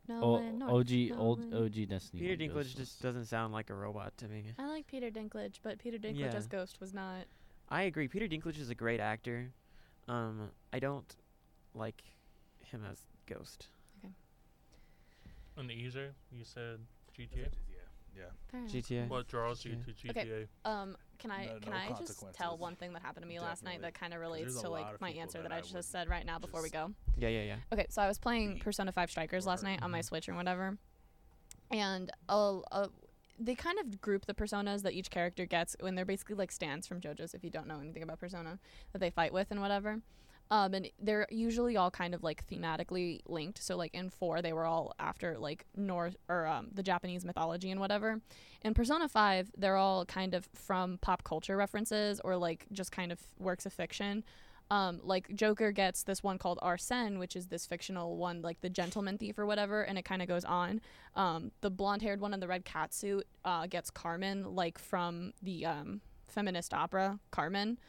Speaker 3: Oh, o-
Speaker 1: Nolan North.
Speaker 3: OG old
Speaker 1: Nolan.
Speaker 3: OG Destiny.
Speaker 2: Peter
Speaker 3: one
Speaker 2: Dinklage
Speaker 3: ghost
Speaker 2: just uh,
Speaker 3: was-
Speaker 2: doesn't sound like a robot to me.
Speaker 1: I like Peter Dinklage, but Peter Dinklage
Speaker 2: Yeah.
Speaker 1: as Ghost was not.
Speaker 2: I agree. Peter Dinklage is a great actor. Um, I don't like him as Ghost.
Speaker 4: and easier, you said GTA.
Speaker 5: That's what- yeah. Yeah.
Speaker 1: Fair enough.
Speaker 2: GTA.
Speaker 4: What draws you to
Speaker 1: Okay.
Speaker 4: GTA?
Speaker 1: Um, can I
Speaker 5: No-
Speaker 1: can
Speaker 5: no
Speaker 1: I just tell
Speaker 5: consequences.
Speaker 1: one thing that happened to me last night
Speaker 5: Definitely.
Speaker 1: that kind of
Speaker 5: 'Cause there's
Speaker 1: relates
Speaker 5: a
Speaker 1: to
Speaker 5: lot
Speaker 1: like
Speaker 5: of
Speaker 1: my
Speaker 5: people
Speaker 1: answer
Speaker 5: that
Speaker 1: that
Speaker 5: I
Speaker 1: I just
Speaker 5: would
Speaker 1: said right now before we
Speaker 5: just
Speaker 1: go?
Speaker 2: Yeah, yeah, yeah.
Speaker 1: Okay, so I was playing
Speaker 5: beat
Speaker 1: Persona 5 Strikers
Speaker 5: or
Speaker 1: last night on my
Speaker 2: Mhm.
Speaker 1: Switch or whatever. And uh, uh, they kind of group the personas that each character gets when they're basically like stands from JoJo's, if you don't know anything about Persona, that they fight with and whatever. Um, and they're usually all kind of like thematically linked. So like in four, they were all after like North or um, the Japanese mythology and whatever. In Persona Five, they're all kind of from pop culture references or like just kind of works of fiction. Um, like Joker gets this one called Arsene, which is this fictional one, like the gentleman thief or whatever, and it kind of goes on. Um, the blonde-haired one in the red cat suit uh, gets Carmen, like from the um, feminist opera Carmen.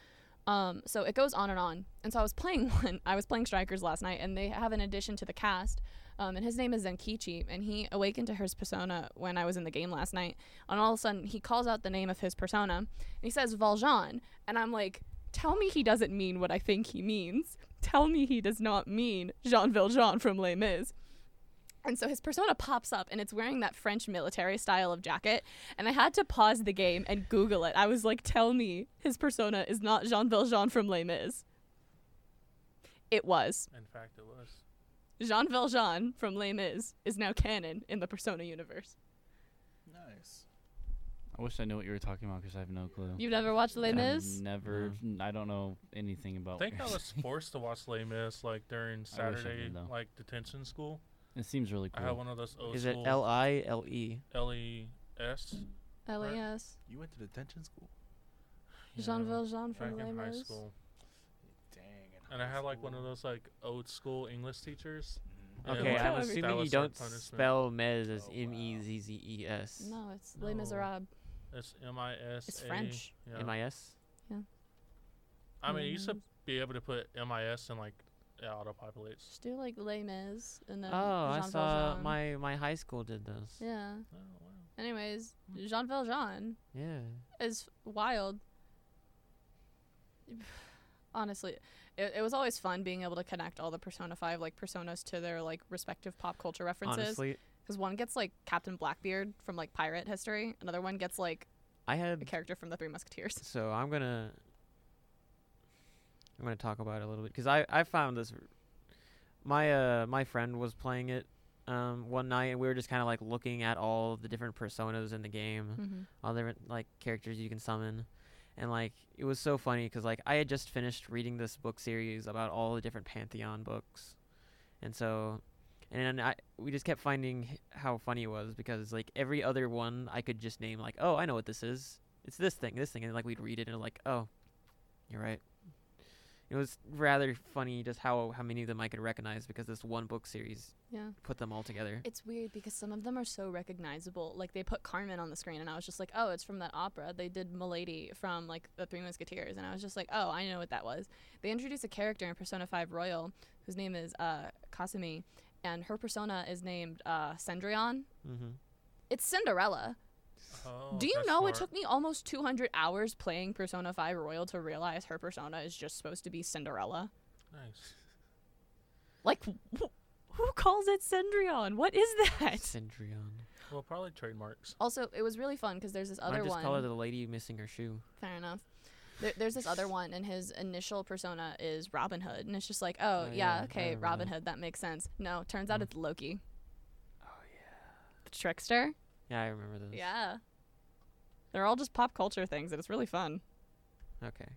Speaker 1: Um, so it goes on and on. And so I was playing one. I was playing Strikers last night, and they have an addition to the cast. Um, and his name is Zenkichi, and he awakened to his persona when I was in the game last night. And all of a sudden, he calls out the name of his persona, and he says Valjean. And I'm like, tell me he doesn't mean what I think he means. Tell me he does not mean Jean Valjean from Les Mis. And so his persona pops up and it's wearing that French military style of jacket. And I had to pause the game and Google it. I was like, tell me his persona is not Jean Valjean from Les Mis. It was.
Speaker 4: In fact, it was.
Speaker 1: Jean Valjean from Les Mis is now canon in the Persona universe.
Speaker 5: Nice.
Speaker 3: I wish I knew what you were talking about because I have no clue.
Speaker 1: You've never watched Les
Speaker 3: I've
Speaker 1: Mis?
Speaker 3: Never. I don't know anything about.
Speaker 4: I think I
Speaker 3: Les
Speaker 4: was
Speaker 3: Mis.
Speaker 4: forced to watch Les Mis like
Speaker 3: Oh.
Speaker 4: during
Speaker 3: I did,
Speaker 4: Saturday
Speaker 3: though.
Speaker 4: like detention school.
Speaker 3: It seems really
Speaker 4: I had
Speaker 3: cool.
Speaker 4: one of those old
Speaker 2: Is it
Speaker 4: school
Speaker 2: L I L E?
Speaker 4: L E S.
Speaker 1: LES.
Speaker 5: You went to detention school?
Speaker 1: Jean Valjean
Speaker 4: back
Speaker 1: from Les
Speaker 4: in high
Speaker 1: Mis.
Speaker 4: school,
Speaker 5: Dang.
Speaker 4: and I had like one of those like old school English teachers.
Speaker 5: Mm-hmm.
Speaker 4: Yeah,
Speaker 2: Okay,
Speaker 4: like,
Speaker 2: I'm
Speaker 4: that
Speaker 2: assuming you
Speaker 4: was their
Speaker 2: don't
Speaker 4: punishment.
Speaker 2: spell Mez as
Speaker 5: Oh,
Speaker 2: M E Z Z E S.
Speaker 1: No, it's Les
Speaker 4: No.
Speaker 1: Miserables.
Speaker 4: It's M I S.
Speaker 1: It's French.
Speaker 4: Yeah.
Speaker 2: M I S?
Speaker 4: I mean, you used to
Speaker 1: Mm-hmm.
Speaker 4: be able to put M I S and like it auto populates.
Speaker 1: Just do like Les Mis and
Speaker 2: Oh,
Speaker 1: then
Speaker 2: I
Speaker 1: Um, Jean
Speaker 2: saw
Speaker 1: Valjean.
Speaker 2: my my high school did those.
Speaker 1: Yeah.
Speaker 4: Oh wow.
Speaker 1: Anyways, Jean Valjean
Speaker 2: Yeah.
Speaker 1: is wild. Honestly, it, it was always fun being able to connect all the Persona 5 like personas to their like respective pop culture references
Speaker 2: Honestly,
Speaker 1: cuz one gets like Captain Blackbeard from like pirate history, another one gets like
Speaker 2: I
Speaker 1: a
Speaker 2: had
Speaker 1: character from the Three Musketeers.
Speaker 2: so I'm gonna I'm gonna talk about it a little bit because I I found this r- my uh my friend was playing it um one night and we were just kind of like looking at all the different personas in the game
Speaker 1: Mm-hmm.
Speaker 2: all the different like characters you can summon and like it was so funny because like i had just finished reading this book series about all the different pantheon books and so and i we just kept finding h- how funny it was because like every other one i could just name like oh i know what this is it's this thing this thing and like we'd read it and like oh you're right it was rather funny just how how many of them i could recognize because this one book series
Speaker 1: Yeah.
Speaker 2: put them all together
Speaker 1: It's weird because some of them are so recognizable. Like they put Carmen on the screen, and I was just like, "Oh, it's from that opera." They did Milady from like the Three Musketeers, and I was just like, "Oh, I know what that was." They introduced a character in Persona Five Royal whose name is uh, Kasumi, and her persona is named uh, Cendrillon.
Speaker 2: mm-hmm.
Speaker 1: It's Cinderella.
Speaker 4: Oh,
Speaker 1: Do you
Speaker 4: that's
Speaker 1: know
Speaker 4: smart.
Speaker 1: it took me almost 200 hours playing Persona 5 Royal to realize her persona is just supposed to be Cinderella?
Speaker 4: Nice.
Speaker 1: Like, wh- who calls it Cendrillon? What is that?
Speaker 2: Cendrillon.
Speaker 4: Well, probably trademarks.
Speaker 1: Also, it was really fun because there's this other
Speaker 2: I just
Speaker 1: one.
Speaker 2: call her the lady missing her shoe.
Speaker 1: Fair enough. There, there's this other one, and his initial persona is Robin Hood, and it's just like, oh,
Speaker 2: Oh,
Speaker 1: yeah,
Speaker 2: yeah, I
Speaker 1: okay,
Speaker 2: remember
Speaker 1: Robin
Speaker 2: that.
Speaker 1: Hood, that makes sense. No, turns out
Speaker 2: Mm.
Speaker 1: it's Loki. Oh yeah, the trickster.
Speaker 2: Yeah, I remember those.
Speaker 1: Yeah, they're all just pop culture things, and it's really fun.
Speaker 2: Okay.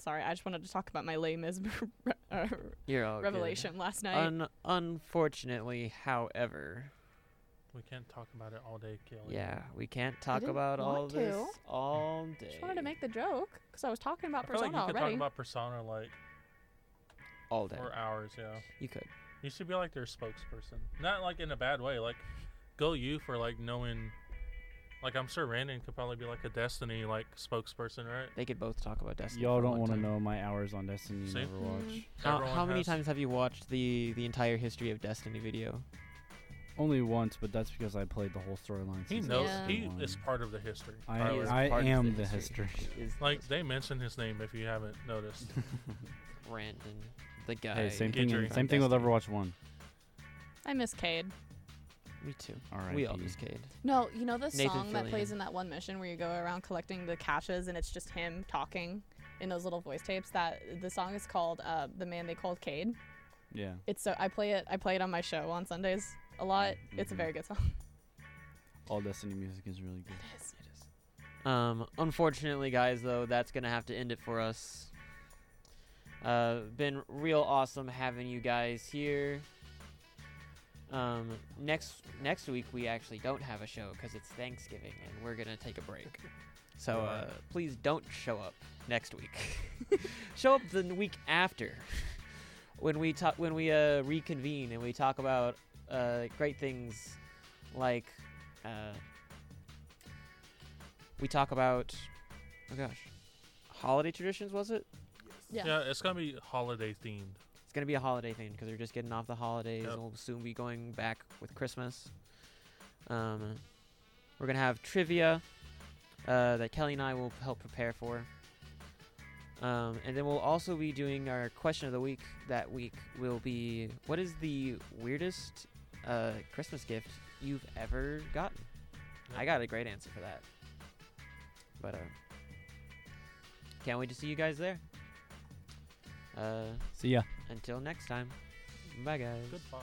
Speaker 1: Sorry, I just wanted to talk about my lame is re- uh,
Speaker 2: You're all good.
Speaker 1: revelation last night.
Speaker 2: Un- unfortunately, however,
Speaker 4: We can't talk about it all day, Kelly.
Speaker 2: yeah, we can't talk
Speaker 1: didn't
Speaker 2: about all
Speaker 1: want
Speaker 2: this
Speaker 1: to.
Speaker 2: all day.
Speaker 1: just wanted to make the joke because I was talking
Speaker 4: I
Speaker 1: about
Speaker 4: feel like
Speaker 1: persona
Speaker 4: you could
Speaker 1: already.
Speaker 4: talk about Persona like
Speaker 2: all day.
Speaker 4: for hours. Yeah.
Speaker 2: You could.
Speaker 4: You should be like their spokesperson. Not like in a bad way. Like, go you for like knowing. Like I'm sure Brandon could probably be like a Destiny like spespokesperson, right?
Speaker 2: They could both talk about Destiny. for
Speaker 3: Y'all
Speaker 2: a
Speaker 3: don't
Speaker 2: long
Speaker 3: want to
Speaker 2: time.
Speaker 3: know my hours on Destiny
Speaker 4: See?
Speaker 3: and Overwatch.
Speaker 2: How,
Speaker 4: Everyone
Speaker 2: how many
Speaker 4: has-
Speaker 2: times have you watched the the entire history of Destiny video?
Speaker 3: Only once, but that's because I played the whole storyline.
Speaker 4: He
Speaker 3: since
Speaker 4: knows.
Speaker 1: Yeah.
Speaker 4: He
Speaker 3: season one.
Speaker 4: is part of the history.
Speaker 3: I,
Speaker 4: Tyler.
Speaker 2: is
Speaker 3: I
Speaker 2: part of
Speaker 3: am
Speaker 2: the
Speaker 3: the
Speaker 2: history.
Speaker 3: history.
Speaker 2: Is
Speaker 4: like they mentioned his name if you haven't noticed.
Speaker 2: Brandon, the guy.
Speaker 3: Hey, same
Speaker 4: Get
Speaker 3: thing.
Speaker 4: your-
Speaker 3: in- Same thing with
Speaker 2: Destiny.
Speaker 3: Overwatch One.
Speaker 1: I miss Cade.
Speaker 2: Me too.
Speaker 3: All right.
Speaker 2: We all miss Cade.
Speaker 1: No, you know the
Speaker 2: Nathan
Speaker 1: song that
Speaker 2: Fillion.
Speaker 1: plays in that one mission where you go around collecting the caches and it's just him talking in those little voice tapes. That the song is called uh, "The Man They Called Cade."
Speaker 3: Yeah.
Speaker 1: It's so I play it. I play it on my show on Sundays a lot. It's a
Speaker 3: Mhm.
Speaker 2: Mm-hmm.
Speaker 1: very good song.
Speaker 3: All Destiny music is really good.
Speaker 2: Um, unfortunately, guys, though, that's gonna have to end it for us. Uh, been real awesome having you guys here. Um, next next week we actually don't have a show because it's Thanksgiving and we're gonna take a break. So uh, please don't show up next week. show up the week after when we talk when we uh, reconvene and we talk about uh, great things like uh, we talk about oh gosh holiday traditions was it
Speaker 1: Yeah.
Speaker 4: Yeah, it's gonna be holiday themed.
Speaker 2: it's gonna be a holiday thing because we're just getting off the holidays
Speaker 4: Yep.
Speaker 2: and we'll soon be going back with christmas um, we're gonna have trivia uh, that kelly and i will help prepare for um, and then we'll also be doing our question of the week that week will be what is the weirdest uh, christmas gift you've ever gotten i
Speaker 4: Yep.
Speaker 2: got a great answer for that but uh, can't wait to see you guys there uh,
Speaker 3: See ya.
Speaker 2: until next time, bye guys.
Speaker 4: Goodbye.